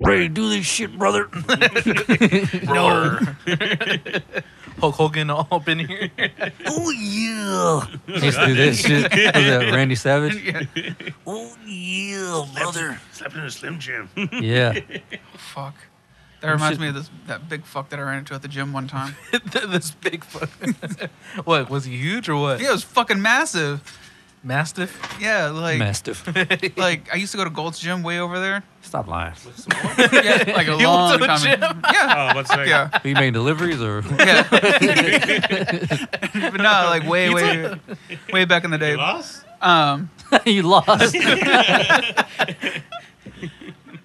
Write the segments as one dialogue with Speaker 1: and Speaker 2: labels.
Speaker 1: ready to do this shit, brother.
Speaker 2: No. Hulk Hogan all up in here.
Speaker 1: oh yeah,
Speaker 3: He used to do this shit. Was that Randy Savage?
Speaker 1: oh yeah, brother.
Speaker 4: Slapping a Slim Jim.
Speaker 3: Yeah.
Speaker 5: Fuck. That reminds me of this that big fuck that I ran into at the gym one time.
Speaker 2: this big fuck. what was he huge or what?
Speaker 5: yeah, it was fucking massive.
Speaker 2: Mastiff.
Speaker 5: Yeah, like
Speaker 3: Mastiff.
Speaker 5: like I used to go to Gold's Gym way over there.
Speaker 3: Stop lying.
Speaker 5: Yeah, like a
Speaker 2: You
Speaker 5: long
Speaker 2: went to
Speaker 5: time.
Speaker 2: the
Speaker 5: ago. Yeah,
Speaker 4: Oh, what's that?
Speaker 5: yeah,
Speaker 3: Are you making deliveries or?
Speaker 5: yeah. but no, like way, way, way back in the day.
Speaker 4: Lost?
Speaker 5: Um,
Speaker 3: you lost.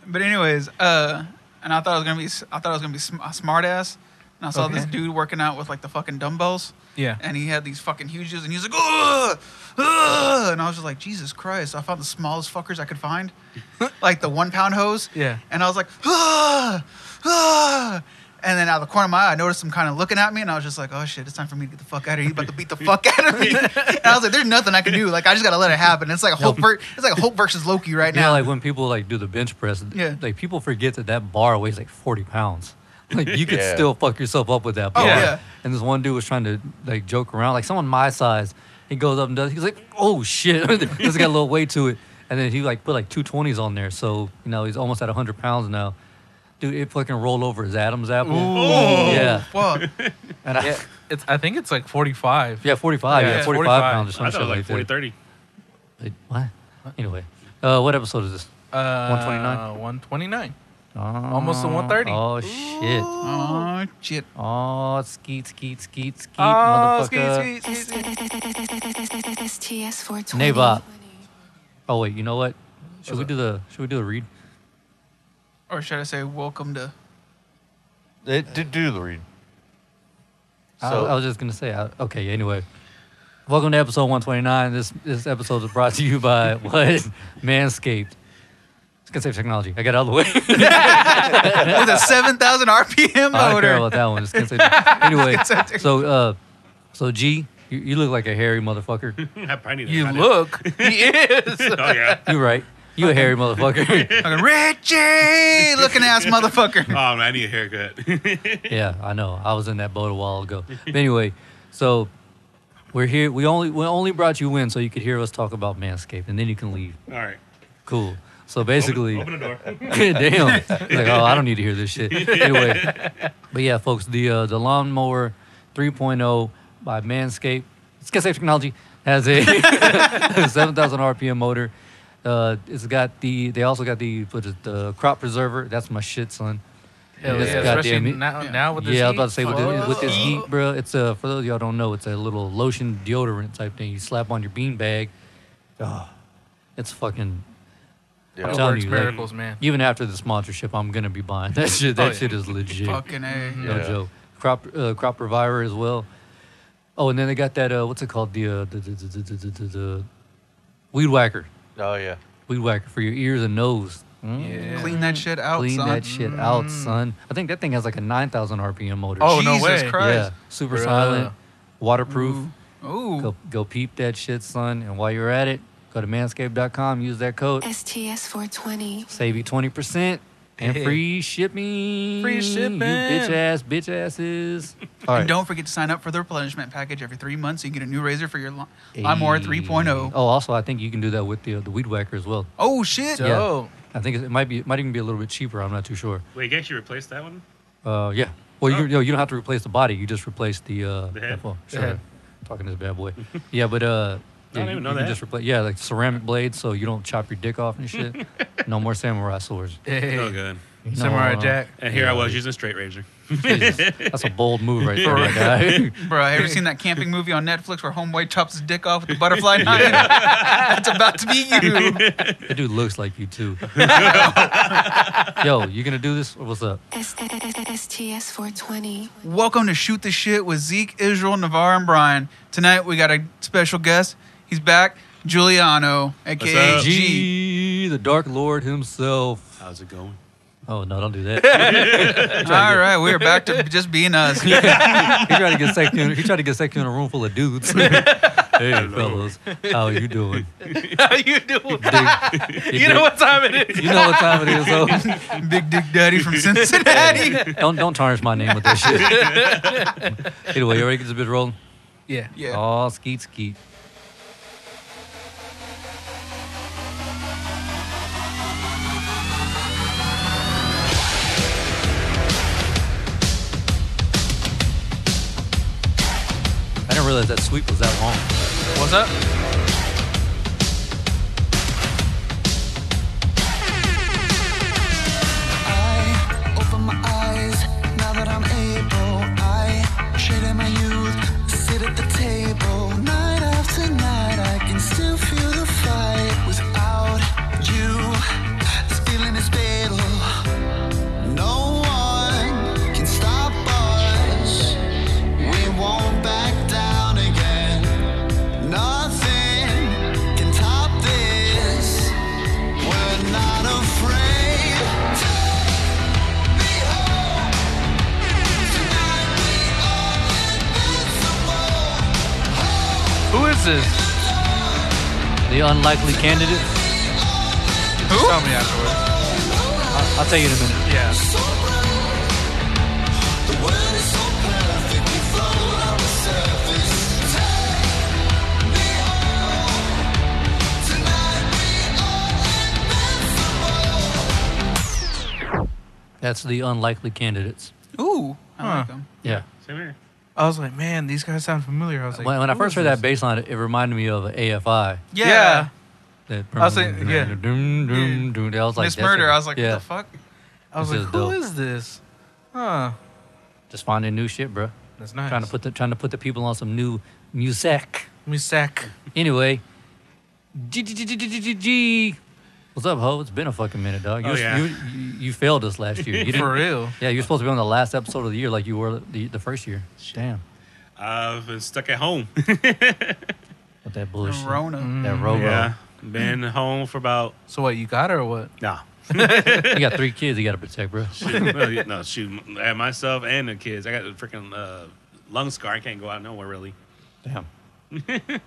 Speaker 5: But anyways, uh, and I thought I was gonna be, I thought I was gonna be sm- a smart ass, and I saw this
Speaker 2: Okay.
Speaker 5: dude working out with like the fucking dumbbells,
Speaker 2: Yeah.
Speaker 5: and he had these fucking huges, and he was like, Ugh! Ugh! and I was just like, Jesus Christ! I found the smallest fuckers I could find, like the one pound hose,
Speaker 2: Yeah.
Speaker 5: and I was like, Ugh! Ugh! and then out of the corner of my eye, I noticed him kind of looking at me, and I was just like, Oh shit, it's time for me to get the fuck out of here. He's about to beat the fuck out of me, and I was like, There's nothing I can do. Like I just gotta let it happen. It's like a Hope, ver- it's like a Hope versus Loki right
Speaker 3: Yeah,
Speaker 5: now.
Speaker 3: like when people like do the bench press,
Speaker 5: Yeah.
Speaker 3: like people forget that that bar weighs like 40 pounds. Like you could
Speaker 1: Yeah.
Speaker 3: still fuck yourself up with that
Speaker 5: Oh,
Speaker 3: bar.
Speaker 5: yeah.
Speaker 3: And this one dude was trying to like joke around, like someone my size. He goes up and does. He's like, "Oh shit, this got a little weight to it." And then he like put like two twenties on there, so you know he's almost at 100 pounds now. Dude, it fucking rolled over his Adam's apple. Yeah,
Speaker 5: Oh, Fuck.
Speaker 3: and I, yeah,
Speaker 2: Yeah. It's. I think it's like
Speaker 3: 45,
Speaker 2: 45.
Speaker 3: yeah,
Speaker 2: Yeah,
Speaker 3: 45, pounds or
Speaker 2: 45.
Speaker 4: I
Speaker 3: something
Speaker 4: thought it was like
Speaker 3: like
Speaker 4: 40,
Speaker 3: that.
Speaker 4: 30.
Speaker 3: Like, What? Anyway, uh, what episode is this?
Speaker 2: Uh,
Speaker 3: 129?
Speaker 2: 129. Almost to 130.
Speaker 3: Ah. Oh shit.
Speaker 5: Oh shit.
Speaker 3: Oh, skeet, skeet, skeet, skeet,
Speaker 2: Oh,
Speaker 3: motherfucker.
Speaker 2: skeet, skeet, skeet, skeet.
Speaker 6: STS 420.
Speaker 3: Neighbor. Oh wait, you know what? Should we do the Should we do the read?
Speaker 5: Or should I say, welcome to?
Speaker 7: It did do the read.
Speaker 2: Uh,
Speaker 3: I-
Speaker 7: So-
Speaker 3: I, was just gonna say. I, okay, anyway. Welcome to episode 129. This This episode is brought to you by what? Manscaped. It's gonna save technology. I got it out of the way.
Speaker 5: With a 7,000 RPM
Speaker 3: I don't care
Speaker 5: motor.
Speaker 3: about that one. It's gonna save anyway,
Speaker 5: Consent-
Speaker 3: so uh, so G, you, you look like a hairy motherfucker.
Speaker 4: Hmm, I probably need to
Speaker 2: You
Speaker 4: cut it.
Speaker 2: look. He is.
Speaker 4: Oh, yeah.
Speaker 3: You right. You a hairy motherfucker.
Speaker 5: Fucking Richie looking ass motherfucker.
Speaker 4: Oh, man, I need a haircut.
Speaker 3: yeah, I know. I was in that boat a while ago. But anyway, so we're here. We only we only brought you in so you could hear us talk about Manscaped, and then you can leave.
Speaker 4: All right.
Speaker 3: Cool. So basically,
Speaker 4: Open the door.
Speaker 3: damn, like oh, I don't need to hear this shit. Anyway, but yeah, folks, the uh, the lawnmower 3.0 by Manscaped. It's got safe technology. Has a 7,000 RPM motor. Uh, it's got the. They also got the what is it, the crop preserver. That's my shit, son.
Speaker 2: Hell
Speaker 3: This
Speaker 2: yeah,
Speaker 3: goddamn
Speaker 2: especially
Speaker 3: heat.
Speaker 2: now,
Speaker 5: Yeah.
Speaker 2: now with this
Speaker 3: yeah, I was
Speaker 2: heat. Oh,
Speaker 3: about to say with,
Speaker 2: Fuck.
Speaker 3: the, with this heat, bro. It's a for those of y'all don't know, it's a little lotion deodorant type thing you slap on your bean bag. Oh, it's fucking.
Speaker 7: Yeah.
Speaker 3: I'm
Speaker 2: It
Speaker 3: telling
Speaker 2: works
Speaker 3: you, like,
Speaker 2: miracles, man.
Speaker 3: even after the sponsorship, I'm gonna be buying that shit. That
Speaker 2: Oh, yeah.
Speaker 3: shit is legit.
Speaker 5: Fucking A.
Speaker 3: No
Speaker 7: Yeah.
Speaker 3: joke. Crop uh, crop reviver as well. Oh, and then they got that uh, what's it called? The, uh, the, the, the, the, the, the, the weed whacker,
Speaker 7: Oh yeah.
Speaker 3: weed whacker for your ears and nose. Mm.
Speaker 2: Yeah.
Speaker 5: Clean that shit out,
Speaker 3: Clean
Speaker 5: son.
Speaker 3: that shit out, son. I think that thing has like a 9,000 RPM motor.
Speaker 2: Oh, no
Speaker 5: Jesus
Speaker 2: way.
Speaker 3: Yeah,
Speaker 5: Christ.
Speaker 3: super
Speaker 2: Bruh.
Speaker 3: silent, waterproof.
Speaker 5: Ooh.
Speaker 3: Go go peep that shit, son. And while you're at it, go to manscaped.com, use that code,
Speaker 6: STS 420.
Speaker 3: save you 20% and
Speaker 2: Hey.
Speaker 3: free shipping.
Speaker 2: Free shipping.
Speaker 3: You bitch ass, bitch asses. All
Speaker 5: And don't forget to sign up for the replenishment package every three months. You can get a new razor for your li- lawnmower
Speaker 3: Hey.
Speaker 5: 3.0.
Speaker 3: Oh, also, I think you can do that with the, the weed whacker as well.
Speaker 5: Oh, shit.
Speaker 3: Yeah.
Speaker 2: Dope.
Speaker 3: I think it might be it might even be a little bit cheaper. I'm not too sure.
Speaker 4: Wait, you actually replaced that one?
Speaker 3: Uh, yeah. Well, you, you, know, you don't have to replace the body. You just replace the. Uh,
Speaker 4: The head.
Speaker 3: well,
Speaker 2: The
Speaker 3: sure.
Speaker 2: head.
Speaker 3: Talking to this bad boy. Yeah, but uh,
Speaker 4: I
Speaker 3: yeah,
Speaker 4: don't
Speaker 3: you-
Speaker 4: even know
Speaker 3: you can
Speaker 4: that.
Speaker 3: Just replace. Yeah, like ceramic blades, so you don't chop your dick off and shit. no more samurai swords.
Speaker 2: Hey,
Speaker 4: Oh, good.
Speaker 2: Samurai
Speaker 3: No.
Speaker 2: Jack.
Speaker 4: And here I was
Speaker 3: Yeah.
Speaker 4: using a straight razor.
Speaker 3: Jesus, that's a bold move right there, my guy.
Speaker 5: Bro, have you ever seen that camping movie on Netflix where Homeboy chops his dick off with the butterfly knife? That's about to be you.
Speaker 3: that dude looks like you too. Yo, you gonna do this? Or what's up?
Speaker 6: STS 420.
Speaker 5: Welcome to Shoot the Shit with Zeke, Israel, Navarre, and Brian. Tonight we got a special guest. He's back, Giuliano, aka
Speaker 4: up?
Speaker 5: G.
Speaker 3: G, the Dark Lord himself.
Speaker 4: How's it going?
Speaker 3: Oh no, don't do that.
Speaker 5: All right, we are back to just being us.
Speaker 3: he tried to get second. He tried to get second in a room full of dudes. Hey, fellas, how you doing?
Speaker 2: How you doing?
Speaker 3: Dig-
Speaker 2: you know what time it is.
Speaker 3: You know what time it is, though.
Speaker 5: Big Dick Daddy from Cincinnati.
Speaker 3: Don't don't tarnish my name with that shit. Either way, you already get this bitch rolling.
Speaker 2: Yeah.
Speaker 5: Yeah.
Speaker 3: Oh, skeet skeet. I didn't realize that sweep was that long.
Speaker 2: What's up?
Speaker 8: I open my eyes now that I'm able. I shaded my youth, sit at the table night after night. I can still feel the fight without you. This feeling is fatal. No one can stop us. We won't back down again. Nothing can top this. We're not afraid.
Speaker 2: Who is this?
Speaker 3: The unlikely candidate?
Speaker 2: Who? Tell me afterwards.
Speaker 3: I- I'll tell you in a minute.
Speaker 2: Yeah.
Speaker 3: That's the unlikely candidates.
Speaker 5: Ooh, I like him.
Speaker 3: Yeah.
Speaker 4: Same here.
Speaker 2: I was like, man, these guys sound familiar. I was like,
Speaker 3: When, when I
Speaker 2: who
Speaker 3: first
Speaker 2: is
Speaker 3: heard
Speaker 2: this?
Speaker 3: that bass line, it it reminded me of AFI.
Speaker 5: Yeah.
Speaker 2: Yeah.
Speaker 3: That
Speaker 2: I was like, yeah.
Speaker 3: Doom, doom, doom. I was like,
Speaker 5: Miss
Speaker 3: that's
Speaker 5: Murder.
Speaker 3: it.
Speaker 5: I was like,
Speaker 3: yeah.
Speaker 5: what the fuck?
Speaker 2: I was
Speaker 3: This
Speaker 2: like,
Speaker 3: is
Speaker 2: who
Speaker 3: dope.
Speaker 2: is this? Huh.
Speaker 3: Just finding new shit, bro.
Speaker 2: That's nice.
Speaker 3: Trying to put the trying to put the people on some new music.
Speaker 2: Musak.
Speaker 3: Anyway, G G G G G G G G. What's up, ho? It's been a fucking minute, dog. You,
Speaker 4: Oh,
Speaker 3: was-
Speaker 4: yeah.
Speaker 3: you, you you failed us last year. You didn't,
Speaker 2: For real.
Speaker 3: Yeah, you're supposed to be on the last episode of the year, like you were the, the first year. Damn,
Speaker 4: I've been stuck at home.
Speaker 3: with that bullshit.
Speaker 5: Rona.
Speaker 3: That robo.
Speaker 4: yeah. Been home for about
Speaker 2: So what, you got her or what?
Speaker 4: nah.
Speaker 3: You got three kids. You got to protect, bro.
Speaker 4: Shoot, no, yeah, no, shoot. I had myself and the kids. I got a freaking uh, lung scar. I can't go out nowhere really.
Speaker 3: Damn.
Speaker 4: I,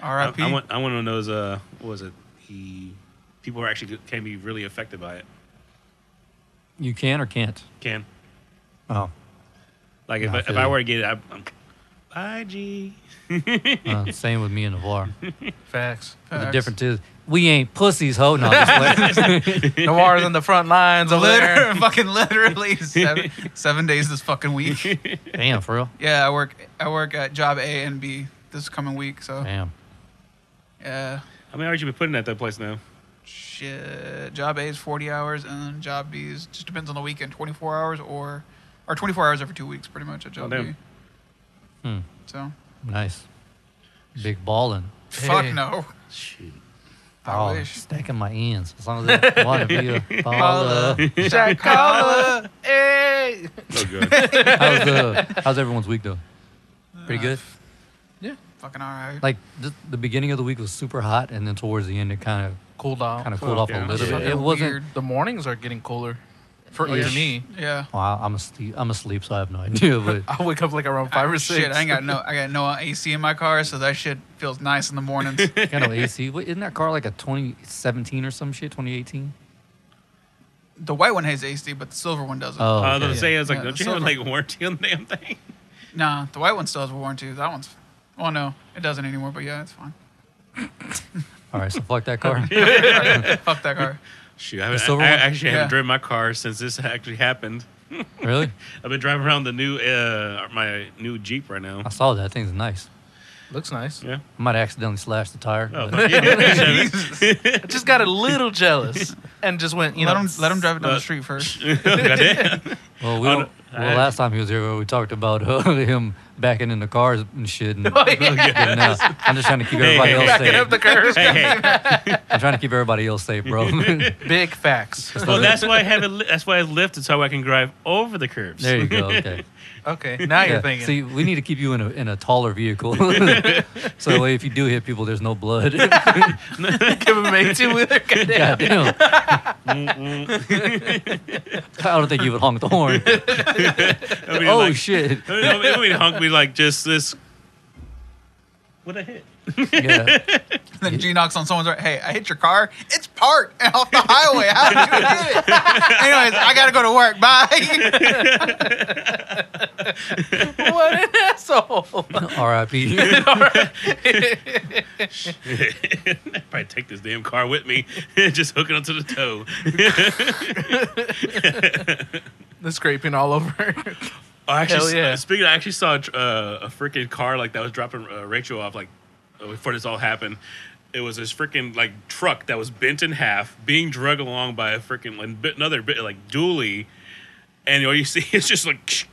Speaker 5: R.I.P.
Speaker 4: I went. I went on those. Uh, what was it? He, people are actually can be really affected by it.
Speaker 3: You can or can't.
Speaker 4: Can
Speaker 3: Oh,
Speaker 4: like if,
Speaker 3: Nah, I
Speaker 4: I, if
Speaker 3: feel
Speaker 4: I
Speaker 3: you.
Speaker 4: were to get it, I, I'm. Bye, G.
Speaker 3: uh, same with me and Navar.
Speaker 2: Facts.
Speaker 3: The
Speaker 5: Facts.
Speaker 3: difference is we ain't pussies, ho. No, I'm just playing.
Speaker 2: Navarre's in the front lines over there.
Speaker 5: Literally, fucking literally seven, seven days this fucking week.
Speaker 3: Damn, for real.
Speaker 5: Yeah, I work. I work at job A and B this coming week. So
Speaker 3: Damn.
Speaker 5: yeah,
Speaker 4: How many hours you been putting at that place now?
Speaker 5: shit. Job A is forty hours, and then job B is just depends on the weekend, twenty four hours or or twenty four hours every two weeks, pretty much at job
Speaker 4: damn.
Speaker 5: B.
Speaker 3: Hmm.
Speaker 5: So
Speaker 3: Nice. Big ballin'.
Speaker 5: fuck no.
Speaker 4: Shoot.
Speaker 5: I
Speaker 3: Oh,
Speaker 5: wish.
Speaker 3: stacking my ends. As long as I want to be a baller.
Speaker 2: Shakala. Hey.
Speaker 4: So good.
Speaker 3: How's, uh, how's everyone's week though? Pretty good.
Speaker 5: Fucking alright.
Speaker 3: Like the, the beginning of the week was super hot, and then towards the end it kind of
Speaker 2: Cool down.
Speaker 3: kind of
Speaker 4: Cool
Speaker 3: cooled off a
Speaker 4: down.
Speaker 3: little
Speaker 4: Yeah.
Speaker 3: bit. It wasn't.
Speaker 5: Weird.
Speaker 2: The mornings are getting cooler. For
Speaker 3: Oh, yeah.
Speaker 2: to me.
Speaker 5: yeah.
Speaker 3: Well, I- I'm asleep. I'm asleep, so I have no idea. But
Speaker 2: I wake up like around five or six.
Speaker 5: Shit, I ain't got no, I got no AC in my car, so that shit feels nice in the mornings.
Speaker 3: kind of AC. Wait, isn't that car like a 2017 or some shit? 2018?
Speaker 5: the white one has AC, but the silver one doesn't.
Speaker 3: Oh,
Speaker 4: I was
Speaker 3: okay.
Speaker 4: gonna say, I was like,
Speaker 5: Yeah,
Speaker 4: don't
Speaker 5: the
Speaker 4: you have
Speaker 5: silver.
Speaker 4: like warranty on the damn thing?
Speaker 5: Nah, the white one still has a warranty. That one's. Well, no, it doesn't anymore. But yeah, it's fine.
Speaker 3: all right. So fuck that car.
Speaker 5: Fuck that car.
Speaker 4: Shoot, I, haven't, I,
Speaker 3: silver
Speaker 4: I
Speaker 3: one?
Speaker 4: actually
Speaker 5: Yeah.
Speaker 4: haven't driven my car since this actually happened.
Speaker 3: really?
Speaker 4: I've been driving around the new, uh, my new Jeep right now.
Speaker 3: I saw that. Thing's nice.
Speaker 2: Looks nice.
Speaker 4: Yeah.
Speaker 3: I might have accidentally slashed the tire.
Speaker 4: Oh,
Speaker 3: but-
Speaker 4: fuck yeah.
Speaker 2: I just got a little jealous and just went, you
Speaker 5: let
Speaker 2: know.
Speaker 5: him let him drive it down the
Speaker 4: uh,
Speaker 5: street first.
Speaker 4: Goddamn.
Speaker 3: Well, we
Speaker 4: Oh,
Speaker 3: don't,
Speaker 4: no.
Speaker 3: well, last time he was here, we talked about uh, him backing into cars and shit. And,
Speaker 2: Oh, yeah.
Speaker 3: and, uh, I'm just trying to keep
Speaker 4: Hey,
Speaker 3: everybody
Speaker 4: hey,
Speaker 3: else
Speaker 4: back
Speaker 2: Backing up
Speaker 3: safe.
Speaker 2: the curves.
Speaker 4: hey, hey.
Speaker 3: I'm trying to keep everybody else safe, bro.
Speaker 2: Big facts.
Speaker 4: Well, that's why I have it. Li- that's why I lifted so I can drive over the curbs.
Speaker 3: there you go. Okay.
Speaker 2: Okay, now you're
Speaker 3: Yeah,
Speaker 2: thinking.
Speaker 3: See, we need to keep you in a, in a taller vehicle. so that way if you do hit people, there's no blood.
Speaker 2: give him a two-wheeler. Goddamn.
Speaker 3: Goddamn. I don't think you would honk the horn.
Speaker 4: I mean,
Speaker 3: oh,
Speaker 4: like,
Speaker 3: shit.
Speaker 4: I mean, I mean, hunk me like just this. what a hit.
Speaker 3: Yeah.
Speaker 5: And then G knocks on someone's door. Hey, I hit your car. It's parked and off the highway. How did you hit it? Anyways, I gotta go to work. Bye.
Speaker 2: what an asshole.
Speaker 3: R.I.P.
Speaker 4: Probably take this damn car with me, just hook it onto the tow.
Speaker 2: The scraping all over.
Speaker 4: Oh, I actually,
Speaker 2: Hell
Speaker 4: s-
Speaker 2: yeah.
Speaker 4: uh, speaking, of, I actually saw a tr- uh, a freaking car like that was dropping uh, Rachel off like uh, before this all happened. It was this freaking like truck that was bent in half, being dragged along by a freaking like, bit- another bit like dually, and all you see is just like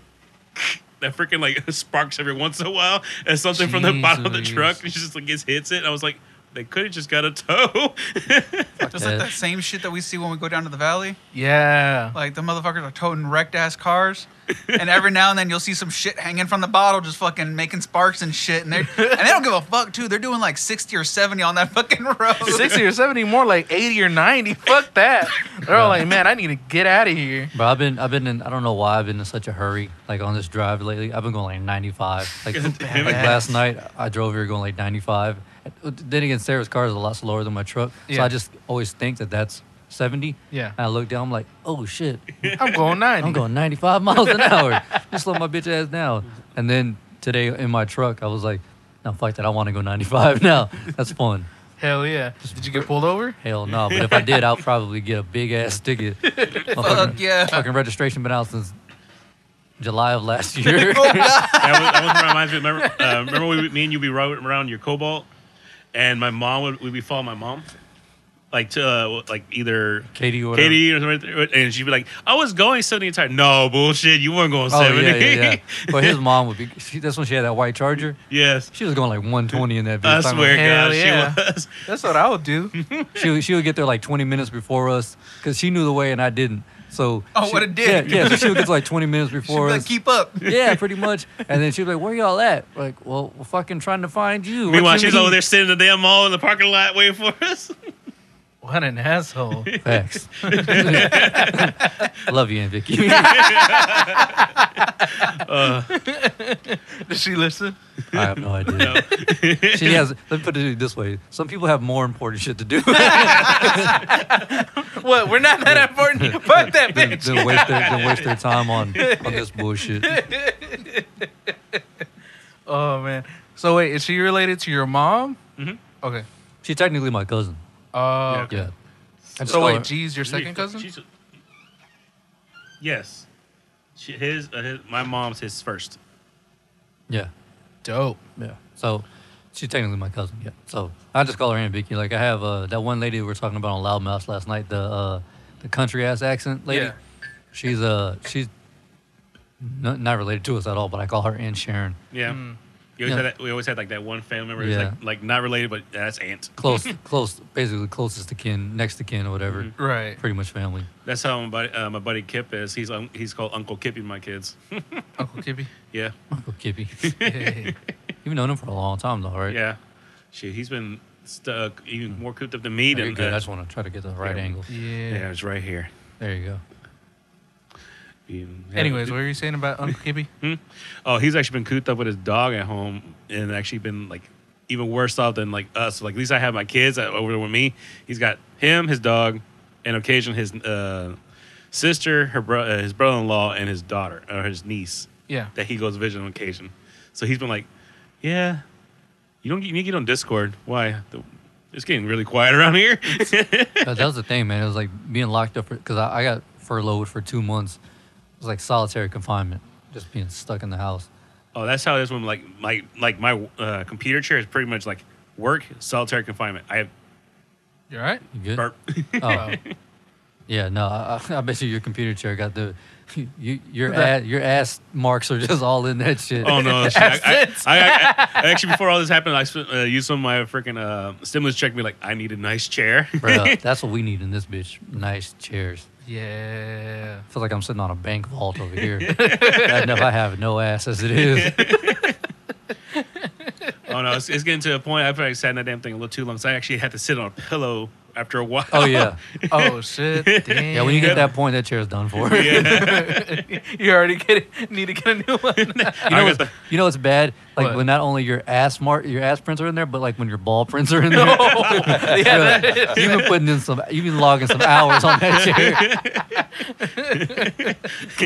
Speaker 4: that freaking like sparks every once in a while, and something from the bottom of the
Speaker 3: Jesus.
Speaker 4: truck it just like just hits it. And I was like, they could have just got a tow.
Speaker 5: Just like that same shit that we see when we go down to the valley.
Speaker 2: Yeah.
Speaker 5: Like the motherfuckers are toting wrecked ass cars, and every now and then you'll see some shit hanging from the bottle, just fucking making sparks and shit. And they and they don't give a fuck too. They're doing like sixty or seventy on that fucking road.
Speaker 2: 60 or 70, more like 80 or 90. Fuck that. They're all like, man, I need to get out of here.
Speaker 3: Bro, I've been I've been in I don't know why I've been in such a hurry like on this drive lately. I've been going like 95. Like, like
Speaker 4: damn
Speaker 2: it.
Speaker 3: last night I drove here going like 95. Then again, Sarah's car is a lot slower than my truck, so
Speaker 2: Yeah.
Speaker 3: I just always think that that's 70.
Speaker 2: Yeah.
Speaker 3: And I look down, I'm like, oh shit,
Speaker 2: I'm going 90.
Speaker 3: I'm going 95 miles an hour. Just slow my bitch ass down. And then today in my truck, I was like, no fuck that, I want to go 95 now. That's fun.
Speaker 2: Hell yeah. Did you get pulled over?
Speaker 3: Hell no, but if I did, I'll probably get a big ass ticket. Motherfucker-
Speaker 5: Fuck yeah.
Speaker 3: fucking registration been out since July of last year.
Speaker 4: that, was, that was reminds me. Remember, uh, remember we, me and you be riding around your Cobalt, and my mom would we be following my mom, like to uh, like either
Speaker 3: Katie or whatever.
Speaker 4: Katie or something, like that, and she'd be like, "I was going seventy entire." No bullshit, you weren't going
Speaker 3: Oh
Speaker 4: seventy.
Speaker 3: yeah, yeah, yeah. But his mom would be. She, that's when she had that white charger.
Speaker 4: yes,
Speaker 3: She was going like 120 in that.
Speaker 4: I
Speaker 3: bitch.
Speaker 4: swear to
Speaker 2: Hell
Speaker 4: God,
Speaker 2: yeah.
Speaker 4: she was.
Speaker 2: That's what I would do.
Speaker 3: She would- she would get there like 20 minutes before us because she knew the way and I didn't. So
Speaker 5: Oh,
Speaker 3: she,
Speaker 5: what a dick.
Speaker 3: Yeah, yeah. So she would get to like 20 minutes
Speaker 5: She'd be
Speaker 3: before
Speaker 5: like,
Speaker 3: us.
Speaker 5: keep up.
Speaker 2: Uh,
Speaker 3: yeah, pretty much. And then she was like, "Where y'all at?" Like, well, we're fucking trying to find you. What
Speaker 4: Meanwhile,
Speaker 3: you
Speaker 4: she's
Speaker 3: mean?"
Speaker 4: over there sitting in the damn mall in the parking lot waiting for us.
Speaker 2: What an asshole.
Speaker 3: Facts. I love you, Aunt Vicky.
Speaker 2: Did she listen?
Speaker 3: I have no idea. she has. Let me put it this way: some people have more important shit to do
Speaker 2: What? We're not that important. Fuck that
Speaker 3: than,
Speaker 2: bitch.
Speaker 3: than waste their than waste their time on on this bullshit.
Speaker 2: Oh, man. So, wait, is she related to your mom?
Speaker 4: Mhm.
Speaker 2: Okay.
Speaker 3: She's technically my cousin.
Speaker 2: Oh,
Speaker 4: Yeah.
Speaker 3: Mm-hmm. Yeah. I just
Speaker 2: so
Speaker 3: call
Speaker 2: wait,
Speaker 3: her-
Speaker 2: G's your second cousin?
Speaker 4: She's- yes, she, his, uh, his my mom's his first.
Speaker 3: yeah,
Speaker 2: Dope.
Speaker 3: yeah. So she's technically my cousin. Yeah. So I just call her Aunt Vicky. Like I have uh, that one lady we were talking about on Loudmouth last night. The uh, the country ass accent lady.
Speaker 2: Yeah.
Speaker 3: She's uh she's not, not related to us at all, but I call her Aunt Sharon.
Speaker 4: Yeah. You always
Speaker 3: Yeah.
Speaker 4: Had that, we always had like that one family member, who's
Speaker 3: Yeah.
Speaker 4: like, like not related, but that's aunt.
Speaker 3: Close, close, basically closest to kin, next to kin, or whatever.
Speaker 2: Right.
Speaker 3: Pretty much family.
Speaker 4: That's how my buddy, uh, my buddy Kip is. He's un- he's called Uncle Kippy. My kids.
Speaker 2: Uncle Kippy.
Speaker 4: Yeah,
Speaker 3: Uncle Kippy.
Speaker 2: Yeah.
Speaker 3: You've known him for a long time, though, right?
Speaker 4: yeah. Shit, he's been stuck even more cooped up than me.
Speaker 3: There
Speaker 4: Than,
Speaker 3: you go. I
Speaker 4: uh,
Speaker 3: just want to try to get the right
Speaker 4: yeah.
Speaker 3: angle.
Speaker 4: yeah, it's right here.
Speaker 3: There you go.
Speaker 4: Even- yeah.
Speaker 2: Anyways, what were you saying about Uncle Kippy?
Speaker 3: Hmm?
Speaker 4: oh, he's actually been cooped up with his dog at home, and actually been like even worse off than like us. Like at least I have my kids uh, over there with me. He's got him, his dog, and occasionally his uh, sister, her bro- uh, his brother-in-law, and his daughter or his niece.
Speaker 2: Yeah.
Speaker 4: that he goes vision on occasion. So he's been like, yeah, you don't get, you need to get on Discord. Why? The, it's getting really quiet around here.
Speaker 3: that, that was the thing, man. It was like being locked up because I, I got furloughed for two months. It was like solitary confinement, just being stuck in the house.
Speaker 4: oh, that's how this one like my like my uh, computer chair is pretty much like work solitary confinement. I have
Speaker 2: You all right?
Speaker 3: You good?
Speaker 4: burp.
Speaker 3: Oh, yeah. No, I, I I bet you your computer chair got the you, your
Speaker 2: That-
Speaker 3: ass, your ass marks are just all in that shit.
Speaker 4: oh no! shit. I,
Speaker 2: Absence.
Speaker 4: I, I, I- actually before all this happened, I spent, uh, used some of my freaking uh, stimulus check. To be like, I need a nice chair.
Speaker 3: Bruh, that's what we need in this bitch. Nice chairs.
Speaker 2: Yeah.
Speaker 3: Feels like I'm sitting on a bank vault over here. Bad enough I have no ass as it is.
Speaker 4: oh no! It's, it's getting to a point. I probably sat in that damn thing a little too long, so I actually had to sit on a pillow after a while.
Speaker 3: Oh yeah,
Speaker 2: Oh shit!
Speaker 3: yeah. When you
Speaker 2: damn.
Speaker 3: hit that point, that chair's done for.
Speaker 2: you already get it. Need to get a new one.
Speaker 4: you know, the,
Speaker 3: You know it's bad, like
Speaker 2: What?
Speaker 3: when not only your ass mark, your ass prints are in there, but like when your ball prints are in there.
Speaker 2: yeah, that is.
Speaker 3: You've been putting in some, you've been logging some hours on that chair.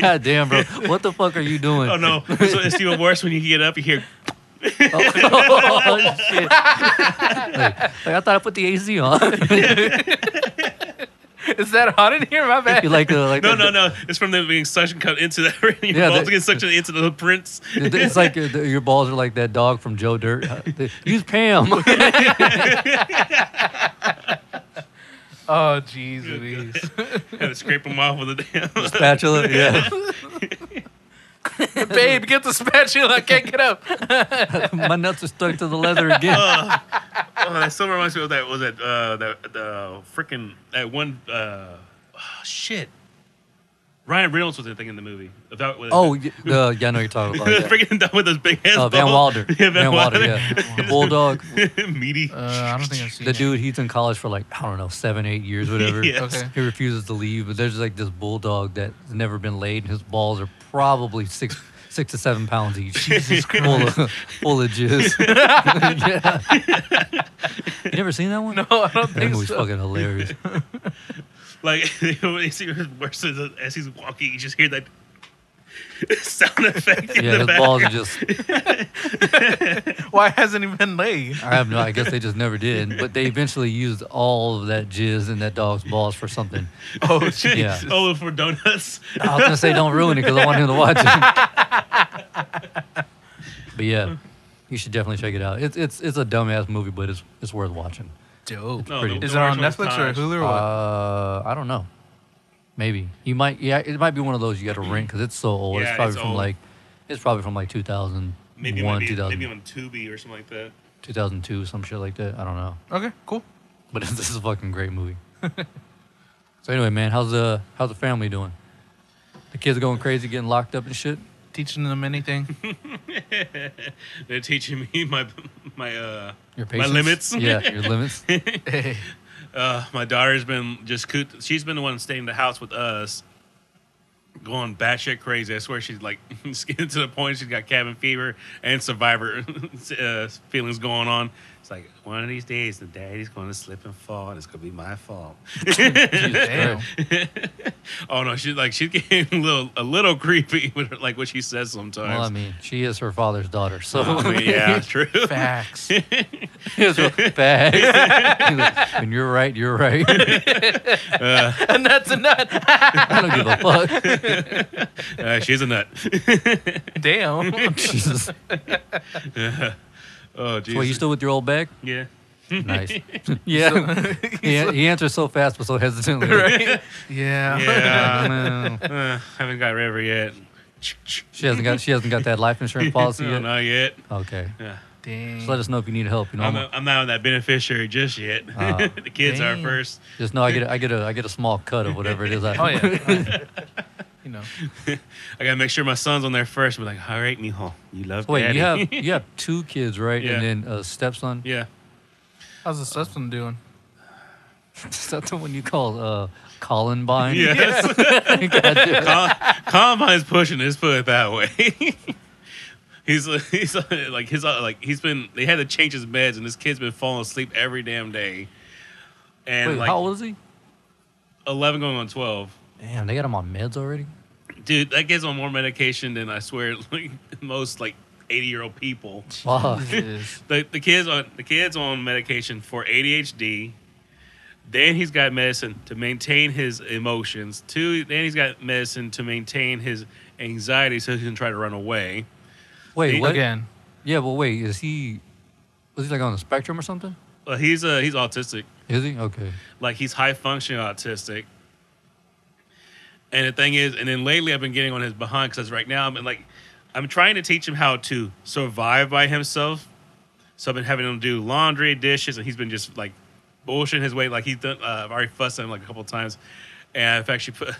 Speaker 3: God damn, bro, what the fuck are you doing?
Speaker 4: oh no, it's, it's even worse when you get up. You hear
Speaker 3: Oh, shit. like, like, I thought I put the AC on.
Speaker 2: Is that hot in here? My bad.
Speaker 3: you like the like uh,
Speaker 4: no,
Speaker 3: the-
Speaker 4: no, no. It's from them being suction cut into that. Your
Speaker 3: Yeah,
Speaker 4: balls
Speaker 3: they-
Speaker 4: get suctioned into the prints.
Speaker 3: It- It's like your, the- your balls are like that dog from Joe Dirt. Uh, they- Use Pam.
Speaker 2: Oh jeez, Louise.
Speaker 4: and they scrape them off with a damn.
Speaker 3: Spatula. Yeah.
Speaker 2: Babe, get the spatula. I can't get up.
Speaker 3: My nuts are stuck to the leather again.
Speaker 4: Oh, that still reminds me of that. Was that uh, that the freaking that one? Uh, oh, shit. Ryan Reynolds was I think in the movie. About with
Speaker 3: Oh, y- the, yeah, I know what you're talking about.
Speaker 4: Freaking
Speaker 3: yeah.
Speaker 4: freaking done with those big ass.
Speaker 3: Uh, Van
Speaker 4: balls.
Speaker 3: Wilder.
Speaker 4: Yeah, Van, Wilder.
Speaker 3: yeah. The Bulldog.
Speaker 4: Meaty.
Speaker 2: Uh, I don't think I've seen
Speaker 3: The dude, he's in college for like, I don't know, seven, eight years, whatever.
Speaker 4: Yeah.
Speaker 2: Okay.
Speaker 3: He refuses to leave, but there's like this bulldog that's never been laid, and his balls are probably six six to seven pounds each. Jesus Christ. Full of, full of jizz. yeah. You never seen that one?
Speaker 2: No, I don't
Speaker 3: That
Speaker 2: think
Speaker 3: movie's
Speaker 2: so.
Speaker 3: fucking hilarious.
Speaker 4: Like it's even worse as, as he's walking. You just hear that sound effect in
Speaker 3: Yeah,
Speaker 4: the
Speaker 3: his
Speaker 4: back.
Speaker 3: balls are just.
Speaker 2: Why hasn't he been laid?
Speaker 3: I have no. I guess they just never did. But they eventually used all of that jizz in that dog's balls for something.
Speaker 2: Oh jeez.
Speaker 3: Yeah.
Speaker 4: Oh, for donuts.
Speaker 3: I was gonna say don't ruin it because I want him to watch it. but yeah, you should definitely check it out. It's it's it's a dumbass movie, but it's it's worth watching.
Speaker 2: Dope.
Speaker 4: No,
Speaker 3: Pretty.
Speaker 4: the-
Speaker 2: Is
Speaker 4: the
Speaker 2: it on
Speaker 4: worst one
Speaker 2: Netflix
Speaker 4: was
Speaker 2: or
Speaker 4: Taj.
Speaker 2: Hulu or what?
Speaker 3: Uh, I don't know. Maybe you might. Yeah, it might be one of those you got to rent because it's so old.
Speaker 4: Yeah,
Speaker 3: it's probably
Speaker 4: it's
Speaker 3: from
Speaker 4: old.
Speaker 3: like, it's probably from like 2001,
Speaker 4: Maybe one, maybe,
Speaker 3: 2000,
Speaker 4: maybe on Tubi or something like that.
Speaker 3: 2002, some shit like that. I don't know.
Speaker 2: okay, cool.
Speaker 3: But this is a fucking great movie. so anyway, man, how's the how's the family doing? The kids going crazy, getting locked up and shit.
Speaker 2: Teaching them anything.
Speaker 4: They're teaching me my my uh
Speaker 3: Your
Speaker 4: my
Speaker 3: patience.
Speaker 4: limits.
Speaker 3: Yeah, your limits.
Speaker 2: Hey.
Speaker 4: Uh, my daughter's been just coot- she's been the one staying in the house with us, going batshit crazy. I swear she's like it's getting to the point she's got cabin fever and survivor uh, feelings going on. It's like one of these days the daddy's going to slip and fall, and it's going to be my fault.
Speaker 3: Jesus
Speaker 2: Damn.
Speaker 3: Christ.
Speaker 4: oh no, she's like she's getting a little a little creepy with her, like what she says sometimes.
Speaker 3: Well, I mean, she is her father's daughter, so
Speaker 4: I mean, yeah, true.
Speaker 2: Facts.
Speaker 3: it's a fact. when you're right, you're right.
Speaker 2: and that's a nut.
Speaker 3: I don't give a fuck.
Speaker 4: Uh, she's a nut.
Speaker 2: Damn.
Speaker 3: Jesus.
Speaker 4: Oh, Jesus.
Speaker 3: Well, you still with your old bag?
Speaker 4: yeah.
Speaker 3: Nice. yeah. he, he answers so fast but so hesitantly.
Speaker 2: Yeah.
Speaker 4: Yeah.
Speaker 3: Well,
Speaker 4: Uh, haven't got rid of her yet.
Speaker 3: she hasn't got she hasn't got that life insurance policy
Speaker 4: No,
Speaker 3: yet.
Speaker 4: not yet.
Speaker 3: Okay.
Speaker 4: Yeah.
Speaker 2: Dang.
Speaker 3: Just let us know if you need help. You know,
Speaker 4: I'm, i I'm not on that beneficiary just yet.
Speaker 3: Ah.
Speaker 4: the kids
Speaker 2: Damn.
Speaker 4: are first.
Speaker 3: Just know I get a, I get a I get a small cut of whatever it is. I,
Speaker 2: Oh yeah. you know.
Speaker 4: I gotta make sure my son's on there first. Be like, all right, mijo, you love
Speaker 3: Wait,
Speaker 4: daddy.
Speaker 3: you have you have two kids, right?
Speaker 4: Yeah.
Speaker 3: And then a stepson.
Speaker 4: yeah.
Speaker 2: How's the husband doing?
Speaker 3: Is that the one you call uh, Columbine?
Speaker 4: Yes.
Speaker 3: Goddamn.
Speaker 4: Columbine's pushing his foot that way. he's he's like his like he's been they had to change his meds and this kid's been falling asleep every damn day. And
Speaker 3: Wait,
Speaker 4: like
Speaker 3: how old is he?
Speaker 4: eleven going on twelve.
Speaker 3: Damn, they got him on meds already.
Speaker 4: Dude, that kid's on more medication than I swear like, most like eighty year old people.
Speaker 3: Fuck.
Speaker 2: Is
Speaker 4: the, the kids on the kids on medication for ADHD. Then he's got medicine to maintain his emotions. Two, then he's got medicine to maintain his anxiety so he can try to run away.
Speaker 3: Wait, what?
Speaker 2: again.
Speaker 3: Yeah, but wait, is he was he like on the spectrum or something?
Speaker 4: Well, he's uh, he's autistic.
Speaker 3: Is he okay?
Speaker 4: Like he's high functioning autistic. And the thing is, and then lately I've been getting on his behind because right now I'm like, I'm trying to teach him how to survive by himself. So I've been having him do laundry, dishes, and he's been just like bullshitting his way. Like he's done, uh, I've already fussed at him like a couple times. And in fact, she put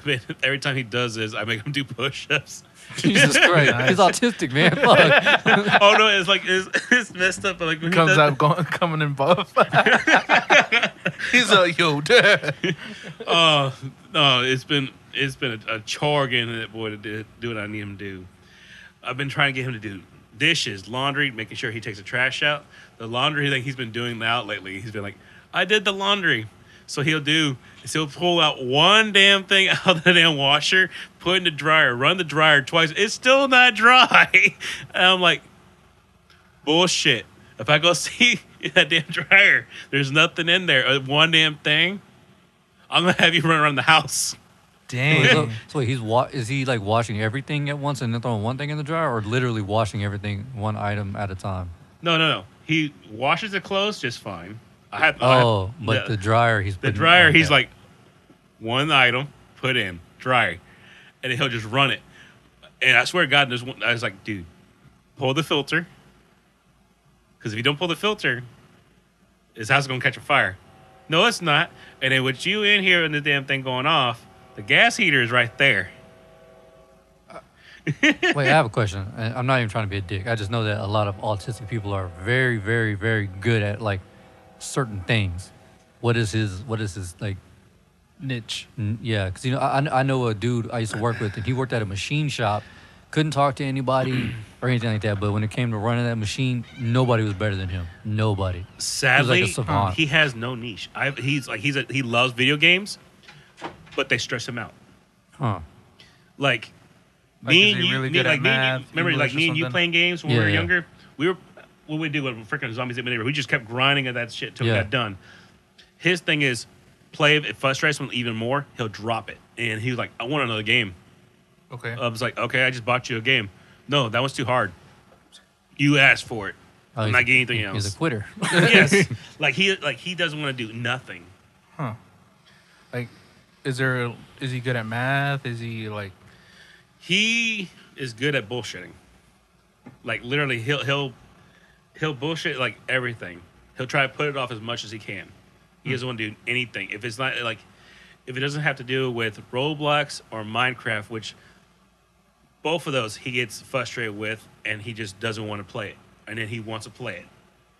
Speaker 4: every time he does this, I make him do push-ups.
Speaker 3: Jesus Christ, he's autistic, man. Fuck.
Speaker 4: oh no, it's like it's, it's messed up. But like when he
Speaker 2: Comes
Speaker 4: does-
Speaker 2: out going, coming in buff. He's a yo. dude.
Speaker 4: Uh, no, it's been it's been a, a chore getting that boy to do, do what I need him to do. I've been trying to get him to do dishes, laundry, making sure he takes the trash out. The laundry thing he's been doing out lately, he's been like, I did the laundry. So he'll do, so he'll pull out one damn thing out of the damn washer, put it in the dryer, run the dryer twice. It's still not dry. And I'm like, bullshit. If I go see that damn dryer, there's nothing in there. uh, One damn thing. I'm gonna have you run around the house.
Speaker 3: So,
Speaker 2: Dang.
Speaker 3: so he's wa- is he like washing everything at once and then throwing one thing in the dryer, or literally washing everything one item at a time?
Speaker 4: No, no, no. He washes the clothes just fine. I have, I have-
Speaker 3: Oh, but the
Speaker 4: the,
Speaker 3: dryer, he's
Speaker 4: the
Speaker 3: putting-
Speaker 4: dryer, he's
Speaker 3: okay.
Speaker 4: like one item put in dryer, and then he'll just run it. And I swear to God, there's one. I was like, dude, pull the filter, because if you don't pull the filter, his house is gonna catch a fire. No, it's not. And then with you in here and the damn thing going off, the gas heater is right there.
Speaker 3: Wait, I have a question. and I'm not even trying to be a dick. I just know that a lot of autistic people are very, very, very good at like certain things. What is his? What is his like?
Speaker 2: Niche.
Speaker 3: n- Yeah, because you know I, I kn- I know a dude I used to work with, and he worked at a machine shop. Couldn't talk to anybody or anything like that. But when it came to running that machine, nobody was better than him. Nobody.
Speaker 4: Sadly,
Speaker 3: savant.
Speaker 4: he has no niche. I, he's like he's a, he loves video games, but they stress him out.
Speaker 3: Huh.
Speaker 4: Like,
Speaker 2: Like,
Speaker 4: me
Speaker 2: is
Speaker 4: and
Speaker 2: he
Speaker 4: you,
Speaker 2: really
Speaker 4: me-
Speaker 2: good at
Speaker 4: like me and you,
Speaker 2: math,
Speaker 4: remember like
Speaker 2: English, or
Speaker 4: me and you
Speaker 2: something?
Speaker 4: playing games when we
Speaker 3: Yeah,
Speaker 4: were
Speaker 3: yeah.
Speaker 4: younger. We were what we do when freaking zombies at neighborhood. We just kept grinding at that shit till
Speaker 3: Yeah.
Speaker 4: we got done. His thing is play. If it frustrates him even more, he'll drop it. And he was like, "I want another game."
Speaker 2: Okay.
Speaker 4: I was like, "Okay, I just bought you a game." No, that one's too hard. You asked for it.
Speaker 3: Oh,
Speaker 4: I'm
Speaker 3: he's
Speaker 4: not
Speaker 3: a-
Speaker 4: getting anything
Speaker 3: he-
Speaker 4: else.
Speaker 3: He's a quitter.
Speaker 4: yes, like he like he doesn't want to do nothing.
Speaker 2: Like, is there? a- Is he good at math? Is he like?
Speaker 4: He is good at bullshitting. Like literally, he'll he'll he'll bullshit like everything. He'll try to put it off as much as he can. He doesn't want to do anything if it's not like if it doesn't have to do with Roblox or Minecraft, which both of those he gets frustrated with, and he just doesn't want to play it, and then he wants to play it,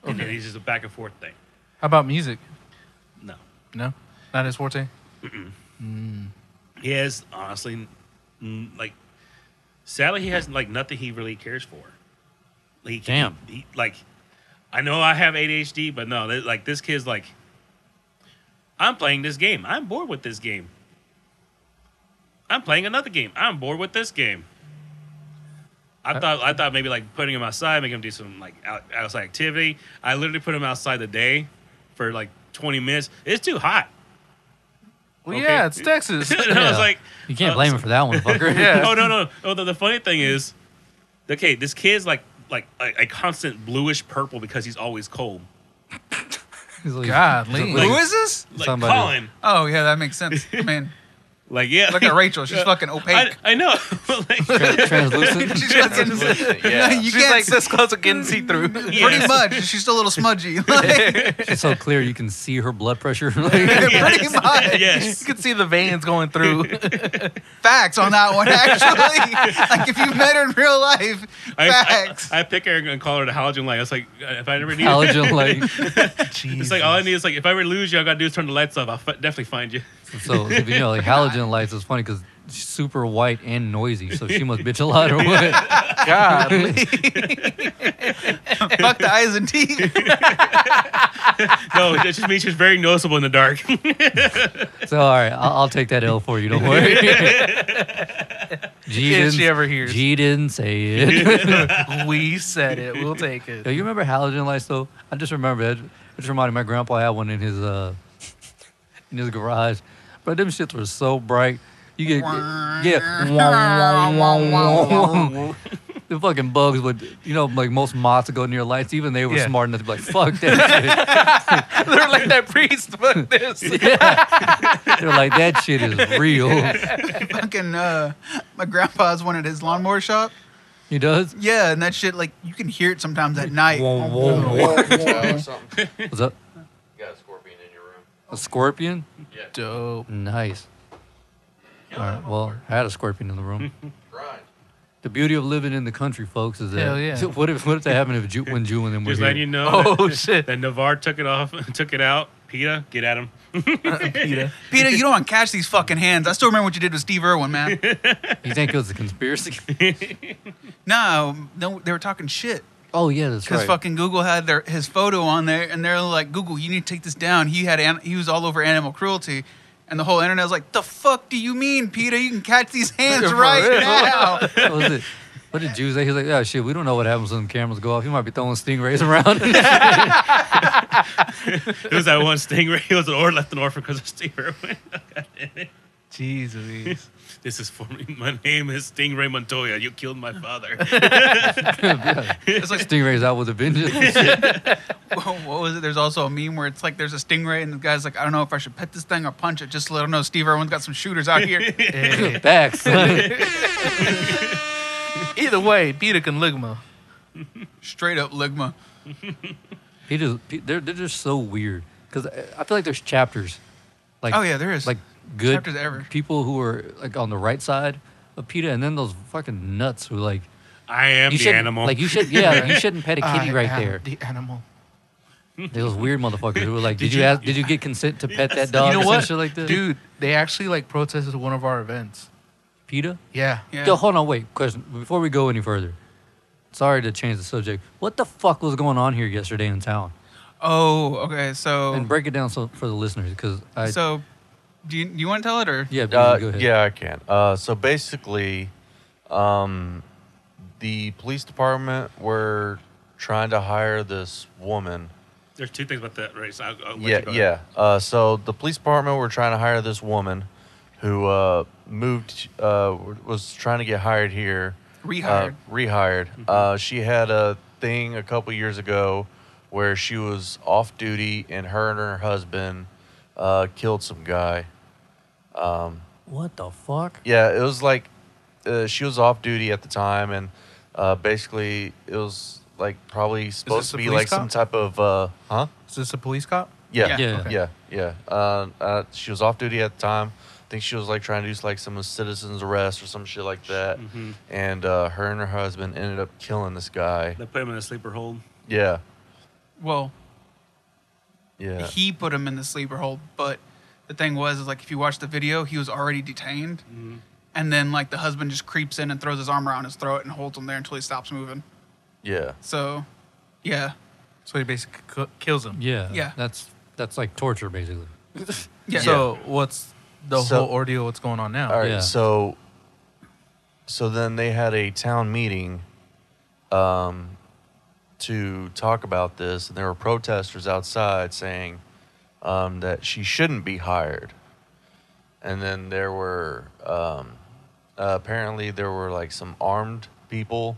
Speaker 4: and then he's just a back and forth thing.
Speaker 2: How about music?
Speaker 4: No,
Speaker 2: No, not his forte.
Speaker 4: he has honestly n- like sadly he has like nothing he really cares for he,
Speaker 3: Damn.
Speaker 4: he, he- like i know i have adhd but no th- like this kid's like i'm playing this game i'm bored with this game i'm playing another game i'm bored with this game I thought I thought maybe like putting him outside, making him do some like out, outside activity. I literally put him outside the day for like 20 minutes. It's too hot.
Speaker 2: Well,
Speaker 4: Okay.
Speaker 2: yeah, it's Texas.
Speaker 4: and I
Speaker 3: Yeah.
Speaker 4: was like,
Speaker 3: You can't
Speaker 4: uh,
Speaker 3: blame him for that one, fucker.
Speaker 2: Yeah.
Speaker 4: oh no no no the, the funny thing is okay this kid's like like a, a constant bluish purple because he's always cold
Speaker 3: He's like-
Speaker 2: God,
Speaker 3: he's a
Speaker 2: Lee.
Speaker 4: Like-
Speaker 5: Who is this?
Speaker 4: like
Speaker 3: Somebody-
Speaker 4: colin
Speaker 5: Oh yeah, that makes sense. I mean,
Speaker 4: like yeah
Speaker 5: look at Rachel. She's fucking
Speaker 4: I,
Speaker 5: opaque.
Speaker 4: I know like,
Speaker 3: tra- translucent.
Speaker 5: She's fucking.
Speaker 7: yeah.
Speaker 5: you
Speaker 2: She's
Speaker 5: can't.
Speaker 2: like
Speaker 5: Like,
Speaker 2: this close to getting see through.
Speaker 5: Pretty
Speaker 4: yes.
Speaker 5: much. She's still a little smudgy. Like,
Speaker 3: It's so clear you can see her blood pressure. Like,
Speaker 5: pretty
Speaker 4: Yes.
Speaker 5: much.
Speaker 2: You
Speaker 4: yes
Speaker 2: can see the veins going through.
Speaker 5: Facts on that one, actually. like if you met her in real life,
Speaker 4: I, I,
Speaker 5: facts.
Speaker 4: I pick her and call her the halogen light. It's like uh, if I never need
Speaker 3: collagen, like
Speaker 4: it's like all I need is like if I ever lose you, all I gotta do is turn the lights off. I'll f- definitely find you.
Speaker 3: so you know, like halogen lights is funny because she's super white and noisy, so she must bitch a lot or what?
Speaker 2: God, Lee.
Speaker 5: Fuck the eyes and teeth.
Speaker 4: No, it just means she's very noticeable in the dark.
Speaker 3: So all right, I'll, I'll take that L for you. Don't worry. G
Speaker 2: If
Speaker 3: didn't,
Speaker 2: she ever hears.
Speaker 3: G didn't say it.
Speaker 2: we said it. We'll take it.
Speaker 3: Yo, you remember halogen lights though? I just remember that. It just reminded me, my grandpa had one in his uh in his garage, but them shits were so bright. You get yeah. Wah, wah, wah, wah, wah. The fucking bugs would, you know, like most moths would go near lights. Even they were
Speaker 2: Yeah.
Speaker 3: smart enough to be like, "Fuck that shit."
Speaker 2: They're like that priest. Fuck this.
Speaker 3: They're like, that shit is real.
Speaker 5: fucking uh, my grandpa's one at his lawnmower shop.
Speaker 3: He does?
Speaker 5: Yeah, and that shit like you can hear it sometimes at night.
Speaker 3: Whoa, whoa, whoa.
Speaker 7: or something.
Speaker 3: What's up?
Speaker 7: You got a scorpion in your room.
Speaker 3: A scorpion?
Speaker 2: Dope.
Speaker 3: Nice. All right. Well, I had a scorpion in the room. The beauty of living in the country, folks, is that
Speaker 2: Hell yeah.
Speaker 3: what if what if that happened if Jew, when Jew and them were
Speaker 4: Just
Speaker 3: here?
Speaker 4: letting you know
Speaker 2: Oh
Speaker 4: that,
Speaker 2: shit.
Speaker 4: that Navarre took it off, took it out. PETA, get at him.
Speaker 5: Peter, you don't want to catch these fucking hands. I still remember what you did with Steve Irwin, man.
Speaker 3: You think it was a conspiracy?
Speaker 5: no, no, they were talking shit.
Speaker 3: oh yeah, that's
Speaker 5: Because
Speaker 3: right.
Speaker 5: fucking Google had their his photo on there, and they're like, "Google, you need to take this down." He had an, he was all over animal cruelty, and the whole internet was like, "The fuck do you mean, Peter? You can catch these hands
Speaker 2: For
Speaker 5: right
Speaker 2: real.
Speaker 5: now."
Speaker 3: what was it? What did Jews say? He was like, oh shit, we don't know what happens when the cameras go off. You might be throwing stingrays around.
Speaker 4: It was that one stingray. It was an or left an orphan because of Steve Irwin.
Speaker 2: Jeez Louise.
Speaker 4: This is for me. My name is Stingray Montoya. You killed my father.
Speaker 5: It's like,
Speaker 3: stingrays out with a vengeance.
Speaker 5: what was it? There's also a meme where it's like there's a stingray, and the guy's like, "I don't know if I should pet this thing or punch it." Just to let him know Steve Irwin's got some shooters out here.
Speaker 2: Eh.
Speaker 3: Facts.
Speaker 2: Either way, Peter can ligma.
Speaker 5: Straight up ligma.
Speaker 3: He just he- they're they're just so weird because I feel like there's chapters. Like
Speaker 5: Oh, yeah, there is.
Speaker 3: like good
Speaker 5: Chapters ever.
Speaker 3: people who are like on the right side of PETA, and then those fucking nuts who like
Speaker 4: I am
Speaker 3: you
Speaker 4: the
Speaker 3: should
Speaker 4: animal.
Speaker 3: like you should yeah like, you shouldn't pet a
Speaker 5: Uh,
Speaker 3: kitty
Speaker 2: I
Speaker 3: right
Speaker 2: am
Speaker 3: there.
Speaker 2: The animal.
Speaker 3: Those weird motherfuckers who were like, did,
Speaker 4: Did
Speaker 3: you,
Speaker 4: you-
Speaker 3: ask, did you get consent to pet that dog?
Speaker 2: You know
Speaker 3: or some
Speaker 2: what,
Speaker 3: Shit like that?
Speaker 2: dude? They actually like protested one of our events.
Speaker 3: PETA.
Speaker 2: Yeah.
Speaker 5: Yeah.
Speaker 3: Yo, hold on, wait. Question before we go any further. Sorry to change the subject. What the fuck was going on here yesterday in town?
Speaker 5: Oh, okay. So,
Speaker 3: And break it down so for the listeners because I
Speaker 5: so do you, you want to tell it or?
Speaker 3: yeah
Speaker 7: Uh,
Speaker 3: go ahead.
Speaker 7: yeah, I can. Uh, so basically, um, the police department were trying to hire this woman.
Speaker 4: There's two things about that race. I'll, I'll let you
Speaker 7: yeah,
Speaker 4: go
Speaker 7: yeah. Uh, so the police department were trying to hire this woman who uh, moved, uh, was trying to get hired here.
Speaker 5: Rehired.
Speaker 7: Uh, rehired. Uh, she had a thing a couple years ago where she was off duty and her and her husband uh, killed some guy.
Speaker 3: What the fuck?
Speaker 7: Yeah, it was like uh, she was off duty at the time, and uh, basically it was like probably supposed
Speaker 2: the
Speaker 7: to be
Speaker 2: police
Speaker 7: like some
Speaker 2: cop?
Speaker 7: type of uh, huh?
Speaker 2: Is this a police cop?
Speaker 7: Yeah,
Speaker 5: Yeah,
Speaker 7: yeah,
Speaker 3: okay.
Speaker 7: yeah, yeah. Uh, uh, she was off duty at the time. I think she was like trying to do like some citizen's arrest or some shit like that. And uh, her and her husband ended up killing this guy.
Speaker 4: They put him in a sleeper hold.
Speaker 7: Yeah,
Speaker 5: Well,
Speaker 7: yeah.
Speaker 5: he put him in the sleeper hold. But the thing was, is like if you watch the video, he was already detained, and then like the husband just creeps in and throws his arm around his throat and holds him there until he stops moving.
Speaker 7: yeah.
Speaker 5: So, yeah,
Speaker 2: So he basically c- kills him.
Speaker 3: Yeah.
Speaker 5: Yeah.
Speaker 3: That's that's like torture basically.
Speaker 5: yeah.
Speaker 2: So what's the
Speaker 7: So-
Speaker 2: whole ordeal? What's going on now?
Speaker 7: All right.
Speaker 3: Yeah.
Speaker 7: So, so then they had a town meeting, um, to talk about this, and there were protesters outside saying, um, that she shouldn't be hired. And then there were, um, uh, apparently there were like some armed people,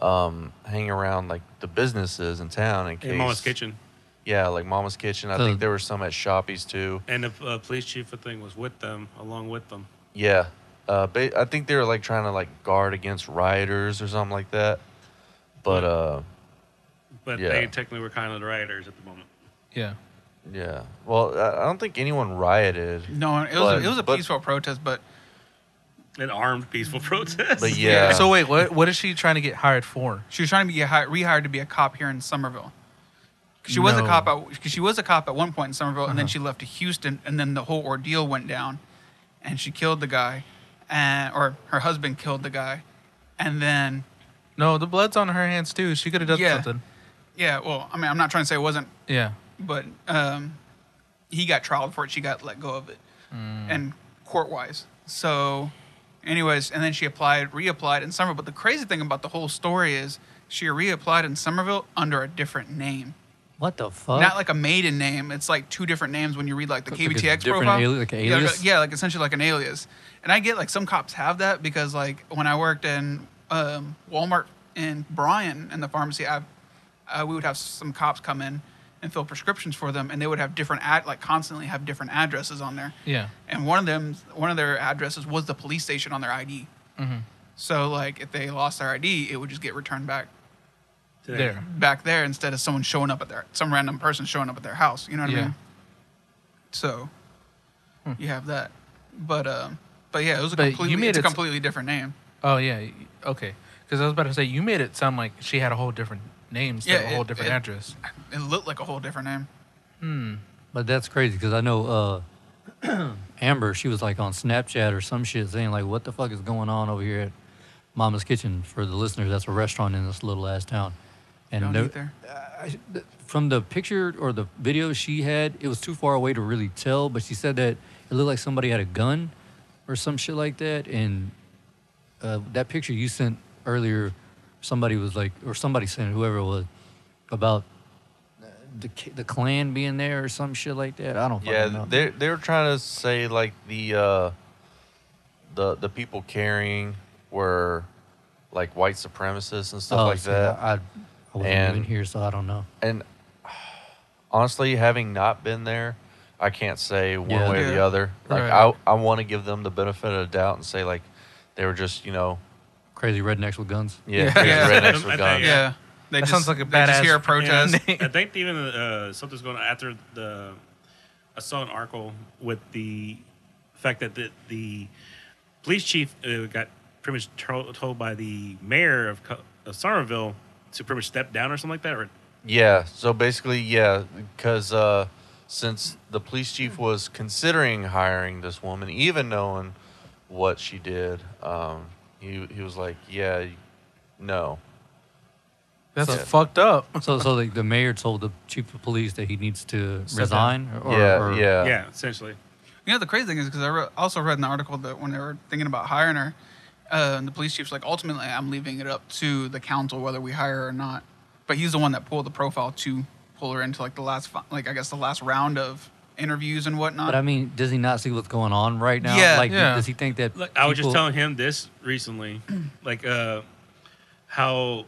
Speaker 7: um, hanging around like the businesses in town in case.
Speaker 4: In Mama's kitchen.
Speaker 7: Yeah, like Mama's Kitchen. I
Speaker 3: So-
Speaker 7: think there were some at Shoppies too.
Speaker 4: And the uh, police chief, I think, was with them, along with them.
Speaker 7: Yeah. Uh, ba- I think they were like trying to like guard against rioters or something like that. But uh,
Speaker 4: But
Speaker 7: Yeah.
Speaker 4: they technically were kind of the rioters at the moment.
Speaker 2: Yeah.
Speaker 7: yeah. Well, I I don't think anyone rioted.
Speaker 5: no, it was
Speaker 7: But-
Speaker 5: a, it was a
Speaker 7: but-
Speaker 5: peaceful protest, but
Speaker 4: An armed peaceful protest.
Speaker 7: But yeah.
Speaker 2: So wait, what what is she trying to get hired for?
Speaker 5: she was trying to be hi- rehired to be a cop here in Somerville. 'Cause She was a
Speaker 2: No.
Speaker 5: cop at 'cause she was a cop at one point in Somerville, and then she left to Houston, and then the whole ordeal went down, and she killed the guy, and or her husband killed the guy, and then
Speaker 2: No, the blood's on her hands too. She could have done
Speaker 5: Yeah.
Speaker 2: something.
Speaker 5: yeah, well, I mean, I'm not trying to say it wasn't
Speaker 2: Yeah.
Speaker 5: but um, he got trialed for it. She got let go of it, and court wise. So, anyways, and then she applied, reapplied in Somerville. But the crazy thing about the whole story is she reapplied in Somerville under a different name,
Speaker 3: What the fuck?
Speaker 5: not like a maiden name. It's like two different names when you read like the
Speaker 3: Like a
Speaker 5: KBTX
Speaker 3: different
Speaker 5: profile.
Speaker 3: ali- like a
Speaker 5: Yeah,
Speaker 3: alias?
Speaker 5: yeah, like essentially like an alias. And I get like some cops have that because like when I worked in um, Walmart in Bryan in the pharmacy, I uh, we would have some cops come in and fill prescriptions for them, and they would have different ad like constantly have different addresses on there.
Speaker 2: Yeah.
Speaker 5: And one of them, one of their addresses was the police station on their ID.
Speaker 3: Mm-hmm.
Speaker 5: So like if they lost their ID, it would just get returned back
Speaker 4: Today.
Speaker 2: There.
Speaker 5: back there instead of someone showing up at their some random person showing up at their house. You know what I
Speaker 2: Yeah.
Speaker 5: mean? So you have that, but um, But yeah, it was a
Speaker 2: Hmm. But you
Speaker 5: completely
Speaker 2: made
Speaker 5: it's a
Speaker 2: it s-
Speaker 5: completely different name.
Speaker 2: Oh yeah, y- okay. Because I was about to say you made it sound like she had a whole different name, instead of
Speaker 5: Yeah,
Speaker 2: a whole
Speaker 5: it-
Speaker 2: different
Speaker 5: it-
Speaker 2: address.
Speaker 5: It looked like a whole different name.
Speaker 3: But that's crazy because I know uh, Amber, she was like on Snapchat or some shit saying, like, what the fuck is going on over here at Mama's Kitchen for the listeners? That's a restaurant in this little ass town. And
Speaker 5: Don't
Speaker 3: there-
Speaker 5: eat there.
Speaker 3: from the picture or the video she had, it was too far away to really tell, but she said that it looked like somebody had a gun or some shit like that. And uh, that picture you sent earlier, somebody was like, or somebody sent it, whoever it was, about uh, the, K- the clan being there or some shit like that. I don't fucking
Speaker 7: Yeah,
Speaker 3: know.
Speaker 7: they they were trying to say like the uh, the the people carrying were like white supremacists and stuff
Speaker 3: Oh,
Speaker 7: like
Speaker 3: see,
Speaker 7: that.
Speaker 3: I, I wasn't
Speaker 7: And-
Speaker 3: even here, so I don't know.
Speaker 7: and honestly, having not been there, I can't say one
Speaker 3: Yeah.
Speaker 7: way or the
Speaker 5: Yeah.
Speaker 7: other. Like
Speaker 2: Right.
Speaker 7: I, I want to give them the benefit of the doubt and say like they were just you know
Speaker 3: Crazy rednecks with guns.
Speaker 7: yeah,
Speaker 5: Yeah.
Speaker 7: crazy
Speaker 5: Yeah.
Speaker 4: I
Speaker 7: rednecks with
Speaker 4: think-
Speaker 7: guns.
Speaker 5: Yeah.
Speaker 4: yeah.
Speaker 5: They
Speaker 2: That
Speaker 5: just,
Speaker 2: sounds like a
Speaker 5: they just
Speaker 2: badass
Speaker 5: hear a protest.
Speaker 4: And I think even uh, something's going on after the. I saw an article with the fact that the, the police chief uh, got pretty much told, told by the mayor of, Co- of Somerville to pretty much step down or something like that. Or
Speaker 7: Yeah. So basically, yeah, because uh, since the police chief was considering hiring this woman, even knowing what she did, um, he he was like, yeah, y- no,
Speaker 2: That's
Speaker 7: So-
Speaker 2: fucked up.
Speaker 3: So, so the, the mayor told the chief of police that he needs to
Speaker 2: Step
Speaker 3: resign. Or,
Speaker 7: yeah,
Speaker 3: or,
Speaker 7: yeah,
Speaker 4: yeah, essentially.
Speaker 5: You know, the crazy thing is because I re- also read in the article that when they were thinking about hiring her, uh, and the police chief's like, ultimately, I'm leaving it up to the council whether we hire her or not. But he's the one that pulled the profile to pull her into like the last, fi- like I guess the last round of interviews and whatnot.
Speaker 3: But I mean, does he not see what's going on right now?
Speaker 5: Yeah,
Speaker 3: like,
Speaker 2: yeah.
Speaker 3: does he think that?
Speaker 4: Look, I was just
Speaker 3: people-
Speaker 4: telling him this recently, like uh, how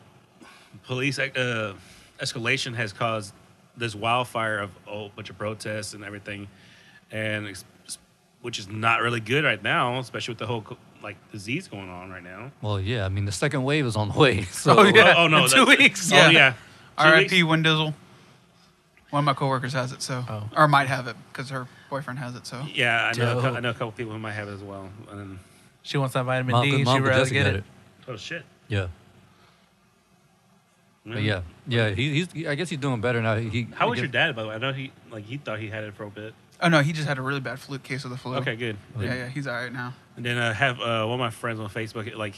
Speaker 4: police uh, escalation has caused this wildfire of a whole bunch of protests and everything, and it's- which is not really good right now, especially with the whole co- like disease going on right now.
Speaker 3: Well, yeah. I mean, the second wave is on the way. So,
Speaker 2: Oh yeah.
Speaker 4: oh, no,
Speaker 2: in two
Speaker 4: that-
Speaker 2: weeks.
Speaker 4: Oh
Speaker 5: Yeah.
Speaker 4: yeah, Two
Speaker 5: R.I.P.
Speaker 4: weeks-
Speaker 5: Wendizzle. One of my coworkers has it, so
Speaker 2: Oh.
Speaker 5: or might have it because her boyfriend has it. So
Speaker 4: Yeah, I know. A
Speaker 2: Dope.
Speaker 4: cou- I know a couple people who might have it as well. And then,
Speaker 2: She wants that vitamin
Speaker 3: Mom,
Speaker 2: D.
Speaker 3: Mom,
Speaker 2: She'd rather
Speaker 3: Jessica
Speaker 2: get
Speaker 3: got
Speaker 2: it.
Speaker 4: oh shit.
Speaker 3: Yeah. But yeah, yeah. He, he's. he- I guess he's doing better now. He.
Speaker 4: How
Speaker 3: I
Speaker 4: was your
Speaker 3: guess-
Speaker 4: dad, by the way? I know he like he thought he had it for a bit.
Speaker 5: oh no, he just had a really bad flu case of the flu.
Speaker 4: Okay, good.
Speaker 5: Yeah, yeah, he's all right now.
Speaker 4: And then I have uh, one of my friends on Facebook. Like,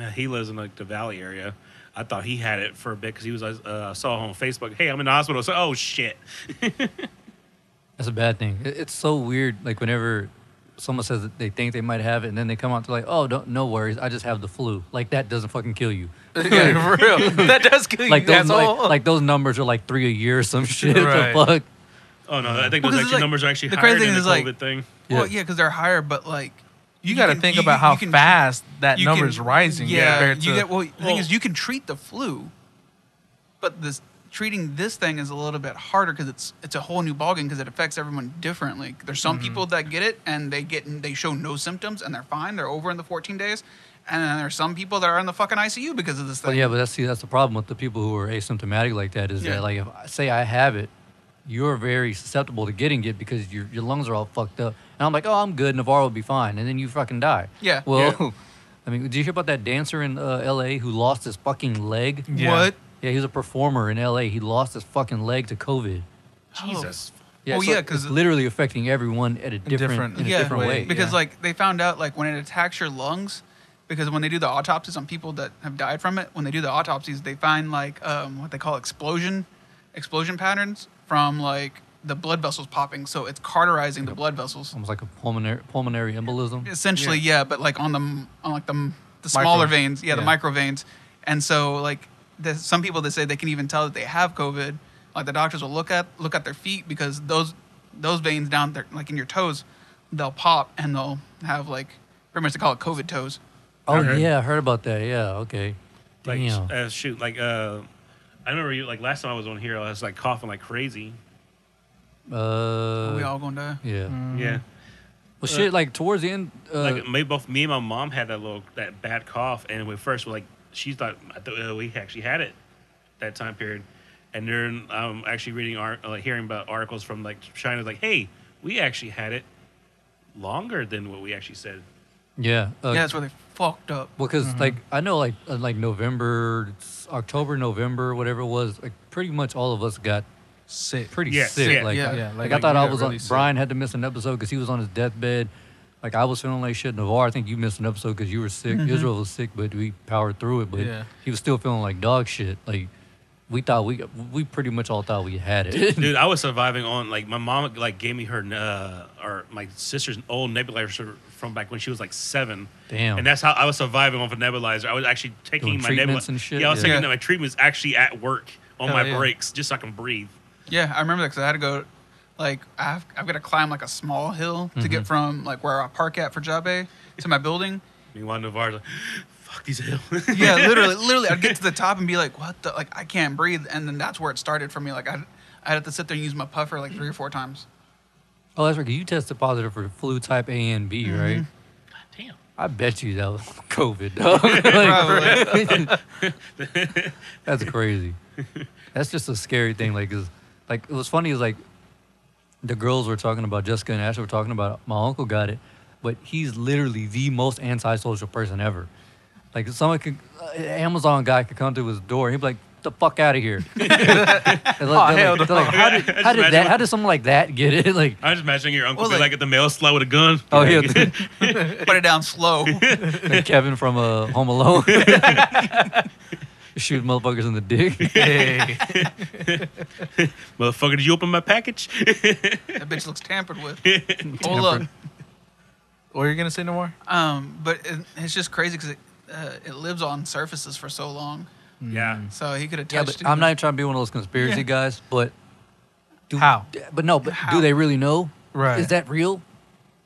Speaker 4: uh, he lives in like the Valley area. I thought he had it for a bit because he was. uh, uh, I saw on Facebook, "Hey, I'm in the hospital." So, oh shit.
Speaker 3: That's a bad thing. It, it's so weird. Like whenever someone says that they think they might have it, and then they come out to like, oh, don't, no worries. I just have the flu. Like that doesn't fucking kill you.
Speaker 2: yeah, for real. That does kill you.
Speaker 3: Like those,
Speaker 2: That's
Speaker 3: like,
Speaker 2: all.
Speaker 3: like those numbers are like three a year or some shit.
Speaker 2: Right.
Speaker 3: The fuck.
Speaker 4: Oh no, I think
Speaker 5: Well,
Speaker 4: those actually
Speaker 5: 'cause it's like-
Speaker 4: numbers are actually
Speaker 5: the
Speaker 4: higher
Speaker 5: crazy
Speaker 4: than
Speaker 5: thing
Speaker 4: the
Speaker 5: is, like,
Speaker 4: COVID thing.
Speaker 5: Well,
Speaker 3: Yeah.
Speaker 5: yeah, because they're higher, but like
Speaker 2: you got to
Speaker 5: can-
Speaker 2: think
Speaker 5: you-
Speaker 2: about
Speaker 5: you
Speaker 2: how
Speaker 5: can-
Speaker 2: fast that
Speaker 5: you
Speaker 2: number
Speaker 5: can-
Speaker 2: is rising.
Speaker 5: Yeah,
Speaker 2: compared
Speaker 5: you
Speaker 2: to-
Speaker 5: get, well, the thing
Speaker 4: Well-
Speaker 5: is, you can treat the flu, but this treating this thing is a little bit harder because it's it's a whole new ballgame because it affects everyone differently. There's
Speaker 2: Mm-hmm.
Speaker 5: some people that get it and they get they show no symptoms and they're fine. They're over in the 14 days, and then there's some people that are in the fucking ICU because of this thing.
Speaker 3: Well, yeah, but that's see, that's the problem with the people who are asymptomatic like that is
Speaker 5: Yeah.
Speaker 3: that like if I say I have it, you're very susceptible to getting it because your your lungs are all fucked up, and I'm like, oh, I'm good, Navarro will be fine, and then you fucking die.
Speaker 5: Yeah.
Speaker 3: Well,
Speaker 4: Yeah.
Speaker 3: I mean, did you hear about that dancer in uh, L.A. who lost his fucking leg?
Speaker 2: Yeah.
Speaker 5: What?
Speaker 3: Yeah, he was a performer in L.A. He lost his fucking leg to COVID.
Speaker 4: Jesus.
Speaker 3: Yeah,
Speaker 5: Oh,
Speaker 3: so
Speaker 5: yeah,
Speaker 3: it's
Speaker 5: 'cause-
Speaker 3: literally affecting everyone at a different,
Speaker 2: different-
Speaker 3: in a
Speaker 2: Yeah,
Speaker 3: different way.
Speaker 5: Because
Speaker 2: yeah.
Speaker 5: like they found out like when it attacks your lungs, because when they do the autopsies on people that have died from it, when they do the autopsies, they find like um, what they call explosion, explosion patterns from like the blood vessels popping. So it's carterizing the blood vessels.
Speaker 3: Almost like a pulmonary pulmonary embolism.
Speaker 5: Essentially, yeah. but like on the m- on like the m- the
Speaker 2: Micro-
Speaker 5: smaller veins, yeah, the
Speaker 2: yeah.
Speaker 5: micro veins, and so like there's some people that say they can even tell that they have COVID. Like the doctors will look at look at their feet because those those veins down there, like in your toes, they'll pop and they'll have like pretty much they call it COVID toes.
Speaker 3: Oh
Speaker 4: Okay.
Speaker 3: yeah, I heard about that. Yeah, okay.
Speaker 4: Like,
Speaker 3: Damn.
Speaker 4: uh, shoot, like uh, I remember you like last time I was on here, I was like coughing like crazy.
Speaker 3: Uh,
Speaker 5: we all gonna die.
Speaker 3: yeah.
Speaker 4: Yeah.
Speaker 3: Well, shit, like towards the end, uh,
Speaker 4: Mm. like maybe both me and my mom had that little that bad cough, and we first were like, she thought I thought uh, we actually had it that time period, and then I'm actually reading art, like hearing about articles from like China, like, hey, we actually had it longer than what we actually said.
Speaker 3: Yeah. Uh,
Speaker 5: yeah, that's where they fucked up.
Speaker 3: Well, because like I know, like uh, like November, it's October, November, whatever it was, like pretty much all of us got
Speaker 2: Sick.
Speaker 3: pretty
Speaker 4: Yeah,
Speaker 3: sick.
Speaker 4: yeah,
Speaker 3: like,
Speaker 5: yeah,
Speaker 3: I,
Speaker 5: yeah,
Speaker 3: like,
Speaker 2: like,
Speaker 3: I thought
Speaker 2: we
Speaker 3: I
Speaker 2: got
Speaker 3: was.
Speaker 2: really
Speaker 3: on,
Speaker 2: sick.
Speaker 3: Brian had to miss an episode because he was on his deathbed. Like I was feeling like shit. Navarre, I think you missed an episode because you were sick. Israel was sick, but we powered through it. But
Speaker 2: Yeah.
Speaker 3: he was still feeling like dog shit. Like we thought we we pretty much all thought we had it.
Speaker 4: Dude, I was surviving on like my mom like gave me her uh, or my sister's old nebulizer from back when she was like seven.
Speaker 3: Damn.
Speaker 4: And that's how I was surviving off a nebulizer. I was actually taking
Speaker 3: Doing
Speaker 4: my
Speaker 3: treatments
Speaker 4: nebulizer.
Speaker 3: and shit?
Speaker 4: Yeah, I was
Speaker 3: Yeah.
Speaker 4: taking my treatments actually at work on
Speaker 5: Hell
Speaker 4: my
Speaker 5: yeah.
Speaker 4: breaks just so I can breathe.
Speaker 5: Yeah, I remember that because I had to go, like, I've, I've got to climb like a small hill to get from like where I park at for job A to my building.
Speaker 4: Meanwhile, Navarre's like, fuck these hills.
Speaker 5: Yeah, literally, literally, I'd get to the top and be like, "What the? Like, I can't breathe." And then that's where it started for me. Like, I, I had to sit there and use my puffer like three or four times.
Speaker 3: oh, that's right. 'cause You tested positive for flu type A and B, right?
Speaker 4: Damn.
Speaker 3: I bet you that was COVID. Dog. Like, that's crazy. That's just a scary thing. Like, 'cause- like it was funny. Is like the girls were talking about Jessica and Ashley were talking about it. my uncle got it, but he's literally the most antisocial person ever. Like if someone could, uh, Amazon guy could come to his door and he'd be like, "The fuck out of here!" They're like- they're like-
Speaker 2: hell
Speaker 3: they're like, how did,
Speaker 4: Just
Speaker 3: how did that?
Speaker 4: imagine-
Speaker 3: How did someone like that get it? Like,
Speaker 4: I was imagining your uncle
Speaker 5: Well,
Speaker 4: be like,
Speaker 5: like-
Speaker 4: at the mail slot with a gun.
Speaker 3: oh yeah,
Speaker 5: Put it down slow.
Speaker 3: like Kevin from uh, Home Alone. Shoot motherfuckers in the dick.
Speaker 4: Motherfucker, did you open my package?
Speaker 5: that bitch looks tampered with. Hold up.
Speaker 3: Temper.
Speaker 2: What are you gonna say no more?
Speaker 5: Um, but it, it's just crazy because it, uh, it lives on surfaces for so long.
Speaker 4: yeah.
Speaker 5: So he could have
Speaker 3: Yeah,
Speaker 5: touched
Speaker 3: but
Speaker 5: it.
Speaker 3: I'm not even trying to be one of those conspiracy guys, but do,
Speaker 2: How?
Speaker 3: But no, but
Speaker 5: How?
Speaker 3: do they really know?
Speaker 2: Right.
Speaker 3: Is that real?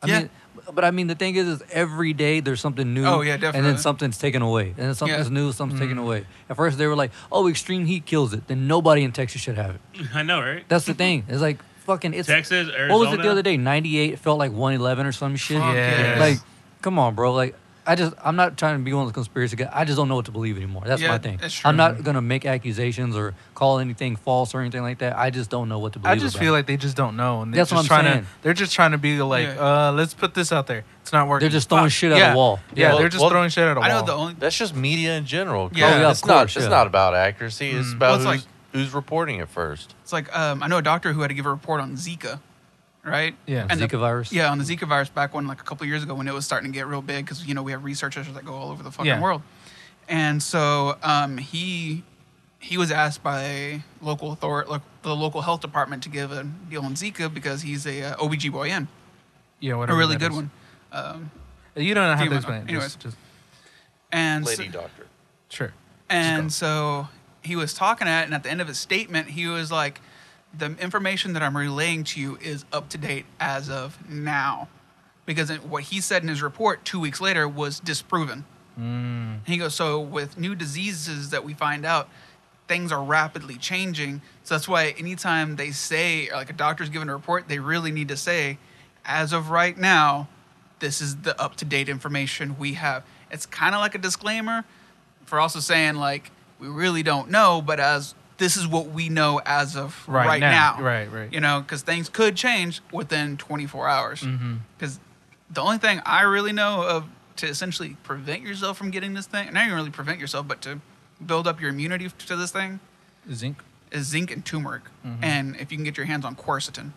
Speaker 3: I
Speaker 5: Yeah.
Speaker 3: mean, but I mean, the thing is, is every day there's something new.
Speaker 5: Oh, yeah,
Speaker 3: And then
Speaker 5: definitely.
Speaker 3: something's taken away, and then something's
Speaker 5: Yeah. Mm.
Speaker 3: new, something's taken away. At first, they were like, "Oh, extreme heat kills it." Then nobody in Texas should have it.
Speaker 4: I know, right?
Speaker 3: That's the thing. It's like fucking. It's
Speaker 4: Texas, Arizona.
Speaker 3: What was it the other day? 98 it felt like 111 or some shit.
Speaker 5: Fuck
Speaker 2: Yeah. yes.
Speaker 3: Like, come on, bro. Like, I just, I'm not trying to be one of the conspiracy guys. I just don't know what to believe anymore. That's my
Speaker 5: Yeah,
Speaker 3: thing.
Speaker 5: that's
Speaker 3: I'm
Speaker 5: true.
Speaker 3: not going to make accusations or call anything false or anything like that. I just don't know what to
Speaker 2: I
Speaker 3: believe.
Speaker 2: just
Speaker 3: about
Speaker 2: feel
Speaker 3: it.
Speaker 2: like they just don't know, and they're
Speaker 3: That's what
Speaker 2: just
Speaker 3: I'm
Speaker 2: trying
Speaker 3: saying.
Speaker 2: to. They're just trying to be like,
Speaker 5: Yeah.
Speaker 2: uh, let's put this out there. It's not working.
Speaker 3: they're just throwing
Speaker 2: Fuck.
Speaker 3: shit at
Speaker 2: yeah.
Speaker 3: a wall.
Speaker 2: Yeah,
Speaker 7: Well,
Speaker 2: they're just
Speaker 7: well,
Speaker 2: throwing shit at a wall.
Speaker 5: I know the only.
Speaker 7: That's just media in general.
Speaker 5: Yeah. Oh,
Speaker 3: yeah,
Speaker 7: it's
Speaker 3: of
Speaker 7: not.
Speaker 3: course,
Speaker 7: It's
Speaker 3: yeah.
Speaker 7: not about accuracy. It's about
Speaker 5: Well, it's
Speaker 7: who's, who's reporting it first.
Speaker 5: It's like um, I know a doctor who had to give a report on Zika, right?
Speaker 2: Yeah.
Speaker 5: And the-
Speaker 3: Zika virus.
Speaker 5: Yeah, on the Zika virus back when, like a couple years ago, when it was starting to get real big, because you know we have researchers that go all over the fucking
Speaker 2: Yeah.
Speaker 5: world, and so um, he he was asked by local authority, like the local health department, to give a deal on Zika because he's a uh, OBGYN,
Speaker 2: yeah,
Speaker 5: a
Speaker 2: whatever
Speaker 5: really
Speaker 2: that
Speaker 5: good
Speaker 2: is.
Speaker 5: one, um,
Speaker 2: You don't have
Speaker 5: Female.
Speaker 2: to explain it.
Speaker 5: Anyways.
Speaker 2: Just, just,
Speaker 5: and so-
Speaker 7: Lady doctor.
Speaker 2: sure.
Speaker 5: and so he was talking at, it, and at the end of his statement, he was like, "The information that I'm relaying to you is up to date as of now, because it- what he said in his report two weeks later was disproven." And he goes, "So with new diseases that we find out, things are rapidly changing. So that's why anytime they say, or like a doctor's given a report, they really need to say, as of right now." This is the up to date information we have. It's kind of like a disclaimer, for also saying like we really don't know, but as this is what we know as of
Speaker 2: Right
Speaker 5: right,
Speaker 2: now.
Speaker 5: now.
Speaker 2: Right, right.
Speaker 5: You know, because things could change within 24 hours. Because the only thing I really know of to essentially prevent yourself from getting this thing, not even really prevent yourself, but to build up your immunity to this thing,
Speaker 2: Zinc.
Speaker 5: is zinc and turmeric, and if you can get your hands on quercetin.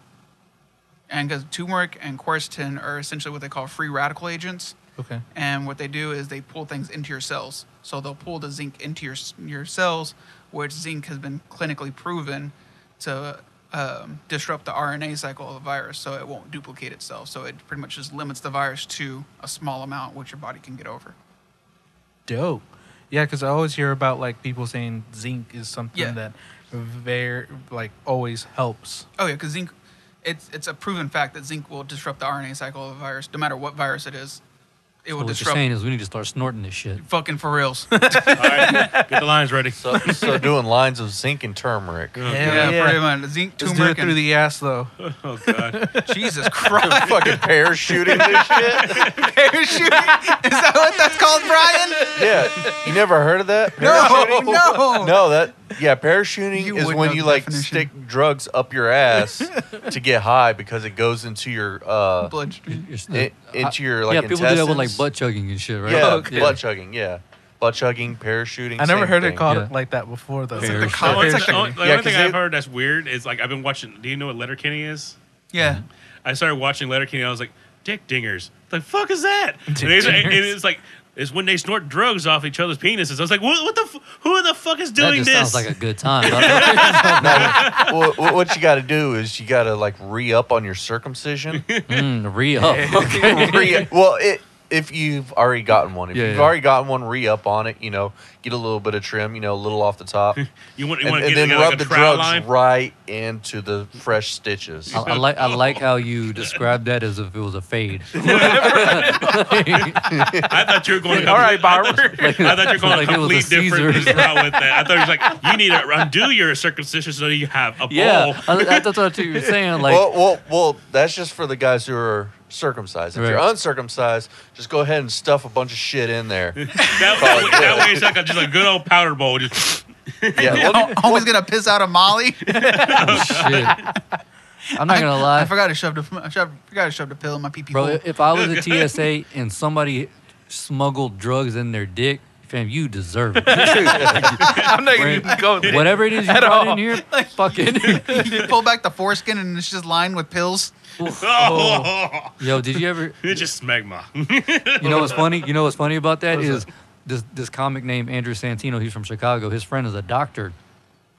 Speaker 5: And because turmeric and quercetin are essentially what they call free radical agents,
Speaker 2: Okay.
Speaker 5: and what they do is they pull things into your cells. So they'll pull the zinc into your your cells, which zinc has been clinically proven to um, disrupt the RNA cycle of the virus, so it won't duplicate itself. So it pretty much just limits the virus to a small amount, which your body can get over.
Speaker 2: Dope. Yeah, because I always hear about like people saying zinc is something
Speaker 5: Yeah.
Speaker 2: that very like always helps.
Speaker 5: Oh yeah, because zinc, it's it's a proven fact that zinc will disrupt the RNA cycle of a virus, no matter what virus it is. It
Speaker 3: So
Speaker 5: will
Speaker 3: what you're
Speaker 5: disrupt
Speaker 3: saying is we need to start snorting this shit.
Speaker 5: fucking for reals.
Speaker 4: All right, get the lines ready.
Speaker 7: So, so doing lines of zinc and turmeric.
Speaker 5: yeah, pretty much. Zinc,
Speaker 2: Let's do it
Speaker 5: turmeric,
Speaker 2: through
Speaker 5: and
Speaker 2: the ass though.
Speaker 4: Oh god.
Speaker 5: Jesus Christ.
Speaker 7: Fucking parachuting this shit.
Speaker 5: Parachuting? Is that what that's called, Brian?
Speaker 7: yeah, you never heard of that?
Speaker 5: No,
Speaker 7: Parachuting?
Speaker 5: no.
Speaker 7: No, that yeah, parachuting
Speaker 5: You
Speaker 7: is
Speaker 5: would know
Speaker 7: when
Speaker 5: the
Speaker 7: you like
Speaker 5: definition.
Speaker 7: stick drugs up your ass to get high because it goes into your uh
Speaker 5: Bloodstream.
Speaker 3: It's the-
Speaker 7: i- into your like
Speaker 3: yeah, people do that with like
Speaker 7: intestines.
Speaker 3: butt chugging and shit, right?
Speaker 7: Yeah,
Speaker 3: Yeah.
Speaker 7: butt chugging. Yeah, butt chugging, parachuting.
Speaker 2: I never
Speaker 7: same
Speaker 2: heard
Speaker 7: thing.
Speaker 2: it called
Speaker 3: Yeah.
Speaker 2: like that before, though.
Speaker 3: It's like Fair
Speaker 4: The co-
Speaker 5: shit.
Speaker 4: only-
Speaker 5: Fair shit.
Speaker 4: the only the
Speaker 7: Yeah,
Speaker 4: only
Speaker 7: 'cause
Speaker 4: thing I've
Speaker 7: they-
Speaker 4: heard that's weird is like I've been watching. Do you know what Letterkenny is?
Speaker 5: Yeah.
Speaker 4: I started watching Letterkenny. And I was like, Dick dingers. The fuck is that? And it's, and it's like it's when they snort drugs off each other's penises. I was like, what, what the? F- who the fuck is
Speaker 3: That
Speaker 4: doing
Speaker 3: just
Speaker 4: this?
Speaker 3: sounds like a good time. huh?
Speaker 7: Well, wh- what you got to do is you got to like re up on your circumcision.
Speaker 3: mm, re up. Okay.
Speaker 7: re- well, it, if you've already gotten one, if
Speaker 3: Yeah,
Speaker 7: you've
Speaker 3: yeah.
Speaker 7: already gotten one, re up on it. You know, get a little bit of trim. You know, a little off the top, and,
Speaker 4: you want, you
Speaker 7: and
Speaker 4: want to get
Speaker 7: then
Speaker 4: together
Speaker 7: rub
Speaker 4: like a
Speaker 7: the
Speaker 4: trial
Speaker 7: drugs
Speaker 4: line?
Speaker 7: right into the fresh stitches.
Speaker 3: I, I like I like how you described that as if it was a fade.
Speaker 4: I thought you were going. To
Speaker 2: All right,
Speaker 4: Byron. I thought you were going
Speaker 3: Like
Speaker 4: to
Speaker 3: it was a
Speaker 4: complete different
Speaker 3: Caesar.
Speaker 4: route with that. I thought he was like, you need to undo your circumcision so you have a
Speaker 3: yeah,
Speaker 2: Oh.
Speaker 4: ball.
Speaker 3: I, I, that's what you were saying. Like,
Speaker 7: well, well, well, that's just for the guys who are circumcised. If you're
Speaker 3: Right.
Speaker 7: uncircumcised, just go ahead and stuff a bunch of shit in there.
Speaker 4: That, that, way- that way it's like a, just a good old powder bowl. Just
Speaker 7: Yeah, well,
Speaker 5: Oh, Homie's gonna piss out a Molly.
Speaker 3: oh, shit. I'm not gonna lie.
Speaker 5: I forgot to shove the I shoved, forgot to shove the pill in my pee pee
Speaker 3: Bro,
Speaker 5: hole.
Speaker 3: i- if I was a TSA and somebody smuggled drugs in their dick, fam, you deserve it.
Speaker 2: I'm not gonna
Speaker 3: Right.
Speaker 2: even go there.
Speaker 3: Whatever it is you
Speaker 2: At
Speaker 3: brought
Speaker 2: all.
Speaker 3: in here, fucking.
Speaker 5: you pull back the foreskin and it's just lined with pills.
Speaker 4: oh,
Speaker 3: Yo, did you ever?
Speaker 4: it's just smegma.
Speaker 3: You know what's funny? You know what's funny about that
Speaker 7: What
Speaker 3: is
Speaker 7: is
Speaker 3: this this comic named Andrew Santino. He's from Chicago. His friend is a doctor,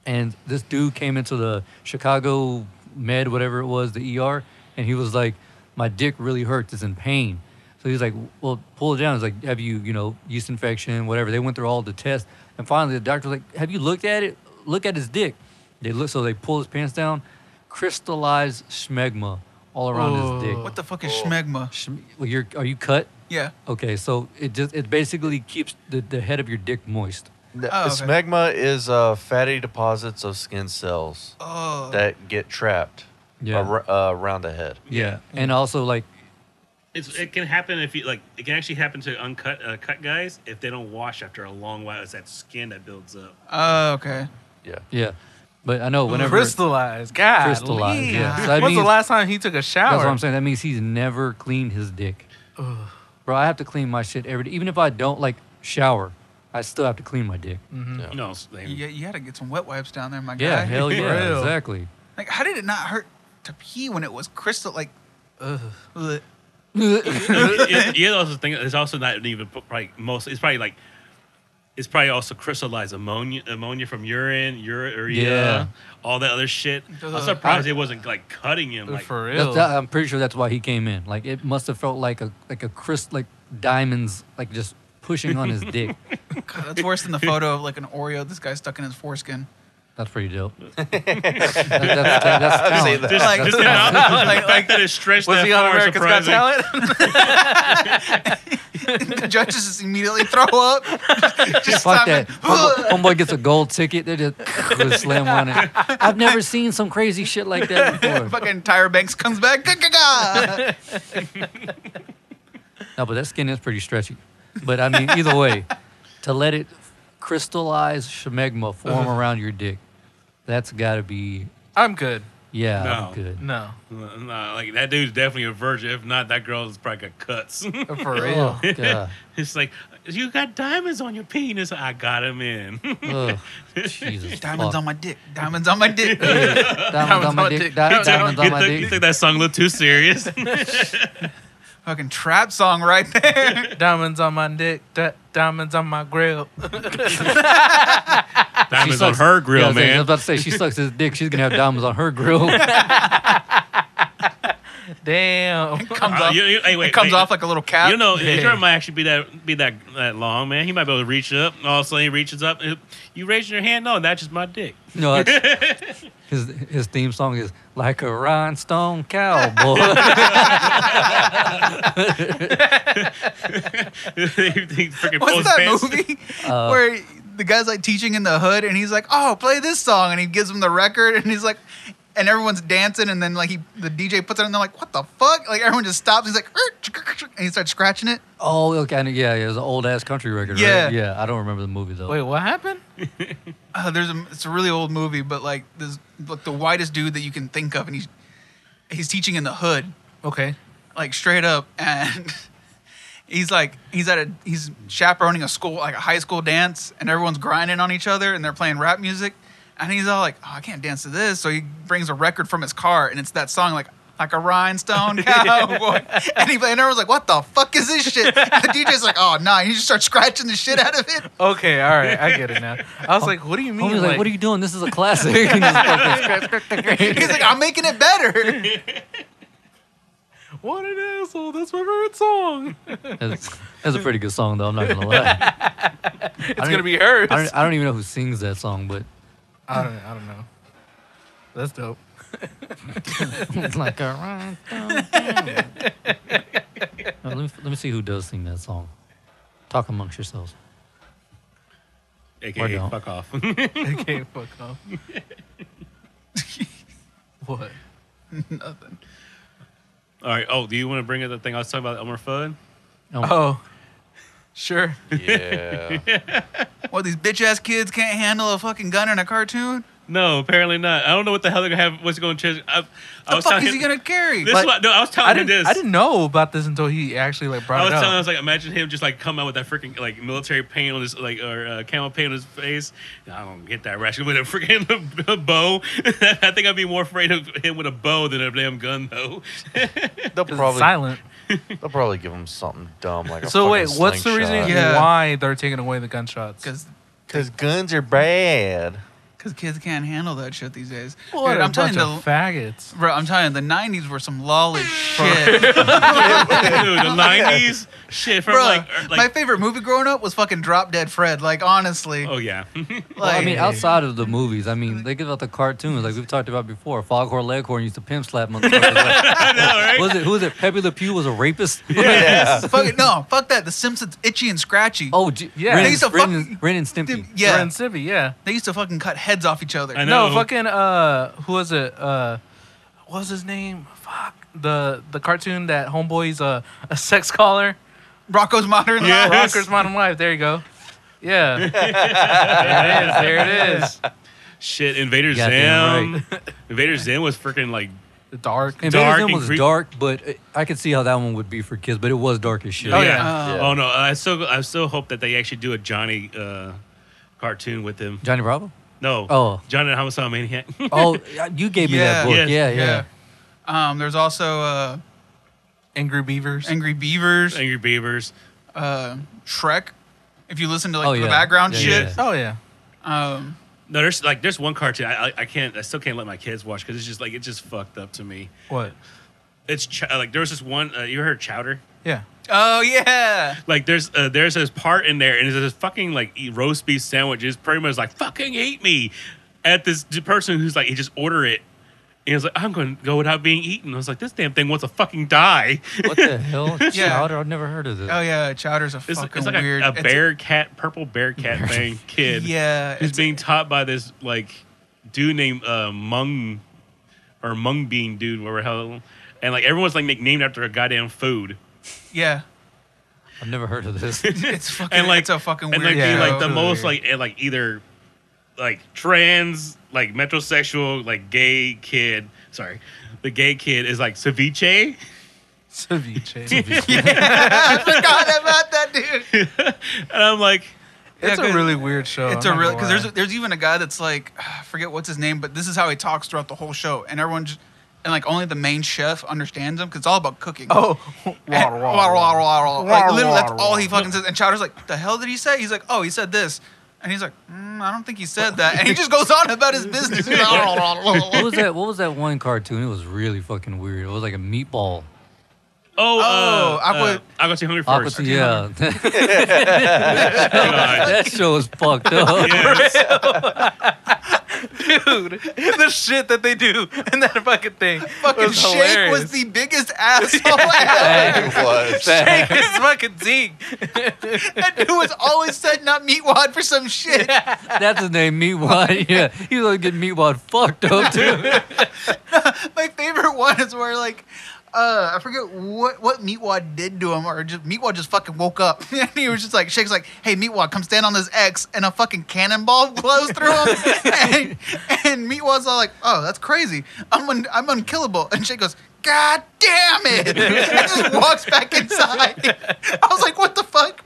Speaker 3: and this dude came into the Chicago med, whatever it was, the ER, and he was like, "My dick really hurts. It's in pain." So he's like, "Well, pull it down." He's like, "Have you, you know, yeast infection, whatever?" They went through all the tests, and finally the doctor was like, "Have you looked at it? Look at his dick." They look, so they pull his pants down, crystallized smegma all around his dick.
Speaker 5: What the fuck
Speaker 3: Oh.
Speaker 5: is schmegma?
Speaker 3: Schm- well, you're, are you cut?
Speaker 5: Yeah.
Speaker 3: Okay, so it just it basically keeps the, the head of your dick moist.
Speaker 7: the-
Speaker 5: Oh, okay.
Speaker 7: Smegma is uh, fatty deposits of skin cells
Speaker 5: Oh.
Speaker 7: that get trapped
Speaker 3: Yeah.
Speaker 7: ar- uh, around the head.
Speaker 3: Yeah.
Speaker 2: Mm.
Speaker 3: And also like
Speaker 4: It's, it can happen if you like. It can actually happen to uncut uh, cut guys if they don't wash after a long while. It's that skin that builds up.
Speaker 5: Oh, okay.
Speaker 7: Yeah.
Speaker 3: yeah. But I know whenever
Speaker 2: crystallized, God,
Speaker 3: Crystallized,
Speaker 2: Lee.
Speaker 3: yeah. So that
Speaker 2: When's the
Speaker 3: means-
Speaker 2: last time he took a shower?
Speaker 3: That's what I'm saying. That means he's never cleaned his dick. Bro, I have to clean my shit every day. Even if I don't like shower, I still have to clean my dick.
Speaker 2: Mm.
Speaker 4: You know, it's like-
Speaker 5: You, you had to get some wet wipes down there, my
Speaker 3: Yeah,
Speaker 5: guy.
Speaker 3: hell yeah,
Speaker 2: Real.
Speaker 3: exactly.
Speaker 5: Like, how did it not hurt to pee when it was crystal? Like, ugh.
Speaker 4: it, it, you also think it's also not even probably most. It's probably like it's probably also crystallized ammonia, ammonia from urine, urea,
Speaker 3: Yeah.
Speaker 4: all that other shit.
Speaker 5: Ugh.
Speaker 4: I'm surprised it wasn't like cutting him. Like,
Speaker 2: For
Speaker 3: That's-
Speaker 2: real.
Speaker 3: that- I'm pretty sure that's why he came in. Like it must have felt like a like a crisp like diamonds like just pushing on his dick.
Speaker 5: God, that's worse than the photo of like an Oreo this guy stuck in his foreskin.
Speaker 3: That's pretty dope. That- that's, that's
Speaker 7: I've seen
Speaker 3: talent.
Speaker 7: that.
Speaker 4: just,
Speaker 5: Like-
Speaker 4: just the, opposite. the fact that it stretched
Speaker 2: was
Speaker 4: that
Speaker 2: he on
Speaker 4: far is
Speaker 2: America's Got
Speaker 4: surprising.
Speaker 2: Talent?
Speaker 5: the judges just immediately throw up. Just
Speaker 3: Fuck
Speaker 5: stop
Speaker 3: that.
Speaker 5: it.
Speaker 3: Homeboy, homeboy gets a gold ticket. They just with slam on it. I've never seen some crazy shit like that before.
Speaker 5: Fucking Tyra Banks comes back. Ga-ga-ga.
Speaker 3: No, but that skin is pretty stretchy. But I mean, either way, to let it crystallize schmegma form around your dick, that's got to be
Speaker 2: I'm good.
Speaker 3: yeah,
Speaker 4: No.
Speaker 3: I'm good.
Speaker 2: No,
Speaker 4: Nah, like that dude's definitely a virgin. If not, that girl's probably got cuts.
Speaker 2: for real.
Speaker 3: Oh, God.
Speaker 4: it's like you got diamonds on your penis. I got him in.
Speaker 3: Ugh. Jesus.
Speaker 5: Diamonds
Speaker 3: fuck.
Speaker 5: on my dick. Diamonds on my dick.
Speaker 3: diamonds on my dick. Di- Diamonds on
Speaker 4: you,
Speaker 3: my
Speaker 4: think, you
Speaker 3: dick.
Speaker 4: think that song a little too serious?
Speaker 5: Fucking trap song right there.
Speaker 2: Diamonds on my dick. di- diamonds on my grill.
Speaker 3: She
Speaker 4: diamonds on
Speaker 3: sucks-
Speaker 4: her
Speaker 3: yeah, I
Speaker 4: grill,
Speaker 3: was saying- I was
Speaker 4: man.
Speaker 3: about to say she sucks his dick. She's gonna have diamonds on her grill.
Speaker 2: Damn.
Speaker 5: Comes
Speaker 4: Uh,
Speaker 5: off.
Speaker 4: you- you- hey, wait,
Speaker 5: it comes
Speaker 4: wait.
Speaker 5: off like a little cap.
Speaker 4: You know, his arm might actually be that be that that long, man. He might be able to reach up. All of a sudden, he reaches up. and You raising your hand? No, that's just my dick.
Speaker 3: No, it's- his his theme song is like a rhinestone cowboy.
Speaker 4: he freaking
Speaker 5: What's
Speaker 4: pulls
Speaker 5: that
Speaker 4: pants.
Speaker 5: movie where the guy's like teaching in the hood and he's like, "Oh, play this song," and he gives him the record and he's like, and everyone's dancing, and then like he, the DJ puts it, on, and they're like, "What the fuck?" Like everyone just stops. He's like, "Er, tsk, tsk, tsk," and he starts scratching it.
Speaker 3: Oh, okay. I know- Yeah, yeah, it was an old ass country record.
Speaker 5: Yeah.
Speaker 3: Right? Yeah. I don't remember the movie though.
Speaker 2: Wait, what happened?
Speaker 5: Uh, there's a, it's a really old movie, but like this, like the whitest dude that you can think of, and he's he's teaching in the hood,
Speaker 2: Okay.
Speaker 5: like straight up, and he's like he's at a he's chaperoning a school like a high school dance, and everyone's grinding on each other, and they're playing rap music, and he's all like, oh, I can't dance to this, so he brings a record from his car, and it's that song like. Like a rhinestone cowboy, and, he, and everyone's like, "What the fuck is this shit?" And the DJ's like, "Oh no!" Nah. And he just starts scratching the shit out of it.
Speaker 2: Okay, all right, I get it now. I was like, what do you mean?
Speaker 3: Homie's like, what are you doing? This is a classic. And just fucking scratch-
Speaker 5: He's like, "I'm making it better."
Speaker 2: What an asshole! That's my favorite song.
Speaker 3: that's, that's a pretty good song though. I'm not gonna lie.
Speaker 2: It's gonna be hers.
Speaker 3: I don't, I don't even know who sings that song, but
Speaker 2: I don't, I don't know. That's dope.
Speaker 3: it's like uh, a rhinestone. Now, let, me, let me see who does sing that song. Talk amongst yourselves. Or
Speaker 4: AKA,
Speaker 3: don't.
Speaker 4: fuck off.
Speaker 2: Okay, fuck off. what?
Speaker 4: All right. Oh, do you want to bring up the thing I was talking about, Elmer Fudd?
Speaker 2: Oh, sure.
Speaker 7: Yeah.
Speaker 5: Well, these bitch ass kids can't handle a fucking gun in a cartoon.
Speaker 4: No, apparently not. I don't know what the hell they're gonna have. What's going to change? I, I
Speaker 5: The
Speaker 4: was
Speaker 5: fuck
Speaker 4: telling
Speaker 5: is he
Speaker 4: him-
Speaker 5: gonna carry?
Speaker 4: This
Speaker 2: Like,
Speaker 4: is what, no, I was telling
Speaker 2: I
Speaker 4: him
Speaker 2: didn't.
Speaker 4: this.
Speaker 2: I didn't know about this until he actually like brought
Speaker 4: I was
Speaker 2: it up.
Speaker 4: telling. I was like, imagine him just like come out with that freaking like military paint on his like or uh, camel paint on his face. I don't get that ration with a freaking bow. I think I'd be more afraid of him with a bow than a damn gun though.
Speaker 7: They'll
Speaker 2: 'Cause it's
Speaker 7: probably
Speaker 2: silent.
Speaker 7: they'll probably give him something dumb like a
Speaker 2: So wait,
Speaker 7: fucking
Speaker 2: what's the reason
Speaker 7: slingshot.
Speaker 5: Yeah.
Speaker 2: why they're taking away the gunshots?
Speaker 5: Because
Speaker 7: Cause guns are bad.
Speaker 5: kids can't handle that shit these days.
Speaker 2: what
Speaker 5: Dude,
Speaker 2: a
Speaker 5: I'm telling
Speaker 2: bunch
Speaker 5: you,
Speaker 2: of
Speaker 5: the,
Speaker 2: faggots.
Speaker 5: bro, I'm telling you, the '90s were some lolly shit,
Speaker 4: Dude, the nineties shit from
Speaker 5: bro.
Speaker 4: like, er,
Speaker 5: my
Speaker 4: like
Speaker 5: favorite movie growing up was fucking Drop Dead Fred. Like honestly,
Speaker 4: oh yeah,
Speaker 3: Well, I
Speaker 5: like
Speaker 3: mean, outside of the movies, I mean, they give out the cartoons like we've talked about before. Foghorn Leghorn used to pimp slap motherfuckers. Like,
Speaker 4: I know right.
Speaker 3: was it who was it? Pepe Le Pew was a rapist.
Speaker 5: fucking no, fuck that. The Simpsons, Itchy and Scratchy.
Speaker 3: Oh, gee,
Speaker 2: Yeah.
Speaker 3: Ren,
Speaker 2: They
Speaker 5: used to
Speaker 3: and, Ren, and-
Speaker 5: fucking-
Speaker 3: Ren and Stimpy.
Speaker 5: Dude, yeah,
Speaker 2: We're in Civvy, yeah.
Speaker 5: they used to fucking cut heads off each other.
Speaker 4: I know.
Speaker 2: No, fucking uh, who was it? Uh, what was his name? Fuck the the cartoon that homeboy's a a sex caller.
Speaker 5: Rocco's Modern
Speaker 4: Yeah.
Speaker 5: Life.
Speaker 4: Yes.
Speaker 2: Rocker's Modern Life. There you go. Yeah, there it is. There it is.
Speaker 4: Shit, Invader
Speaker 3: Goddamn
Speaker 4: Zim. Invader Zim was freaking like
Speaker 2: The dark.
Speaker 3: And Dark
Speaker 4: and
Speaker 3: was
Speaker 4: creep-
Speaker 3: dark, but uh, I could see how that one would be for kids. But it was dark as shit.
Speaker 4: Oh
Speaker 2: yeah.
Speaker 4: yeah.
Speaker 7: Yeah.
Speaker 4: Oh no, I still I still hope that they actually do a Johnny uh, cartoon with him.
Speaker 3: Johnny Bravo.
Speaker 4: No.
Speaker 3: Oh.
Speaker 4: Johnny the Homicide Maniac.
Speaker 3: Oh, you gave me
Speaker 5: Yeah.
Speaker 3: that book.
Speaker 4: Yes.
Speaker 3: yeah, yeah.
Speaker 5: Um, there's also uh,
Speaker 2: Angry Beavers.
Speaker 5: Angry Beavers,
Speaker 4: Angry Beavers.
Speaker 5: uh, Shrek. If you listen to like
Speaker 3: Oh,
Speaker 5: the
Speaker 3: yeah.
Speaker 5: background
Speaker 3: Yeah,
Speaker 5: shit,
Speaker 2: oh yeah.
Speaker 5: Um,
Speaker 4: No, there's like there's one cartoon I I, I can't I still can't let my kids watch because it's just like it's just fucked up to me.
Speaker 2: What?
Speaker 4: It's ch- like there's this one uh, you heard Chowder.
Speaker 2: Yeah.
Speaker 5: Oh yeah.
Speaker 4: Like there's uh, there's this part in there and there's this fucking like eat roast beef sandwiches pretty much like fucking eat me at this d- person who's like he just order it. And he was like, I'm going to go without being eaten. I was like, this damn thing wants to fucking die.
Speaker 3: What the hell?
Speaker 5: Yeah.
Speaker 3: Chowder? I've never heard of this.
Speaker 5: Oh yeah. Chowder's a
Speaker 4: It's,
Speaker 5: fucking
Speaker 4: it's like
Speaker 5: weird.
Speaker 4: a, a
Speaker 5: it's
Speaker 4: bear cat, purple bear cat thing kid.
Speaker 5: yeah.
Speaker 4: who's
Speaker 5: It's,
Speaker 4: being taught by this like dude named uh, Mung or Mung Bean dude, whatever the hell, and like everyone's like named after a goddamn food.
Speaker 5: yeah.
Speaker 3: I've never heard of this.
Speaker 5: It's fucking.
Speaker 4: And like
Speaker 5: it's a fucking weird.
Speaker 4: and like
Speaker 2: Yeah.
Speaker 4: the, like the
Speaker 5: show.
Speaker 4: most like eh, like either like trans like metrosexual like gay kid. Sorry, the gay kid is like ceviche.
Speaker 2: Ceviche.
Speaker 5: I forgot about that dude.
Speaker 4: And I'm like,
Speaker 2: it's
Speaker 5: Yeah,
Speaker 2: a really weird show.
Speaker 5: It's
Speaker 2: I'm
Speaker 5: a
Speaker 2: not
Speaker 5: real
Speaker 2: gonna
Speaker 5: because there's
Speaker 2: lie.
Speaker 5: there's even a guy that's like I forget what's his name, but this is how he talks throughout the whole show, and everyone just, and like only the main chef understands him because it's all about cooking.
Speaker 2: Oh,
Speaker 5: And-
Speaker 2: wah,
Speaker 5: wah,
Speaker 2: wah,
Speaker 5: wah, wah, wah. Like
Speaker 2: Wah,
Speaker 5: literally, that's
Speaker 2: wah,
Speaker 5: all
Speaker 2: wah.
Speaker 5: he fucking says. And Chowder's like, "The hell did he say?" He's like, "Oh, he said this," and he's like, mm, "I don't think he said that," and he just goes on about his business. He's like, "Oh,
Speaker 3: what was that? What was that one cartoon? It was really fucking weird. It was like a meatball.
Speaker 4: Oh,
Speaker 5: Oh,
Speaker 4: uh,
Speaker 5: I
Speaker 4: uh,
Speaker 5: would-
Speaker 4: I got you hungry
Speaker 3: Aqua
Speaker 4: first.
Speaker 3: Teen- yeah.
Speaker 4: God.
Speaker 3: that show is fucked up.
Speaker 4: Yes.
Speaker 2: dude. The shit that they do in that fucking thing.
Speaker 5: Fucking
Speaker 2: was
Speaker 5: Shake
Speaker 2: hilarious.
Speaker 5: was the biggest asshole ever.
Speaker 7: It was.
Speaker 2: Shake is fucking Zeke.
Speaker 5: That dude was always setting up Meatwad for some shit.
Speaker 3: That's his name, Meatwad. Yeah, he was getting Meatwad fucked up too.
Speaker 5: My favorite one is where like uh, I forget what what Meatwad did to him, or just Meatwad just fucking woke up and he was just like Shake's like, "Hey Meatwad, come stand on this X," and a fucking cannonball blows through him, and, and Meatwad's all like, "Oh, that's crazy. I'm un- I'm unkillable," and Shake goes. God damn it! And just walks back inside. I was like, "What the fuck?"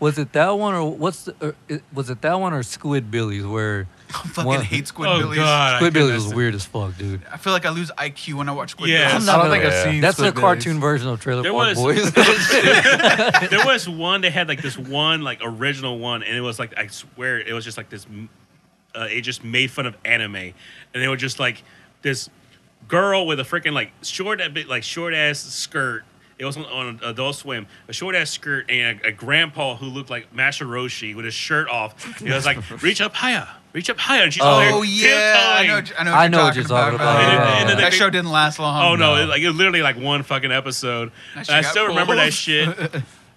Speaker 3: Was it that one or what's the, or, it- was it that one or Squid Billies where
Speaker 5: I fucking
Speaker 3: What?
Speaker 5: hate Squid
Speaker 4: oh
Speaker 5: Billies.
Speaker 4: God. I
Speaker 3: Squid Billies
Speaker 4: couldn't-
Speaker 3: was weird as fuck, dude.
Speaker 5: I feel like I lose IQ when I watch Squid
Speaker 4: Yes.
Speaker 5: Billies.
Speaker 2: I don't
Speaker 3: Yeah.
Speaker 2: think I've seen.
Speaker 3: That's the
Speaker 2: Squid Billies.
Speaker 3: cartoon version of Trailer
Speaker 4: There
Speaker 3: Park
Speaker 4: was-
Speaker 3: Boys.
Speaker 4: there was one they had like this one like original one and it was like i swear it was just like this m- uh, it just made fun of anime and they were just like this girl with a freaking like short a bit like short ass skirt it was on, on Adult Swim, a short ass skirt and a, a grandpa who looked like Mashiroshi with his shirt off. It was like, reach up higher, reach up higher. And she's all
Speaker 5: Oh
Speaker 4: there
Speaker 5: yeah, I know.
Speaker 4: tiptoeing.
Speaker 5: I know.
Speaker 3: I
Speaker 5: What
Speaker 3: know
Speaker 5: you're
Speaker 3: what
Speaker 5: talking
Speaker 3: you're talking
Speaker 5: about. uh,
Speaker 4: about, yeah. And then
Speaker 5: That
Speaker 4: they-
Speaker 5: show didn't last long.
Speaker 4: Oh no, It, like it was literally like one fucking episode.
Speaker 5: That shit
Speaker 4: I
Speaker 5: got
Speaker 4: still remember
Speaker 5: pulled.
Speaker 4: that shit.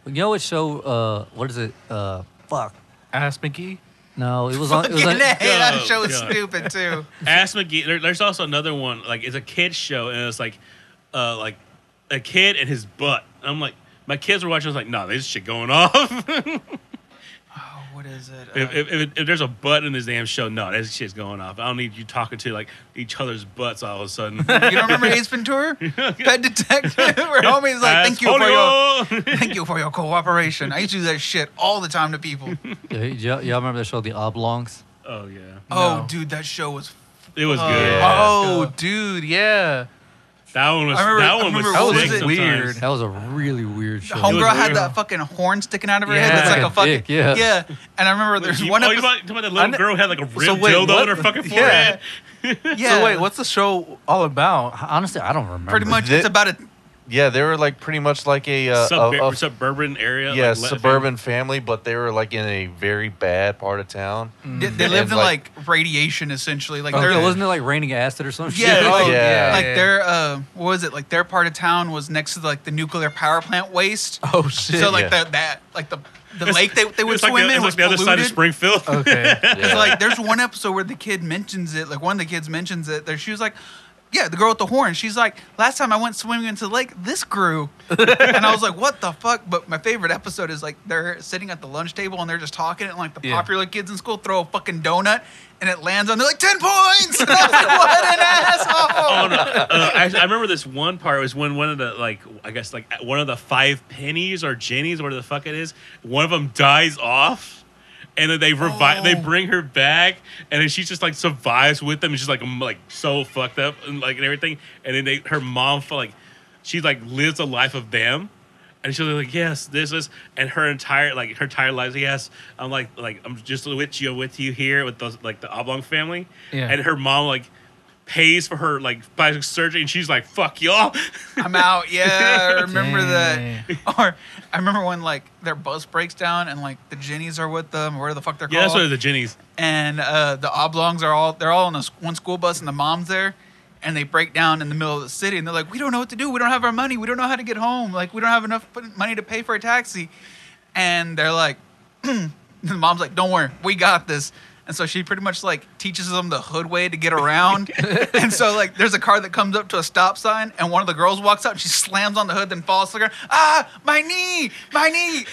Speaker 3: you know what show? Uh, what is it? Uh, fuck.
Speaker 2: Ass McGee.
Speaker 3: No, it was on. It was
Speaker 5: Yeah,
Speaker 3: on
Speaker 5: that- that
Speaker 4: Yo,
Speaker 5: show is
Speaker 4: yo.
Speaker 5: stupid too.
Speaker 4: Ask McGee. There, there's also another one. Like it's a kid's show, and it's like, uh, like a kid and his butt. And I'm like, my kids were watching. I was like, no, nah, this shit going off.
Speaker 5: Oh, what is it? Uh,
Speaker 4: if, if, if, if there's a butt in this damn show, no, this shit's going off. I don't need you talking to like each other's butts all of a sudden.
Speaker 5: you don't remember Ace Ventura, Pet Detective, where homie's like, "Thank you for your,
Speaker 4: Ass polio.
Speaker 5: thank you for your cooperation." I used to do that shit all the time to people.
Speaker 3: Yeah, y'all, y'all remember that show, The Oblongs?
Speaker 4: oh yeah,
Speaker 5: Oh, dude, that show was.
Speaker 4: it was good.
Speaker 7: Yeah.
Speaker 2: Oh, dude, yeah.
Speaker 4: That one was.
Speaker 5: I remember- I
Speaker 4: that one was,
Speaker 5: remember
Speaker 2: what was
Speaker 4: sick
Speaker 2: it?
Speaker 4: sometimes.
Speaker 2: Weird.
Speaker 3: That was a really weird show.
Speaker 4: It was
Speaker 5: Homegirl had
Speaker 4: weird.
Speaker 5: that fucking horn sticking out of her
Speaker 2: Yeah.
Speaker 5: head. That's like a
Speaker 3: Like a
Speaker 5: fucking
Speaker 3: dick, yeah.
Speaker 5: And I remember there's
Speaker 4: You,
Speaker 5: one
Speaker 4: oh, you
Speaker 5: episode.
Speaker 4: talking about that
Speaker 2: I
Speaker 4: little
Speaker 2: kn-
Speaker 4: girl had like a ripped
Speaker 2: wait,
Speaker 4: dildo
Speaker 2: what
Speaker 4: on her
Speaker 2: the-
Speaker 4: fucking
Speaker 2: yeah.
Speaker 4: forehead.
Speaker 5: Yeah.
Speaker 2: So wait, what's the show all about?
Speaker 3: Honestly, I don't remember.
Speaker 5: Pretty much,
Speaker 7: Thi-
Speaker 5: it's about a
Speaker 7: Yeah, they were like pretty much like a, uh,
Speaker 4: Sub-
Speaker 7: a- a-
Speaker 4: suburban area.
Speaker 7: yeah
Speaker 4: like, le-
Speaker 7: suburban family, but they were like in a very bad part of town.
Speaker 5: They,
Speaker 3: Mm-hmm.
Speaker 5: they lived
Speaker 7: And,
Speaker 5: in
Speaker 7: like-
Speaker 5: like, radiation essentially. Like
Speaker 3: Oh,
Speaker 5: their
Speaker 3: yeah, wasn't it like raining acid or some
Speaker 5: Yeah,
Speaker 3: shit?
Speaker 5: oh,
Speaker 7: yeah.
Speaker 5: like their uh what was it? Like their part of town was next to like the nuclear power plant waste.
Speaker 2: Oh shit.
Speaker 5: So like
Speaker 7: Yeah.
Speaker 5: the that like the the lake they, they would
Speaker 4: it's like
Speaker 5: swim
Speaker 4: the,
Speaker 5: in
Speaker 4: it's
Speaker 5: was
Speaker 4: like the other side of
Speaker 5: polluted.
Speaker 4: Springfield.
Speaker 2: okay.
Speaker 5: It's like there's one episode where the kid mentions it, like one of the kids mentions it. There she was like, Yeah, the girl with the horn. She's like, Last time I went swimming into the lake, this grew. and I was like, What the fuck? But my favorite episode is like they're sitting at the lunch table and they're just talking and like the
Speaker 2: Yeah.
Speaker 5: popular kids in school throw a fucking donut and it lands on they're like ten points. And I was like, what an asshole.
Speaker 4: Oh, no. Uh, I, I remember this one part was when one of the like I guess like one of the five pennies or jennies, whatever the fuck it is, one of them dies off, and then they revive. They
Speaker 5: Oh.
Speaker 4: bring her back, and then she just like survives with them. And she's like m- like so fucked up and like and everything. And then they her mom felt like she like lives a life of them. And she was like, "Yes, this is," and her entire like her entire life. Yes, I'm like like I'm just with you, with you here with the like the oblong family.
Speaker 2: Yeah.
Speaker 4: And her mom like pays for her like plastic surgery, and she's like, "Fuck y'all."
Speaker 5: I'm out. Yeah, I remember
Speaker 2: Dang.
Speaker 5: that. Or I remember when like their bus breaks down and like the Jennies are with them or whatever the fuck they're
Speaker 4: yeah, that's
Speaker 5: called.
Speaker 4: what the Jennies.
Speaker 5: and uh, the oblongs are all they're all on this one school bus and the mom's there and they break down in the middle of the city and they're like we don't know what to do we don't have our money we don't know how to get home like we don't have enough fu- money to pay for a taxi and they're like the mom's like don't worry we got this and so she pretty much like teaches them the hood way to get around and so like there's a car that comes up to a stop sign and one of the girls walks out and she slams on the hood then falls to the ground ah my knee my knee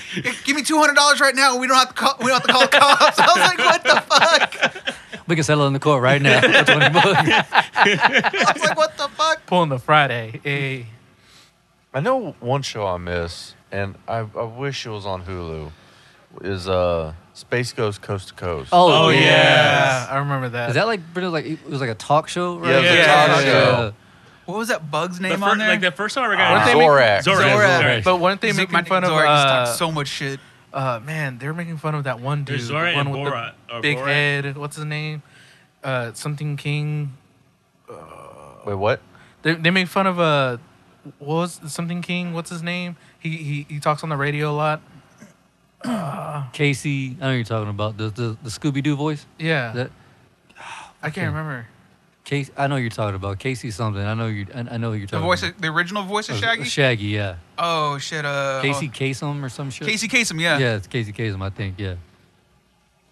Speaker 5: give me $200 right now we don't have to call we don't have to call the cops i was like what the fuck
Speaker 3: We can settle in the court right now for 20 bucks.
Speaker 5: I was like, what the fuck?
Speaker 2: Pulling the Friday. Hey.
Speaker 7: I know one show I miss, and I, I wish it was on Hulu. Is uh Space Ghost Coast to Coast?
Speaker 3: Oh, yeah.
Speaker 2: Yeah, I remember that.
Speaker 3: Is that like, pretty like, it was like a talk show? Right?
Speaker 7: Yeah, it
Speaker 4: was a
Speaker 2: talk
Speaker 7: show.
Speaker 5: What was that bug's
Speaker 4: The
Speaker 5: name
Speaker 4: fir-
Speaker 5: on there?
Speaker 4: Like the first time I ever
Speaker 2: Weren't
Speaker 4: got
Speaker 2: they
Speaker 4: it.
Speaker 2: make-
Speaker 7: Zorak.
Speaker 4: Zorak.
Speaker 3: Zorak.
Speaker 4: Zorak.
Speaker 2: but weren't they
Speaker 5: Zo-
Speaker 2: making
Speaker 5: my-
Speaker 2: fun of
Speaker 5: Zorak used to talk
Speaker 2: uh,
Speaker 5: so much shit.
Speaker 2: uh man, they're making fun of that one dude.
Speaker 4: There's
Speaker 2: the
Speaker 4: Zorak
Speaker 2: one
Speaker 4: and
Speaker 2: with the
Speaker 4: Borat, or
Speaker 2: big
Speaker 4: Borat.
Speaker 2: head. What's his name? Uh something King.
Speaker 7: Wait, what?
Speaker 2: They, they make fun of uh what was something King? What's his name? He he, he talks on the radio a lot.
Speaker 3: Casey, I know you're talking about the the, the Scooby Doo voice.
Speaker 2: Yeah,
Speaker 3: That
Speaker 2: I can't remember.
Speaker 3: Casey, I know you're talking about Casey something. I know you. I, I know who you're
Speaker 5: The
Speaker 3: talking.
Speaker 5: voice,
Speaker 3: about.
Speaker 5: of, the original voice
Speaker 4: Oh,
Speaker 5: of Shaggy.
Speaker 3: Shaggy, yeah.
Speaker 5: Oh shit. Uh,
Speaker 3: Casey Kasem or some shit.
Speaker 5: Casey Kasem. Yeah.
Speaker 3: Yeah, it's Casey Kasem, I think. Yeah.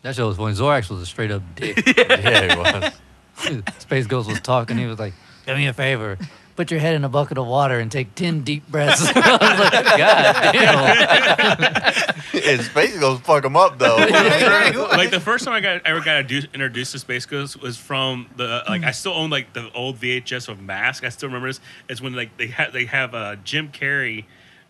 Speaker 3: That show was funny. Zorax was a straight up dick.
Speaker 7: yeah, it was.
Speaker 3: Space Ghost was talking. He was like, "Do me a favor, put your head in a bucket of water and take ten deep breaths." I was like, "God damn!"
Speaker 7: It's basically gonna fuck him up though.
Speaker 4: like the first time I got ever got introduced, introduced to Space Ghost was from the like I still own like the old VHS of Mask. I still remember this. It's when like they have they have uh, Jim Carrey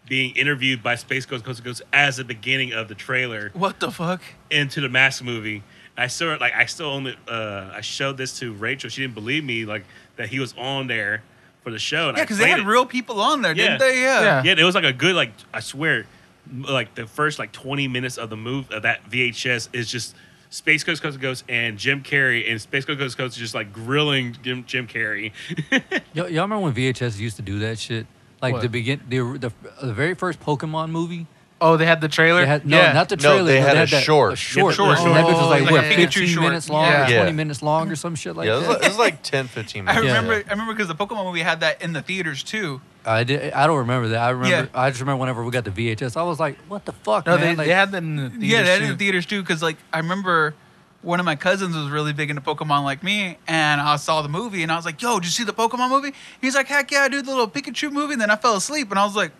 Speaker 4: being interviewed by Space Ghost Ghost Ghost as the beginning of the trailer
Speaker 5: What the fuck?
Speaker 4: into the Mask movie. I still like I still own it. Uh, I showed this to Rachel. She didn't believe me like that he was on there for the show. And
Speaker 5: Yeah,
Speaker 4: I
Speaker 5: because they
Speaker 4: played
Speaker 5: had
Speaker 4: it.
Speaker 5: real people on there,
Speaker 4: Yeah.
Speaker 5: didn't they? Yeah.
Speaker 2: Yeah.
Speaker 4: Yeah, it was like a good like I swear, m- like the first like twenty minutes of the move of that VHS is just Space Coast Coast to Coast and Jim Carrey and Space Coast Coast to Coast is just like grilling Jim, Jim Carrey.
Speaker 3: Y'all, y'all remember when VHS used to do that shit? Like
Speaker 2: What?
Speaker 3: the begin, the, the the very first Pokemon movie.
Speaker 2: Oh, they had the trailer.
Speaker 3: They had, no,
Speaker 2: yeah.
Speaker 3: not the
Speaker 7: No,
Speaker 3: trailer.
Speaker 7: they
Speaker 3: but
Speaker 7: had a
Speaker 3: that-
Speaker 7: short.
Speaker 3: A short.
Speaker 4: short.
Speaker 3: and that bitch was
Speaker 2: Oh,
Speaker 3: like
Speaker 2: like
Speaker 3: what,
Speaker 2: a Pikachu
Speaker 3: 15
Speaker 5: short.
Speaker 3: minutes long,
Speaker 2: Yeah.
Speaker 3: or 20
Speaker 7: Yeah.
Speaker 3: minutes long, or some shit like
Speaker 7: yeah, it was,
Speaker 3: that.
Speaker 7: like, it was like 10, 15
Speaker 5: I
Speaker 7: minutes.
Speaker 3: Yeah.
Speaker 5: remember. I remember because the Pokemon movie had that in the theaters too.
Speaker 3: I did. I don't remember that. I remember. I just remember whenever we got the VHS, I was like, "What the fuck,
Speaker 2: No,
Speaker 3: man!"
Speaker 2: they,
Speaker 3: Like,
Speaker 2: they had that in the theaters
Speaker 5: yeah, that
Speaker 2: too.
Speaker 5: in the theaters too. Because like I remember, one of my cousins was really big into Pokemon, like me, and I saw the movie, and I was like, "Yo, did you see the Pokemon movie?" He's like, "Heck yeah, dude! The little Pikachu movie." And then I fell asleep, and I was like.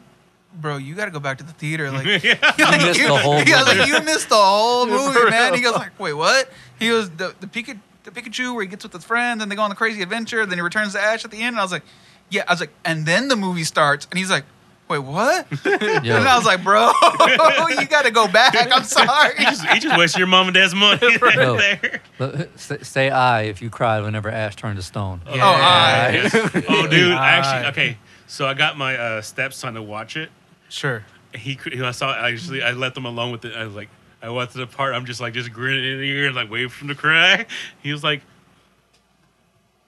Speaker 5: Bro, you got to go back to the theater. Like,
Speaker 3: missed
Speaker 5: you
Speaker 3: the whole
Speaker 5: He was like,
Speaker 3: movie.
Speaker 5: you missed the whole movie, man. He goes like, wait, what? He goes the the, Pika, the Pikachu where he gets with his friend, then they go on the crazy adventure, then he returns to Ash at the end. And I was like, yeah. I was like, and then the movie starts, and he's like, wait, what?
Speaker 3: Yo.
Speaker 5: And I was like, bro, you got to go back. I'm sorry.
Speaker 4: he just he just wasted your mom and dad's money right
Speaker 3: No.
Speaker 4: there.
Speaker 3: But say, say "I" if you cried whenever Ash turned to stone.
Speaker 5: Oh, I.
Speaker 4: Yes. Oh, dude, I
Speaker 2: Right.
Speaker 4: actually okay. So I got my uh, stepson to watch it.
Speaker 2: Sure.
Speaker 4: He cr- I saw I actually I let them alone with it. I was like I watched the part. I'm just like just grinning in the ear and like waiting for him to cry. He was like,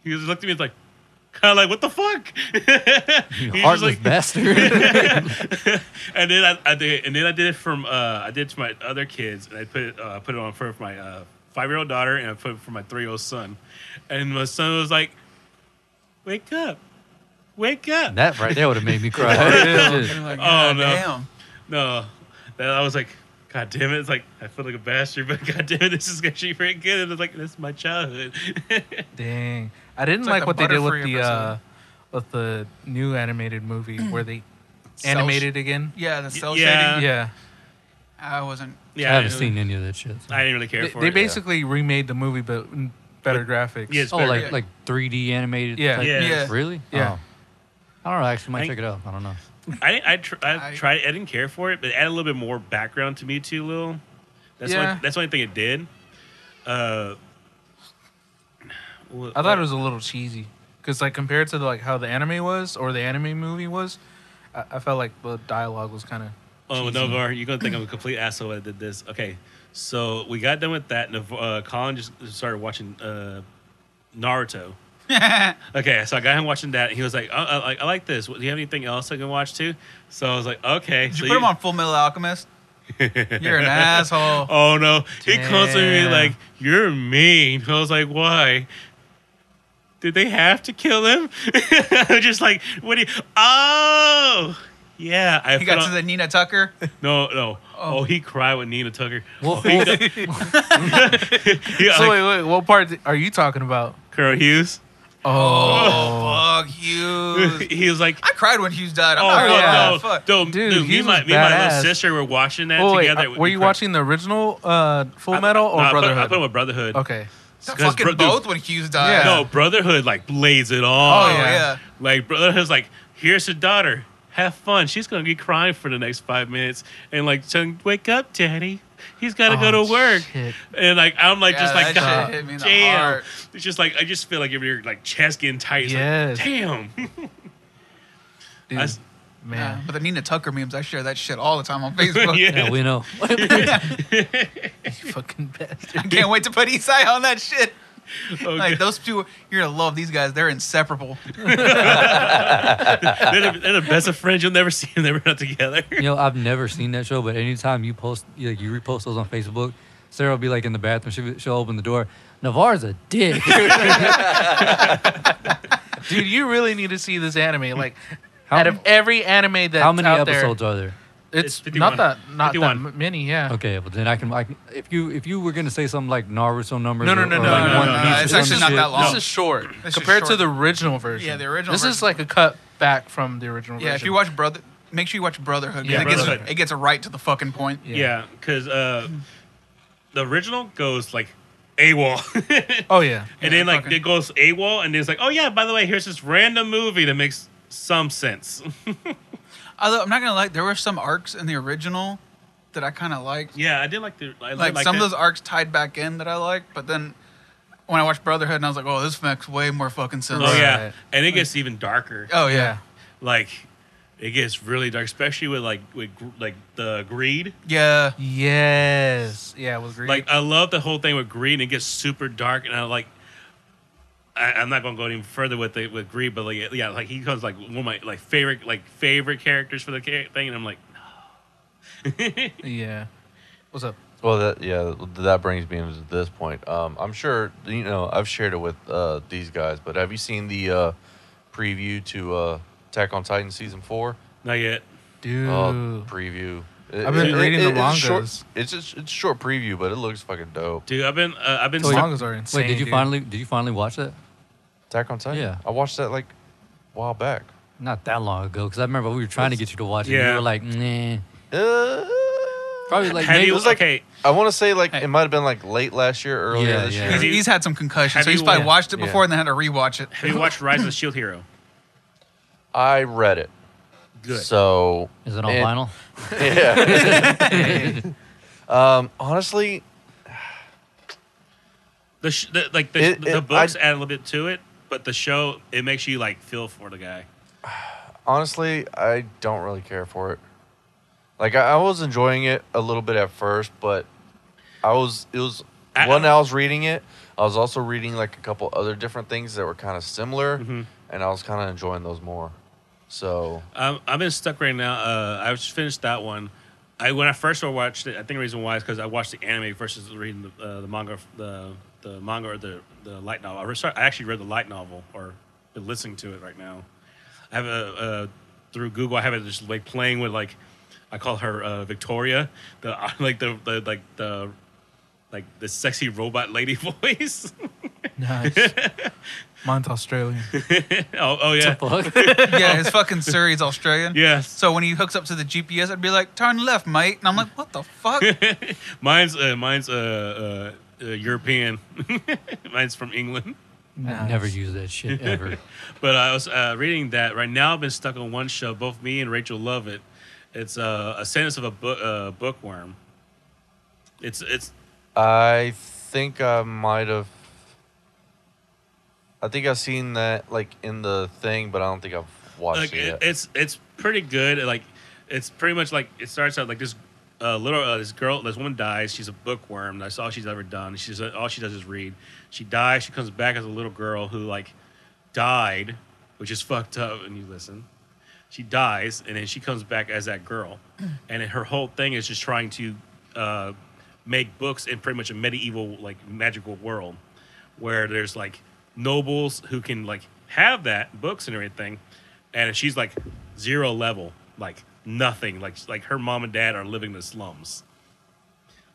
Speaker 4: he just looked at me and was like. Kind of like what the fuck? He was
Speaker 3: You
Speaker 4: just
Speaker 3: heartless
Speaker 4: like-
Speaker 3: bastard.
Speaker 4: and then I, I did, and then I did it from uh, I did it to my other kids, and I put it, uh, put it on for my uh, five year old daughter, and I put it for my three year old son, and my son was like, "Wake up, wake up!"
Speaker 3: that right there would have made me cry. Shit.
Speaker 4: oh no,
Speaker 5: Damn.
Speaker 4: no, then I was like, "God damn it!" It's like I feel like a bastard, but God damn it, this is actually pretty good. And it's like this is my childhood.
Speaker 2: Dang. I didn't
Speaker 5: It's
Speaker 2: like,
Speaker 5: like the
Speaker 2: what they did with
Speaker 5: Butterfree
Speaker 2: the
Speaker 5: episode.
Speaker 2: uh, with the new animated movie where they
Speaker 5: Cell
Speaker 2: animated again.
Speaker 5: Yeah, the cell
Speaker 4: Yeah.
Speaker 5: shading.
Speaker 2: Yeah.
Speaker 5: I wasn't.
Speaker 4: yeah,
Speaker 3: I haven't
Speaker 4: it-
Speaker 3: seen any of that shit.
Speaker 4: I didn't really care
Speaker 2: They,
Speaker 4: for
Speaker 2: they
Speaker 4: it.
Speaker 2: basically remade the movie but in better graphics.
Speaker 4: Yes.
Speaker 3: oh,
Speaker 4: better.
Speaker 3: like like 3D animated.
Speaker 2: Yeah.
Speaker 3: type-
Speaker 4: Yeah.
Speaker 5: Yeah.
Speaker 3: Really?
Speaker 2: Yeah.
Speaker 3: Oh. I don't know. I actually might
Speaker 4: I-
Speaker 3: check it out. I don't know.
Speaker 4: I I, tr- I,
Speaker 5: I-
Speaker 4: tried. I didn't care for it, but it added a little bit more background to me too, Lil. That's the
Speaker 2: Yeah.
Speaker 4: only, that's the only thing it did. Uh, wh-
Speaker 2: I thought it was a little cheesy because like compared to like how the anime was or the anime movie was, I, I felt like the dialogue was kind of.
Speaker 4: Oh, Novar, you're gonna think I'm a complete asshole when I did this. Okay, so we got done with that. and uh, Colin just started watching uh, Naruto. okay, so I got him watching that, and he was like, "I, I, like- I like this. Do you have anything else I can watch too?" So I was like, "Okay."
Speaker 5: Did
Speaker 4: so
Speaker 5: you put him on Full Metal Alchemist? You're an asshole.
Speaker 4: Oh no! He comes to me
Speaker 2: Damn.
Speaker 4: like, "You're mean." I was like, "Why?" Did they have to kill him? I was just like, "What do you?" Oh, yeah. I
Speaker 5: He
Speaker 4: put
Speaker 5: got
Speaker 4: on-
Speaker 5: to the Nina Tucker.
Speaker 4: no, no. Oh. he cried with Nina Tucker. Oh,
Speaker 3: Well,
Speaker 4: he,
Speaker 3: well,
Speaker 4: he,
Speaker 2: So
Speaker 4: like,
Speaker 2: wait, wait, what part th- are you talking about?
Speaker 4: Colonel Hughes.
Speaker 2: Oh,
Speaker 5: Fuck Hughes.
Speaker 4: he was like,
Speaker 5: I cried when Hughes died. I'm
Speaker 4: "Oh,
Speaker 5: not gonna
Speaker 2: yeah.
Speaker 5: lie.
Speaker 4: no,
Speaker 5: Fuck.
Speaker 4: Don't-
Speaker 2: Dude,
Speaker 4: dude, me,
Speaker 2: Hughes
Speaker 4: and my,
Speaker 2: was
Speaker 4: me and my
Speaker 2: badass.
Speaker 4: little sister were watching that
Speaker 2: oh wait,
Speaker 4: together.
Speaker 2: uh, were you watching the original uh, Full Metal or
Speaker 4: no, I put, I
Speaker 2: Brotherhood?
Speaker 4: put him with Brotherhood.
Speaker 2: okay,
Speaker 5: Fuck
Speaker 4: 'Cause
Speaker 5: fucking
Speaker 4: bro- dude,
Speaker 5: both when Hughes died.
Speaker 2: Yeah.
Speaker 4: No, Brotherhood like blades it all.
Speaker 5: Oh, yeah.
Speaker 4: Like Brotherhood's like, here's your daughter. Have fun. She's gonna be crying for the next five minutes. And like, son, wake up, daddy. He's gotta go
Speaker 2: Oh,
Speaker 4: to work.
Speaker 2: shit.
Speaker 4: And like, I'm like, just
Speaker 5: Yeah,
Speaker 4: like,
Speaker 5: that
Speaker 4: God
Speaker 5: shit hit me in the
Speaker 4: damn.
Speaker 5: heart.
Speaker 4: It's just like I just feel like if your like chest getting tight. It's
Speaker 2: Yes.
Speaker 4: Like, damn.
Speaker 2: dude,
Speaker 4: I s-
Speaker 5: Yeah,
Speaker 2: man,
Speaker 5: But the Nina Tucker memes, I share that shit all the time on Facebook.
Speaker 3: yeah, we know.
Speaker 2: you fucking bastard.
Speaker 5: I can't wait to put Isai on that shit.
Speaker 4: Oh,
Speaker 5: Like
Speaker 4: God.
Speaker 5: those two, you're gonna love these guys. They're inseparable.
Speaker 4: they're, the, they're the best of friends you'll never see. and They were not together.
Speaker 3: You know, I've never seen that show, but anytime you post, you, like, you repost those on Facebook, Sarah will be like in the bathroom. She, she'll open the door. Navarre's a dick.
Speaker 2: Dude, you really need to see this anime. Like,
Speaker 3: How
Speaker 2: out
Speaker 3: m-
Speaker 2: of every anime that's
Speaker 3: How many
Speaker 2: out there,
Speaker 3: episodes are there?
Speaker 2: it's,
Speaker 4: It's
Speaker 2: not
Speaker 4: 51.
Speaker 2: that not that
Speaker 4: 51.
Speaker 2: m- many. Yeah.
Speaker 3: Okay, well then I can, I can. If you if you were gonna say something like Naruto numbers,
Speaker 2: No, no,
Speaker 3: or-
Speaker 2: no,
Speaker 5: Oh,
Speaker 3: or
Speaker 2: no,
Speaker 3: like
Speaker 2: no,
Speaker 3: One
Speaker 2: no, no,
Speaker 3: Piece or
Speaker 2: it's
Speaker 3: some
Speaker 5: actually not
Speaker 3: shit,
Speaker 5: that long.
Speaker 2: This is short
Speaker 5: is
Speaker 2: compared to
Speaker 5: short.
Speaker 2: the original version.
Speaker 5: Yeah, the original
Speaker 2: This is
Speaker 5: version.
Speaker 2: like a cut back from the original version.
Speaker 5: Yeah, if you watch Brother, make sure you watch Brotherhood. 'cause
Speaker 4: Yeah,
Speaker 5: it gets
Speaker 4: Brotherhood.
Speaker 5: it gets right to the fucking point.
Speaker 4: Yeah, because uh, the original goes like AWOL.
Speaker 2: Oh yeah.
Speaker 4: And then
Speaker 5: Yeah,
Speaker 4: like
Speaker 5: fucking-
Speaker 4: it goes AWOL, and it's like, oh yeah, by the way, here's this random movie that makes some sense.
Speaker 5: Although I'm not gonna lie, there were some arcs in the original that I kind of liked.
Speaker 4: yeah, I did like the I
Speaker 5: Like,
Speaker 4: like, like
Speaker 5: some of those arcs tied back in that I liked, but then when I watched Brotherhood, and I was like, oh, this makes way more fucking sense.
Speaker 4: Oh yeah,
Speaker 2: Right.
Speaker 4: and it gets even darker.
Speaker 5: Oh yeah.
Speaker 4: Like it gets really dark, especially with like with gr- like the greed.
Speaker 5: Yeah.
Speaker 2: Yes. Yeah, with Greed.
Speaker 4: Like I love the whole thing with greed. And it gets super dark, and I like. I, I'm not gonna go any further with it with greed, but like yeah, like he becomes like one of my like favorite like favorite characters for the char- thing, and I'm like,
Speaker 2: yeah. What's up?
Speaker 7: Well, that yeah, that brings me into this point. Um, I'm sure you know I've shared it with uh, these guys, but have you seen the uh, preview to uh, Attack on Titan season four?
Speaker 4: not yet.
Speaker 2: Dude.
Speaker 7: Oh, preview. It-
Speaker 2: I've been reading the
Speaker 7: it's short-
Speaker 2: mangas.
Speaker 7: It's just, it's short preview, but it looks fucking dope.
Speaker 4: Dude, I've been uh, I've been
Speaker 2: Those
Speaker 4: stu-
Speaker 2: mangas are insane.
Speaker 3: Wait, did you
Speaker 2: dude.
Speaker 3: finally did you finally watch that?
Speaker 7: Attack on Titan.
Speaker 3: Yeah.
Speaker 7: I watched that like a while back.
Speaker 3: Not that long ago, because I remember we were trying to get you to watch it. and
Speaker 4: Yeah.
Speaker 3: You were like, nah.
Speaker 7: Uh,
Speaker 3: Probably like
Speaker 4: Have
Speaker 3: maybe
Speaker 4: you
Speaker 7: was like-
Speaker 4: okay?
Speaker 7: I want to say like
Speaker 5: Hey.
Speaker 7: it might have been like late last year, earlier
Speaker 3: Yeah,
Speaker 7: this
Speaker 3: yeah.
Speaker 7: year.
Speaker 5: He's, he's had some concussions,
Speaker 4: Have
Speaker 5: so he's
Speaker 4: you-
Speaker 5: probably
Speaker 3: yeah,
Speaker 5: watched it
Speaker 3: yeah.
Speaker 5: before and then had to rewatch it.
Speaker 4: Have you watched Rise of the Shield Hero?
Speaker 7: I read it. So
Speaker 3: is it on vinyl?
Speaker 7: and- Yeah. um, honestly,
Speaker 4: The, sh- the like the,
Speaker 7: It-
Speaker 4: the
Speaker 7: it-
Speaker 4: books
Speaker 7: I-
Speaker 4: add a little bit to it, but the show it makes you like feel for the guy.
Speaker 7: honestly, I don't really care for it. Like I, I was enjoying it a little bit at first, but I was it was
Speaker 4: I-
Speaker 7: when I was reading it, I was also reading like a couple other different things that were kind of similar,
Speaker 4: Mm-hmm.
Speaker 7: and I was kind of enjoying those more. So
Speaker 4: Um, I've been stuck right now. Uh, I just finished that one. I when I first watched it, I think the reason why is because I watched the anime versus reading the, uh, the manga, the the manga or the the light novel. I, re- sorry, I actually read the light novel or been listening to it right now. I have a uh, through Google. I have it just like playing with like I call her uh, Victoria, the like the, the like the like the sexy robot lady voice.
Speaker 2: Nice. Mine's Australian.
Speaker 4: oh, oh yeah,
Speaker 3: Fuck.
Speaker 5: yeah, his fucking Surrey's Australian.
Speaker 4: yes.
Speaker 5: So when he hooks up to the GPS, I'd be like, turn left, mate. And I'm like, what the fuck?
Speaker 4: mine's uh, mine's uh, uh, uh, European. mine's from England.
Speaker 3: I Never use that shit ever.
Speaker 4: But I was uh, reading that right now. I've been stuck on one show. Both me and Rachel love it. It's uh, a sentence of a book, uh, bookworm. It's it's
Speaker 7: I think I might have. I think I've seen that like in the thing, but I don't think I've watched
Speaker 4: like
Speaker 7: it
Speaker 4: it,
Speaker 7: yet.
Speaker 4: it's it's pretty good. Like it's pretty much like it starts out like this uh, little uh, this girl, this woman dies. She's a bookworm. That's all she's ever done. She's uh, all she does is read. She dies. She comes back as a little girl who like died, which is fucked up. And you listen. She dies, and then she comes back as that girl, and her whole thing is just trying to uh, make books in pretty much a medieval like magical world, where there's like nobles who can like have that books and everything, and she's like zero level, like nothing, like like her mom and dad are living in the slums,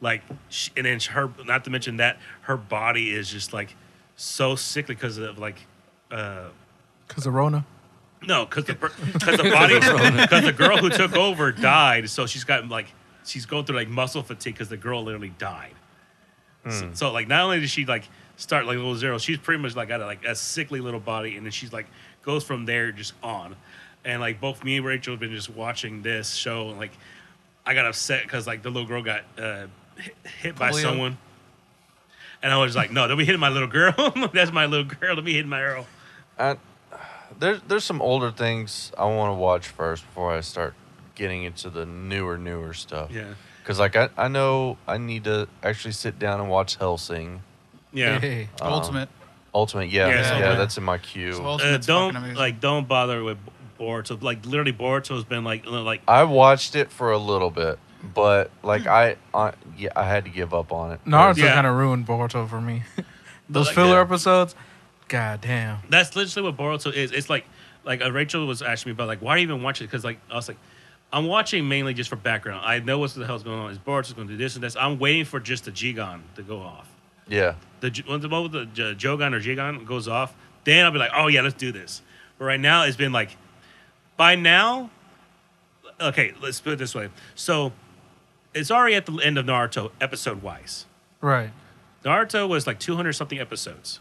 Speaker 4: like she, and then her not to mention that her body is just like so sickly because of like uh
Speaker 2: Cause of Rona.
Speaker 4: no, because the because the body because the girl who took over died, so she's got like she's going through like muscle fatigue because the girl literally died. So, so, like not only did she like start like little zero, she's pretty much like got a, like a sickly little body, and then she's like goes from there just on. And like both me and Rachel have been just watching this show, and like I got upset because like the little girl got uh, hit, hit by
Speaker 5: Polio.
Speaker 4: someone, and I was like, no, don't be hitting my little girl. That's my little girl. Don't be hitting my girl.
Speaker 7: I, there's there's some older things I want to watch first before I start getting into the newer newer stuff.
Speaker 4: Yeah.
Speaker 7: Because like I, I know I need to actually sit down and watch Helsing.
Speaker 4: Yeah.
Speaker 2: Hey.
Speaker 7: Um,
Speaker 5: Ultimate.
Speaker 7: Ultimate, yeah,
Speaker 4: Yeah,
Speaker 7: yeah,
Speaker 4: Ultimate.
Speaker 7: that's in my queue.
Speaker 5: So Ultimate-
Speaker 4: Uh,
Speaker 5: Ultimate's fucking
Speaker 4: don't
Speaker 5: amazing.
Speaker 4: like don't bother with Boruto. Like literally, Boruto has been like li- like
Speaker 7: I watched it for a little bit, but like I, I yeah, I had to give up on it.
Speaker 2: Naruto
Speaker 4: Yeah.
Speaker 2: kind of ruined Boruto for me. Those
Speaker 4: like,
Speaker 2: filler
Speaker 7: yeah.
Speaker 2: episodes, god damn.
Speaker 4: that's literally what Boruto is. It's like like uh, Rachel was asking me about like why do you even watch it? Because like I was like. I'm watching mainly just for background. I know what the hell's going on. Is Boruto's going to do this and this? I'm waiting for just the Jigon to go off.
Speaker 7: Yeah,
Speaker 4: the J- when the moment the J- Jogan or Jigon goes off, then I'll be like, oh yeah, let's do this. But right now, it's been like, by now, okay, let's put it this way. So it's already at the end of Naruto episode wise.
Speaker 2: Right.
Speaker 4: Naruto was like 200 something episodes.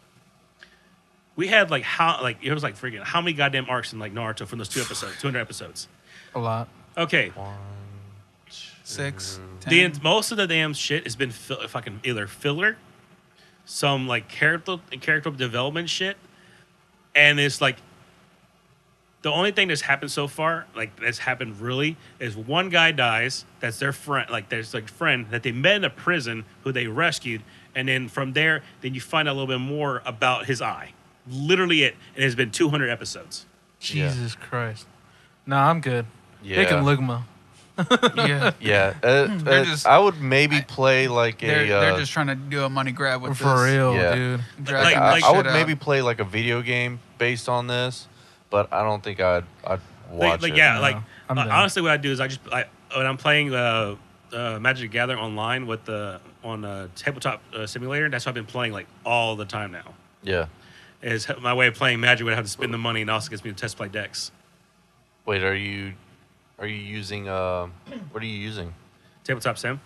Speaker 4: We had like how like it was like freaking how many goddamn arcs in like Naruto from those two episodes, 200 episodes.
Speaker 2: A lot.
Speaker 4: Okay,
Speaker 5: Six.
Speaker 7: Mm-hmm.
Speaker 4: the
Speaker 5: ten.
Speaker 4: most of the damn shit has been fill, fucking either filler, some like character character development shit, and it's like the only thing that's happened so far, like that's happened really, is one guy dies. That's their friend, like there's like friend that they met in a prison who they rescued, and then from there, then you find out a little bit more about his eye. Literally, it and it's been 200 episodes.
Speaker 7: Yeah.
Speaker 2: Jesus Christ. Nah, I'm good.
Speaker 7: yeah,
Speaker 2: They can Ligma.
Speaker 5: yeah.
Speaker 7: yeah. Uh, uh,
Speaker 5: just-
Speaker 7: I would maybe play like a.
Speaker 5: They're,
Speaker 7: uh,
Speaker 5: they're just trying to do a money grab with
Speaker 2: For
Speaker 5: this.
Speaker 2: real,
Speaker 7: Yeah.
Speaker 2: dude.
Speaker 5: Drag
Speaker 4: Like,
Speaker 5: that
Speaker 7: I,
Speaker 4: like- uh,
Speaker 7: I
Speaker 5: shit
Speaker 7: would
Speaker 5: out.
Speaker 7: maybe play like a video game based on this, but I don't think I'd I'd watch
Speaker 4: like, like,
Speaker 7: it.
Speaker 4: yeah,
Speaker 2: No,
Speaker 4: like
Speaker 2: I'm
Speaker 4: uh,
Speaker 2: done.
Speaker 4: honestly, what I do is I just I, when I'm playing uh, uh, Magic the Gathering online with the on a tabletop uh, simulator. That's what I've been playing like all the time now.
Speaker 7: yeah.
Speaker 4: Is my way of playing Magic would have to spend the money and also gets me to test play decks.
Speaker 7: Wait, are you are you using uh what are you using?
Speaker 4: Tabletop sim.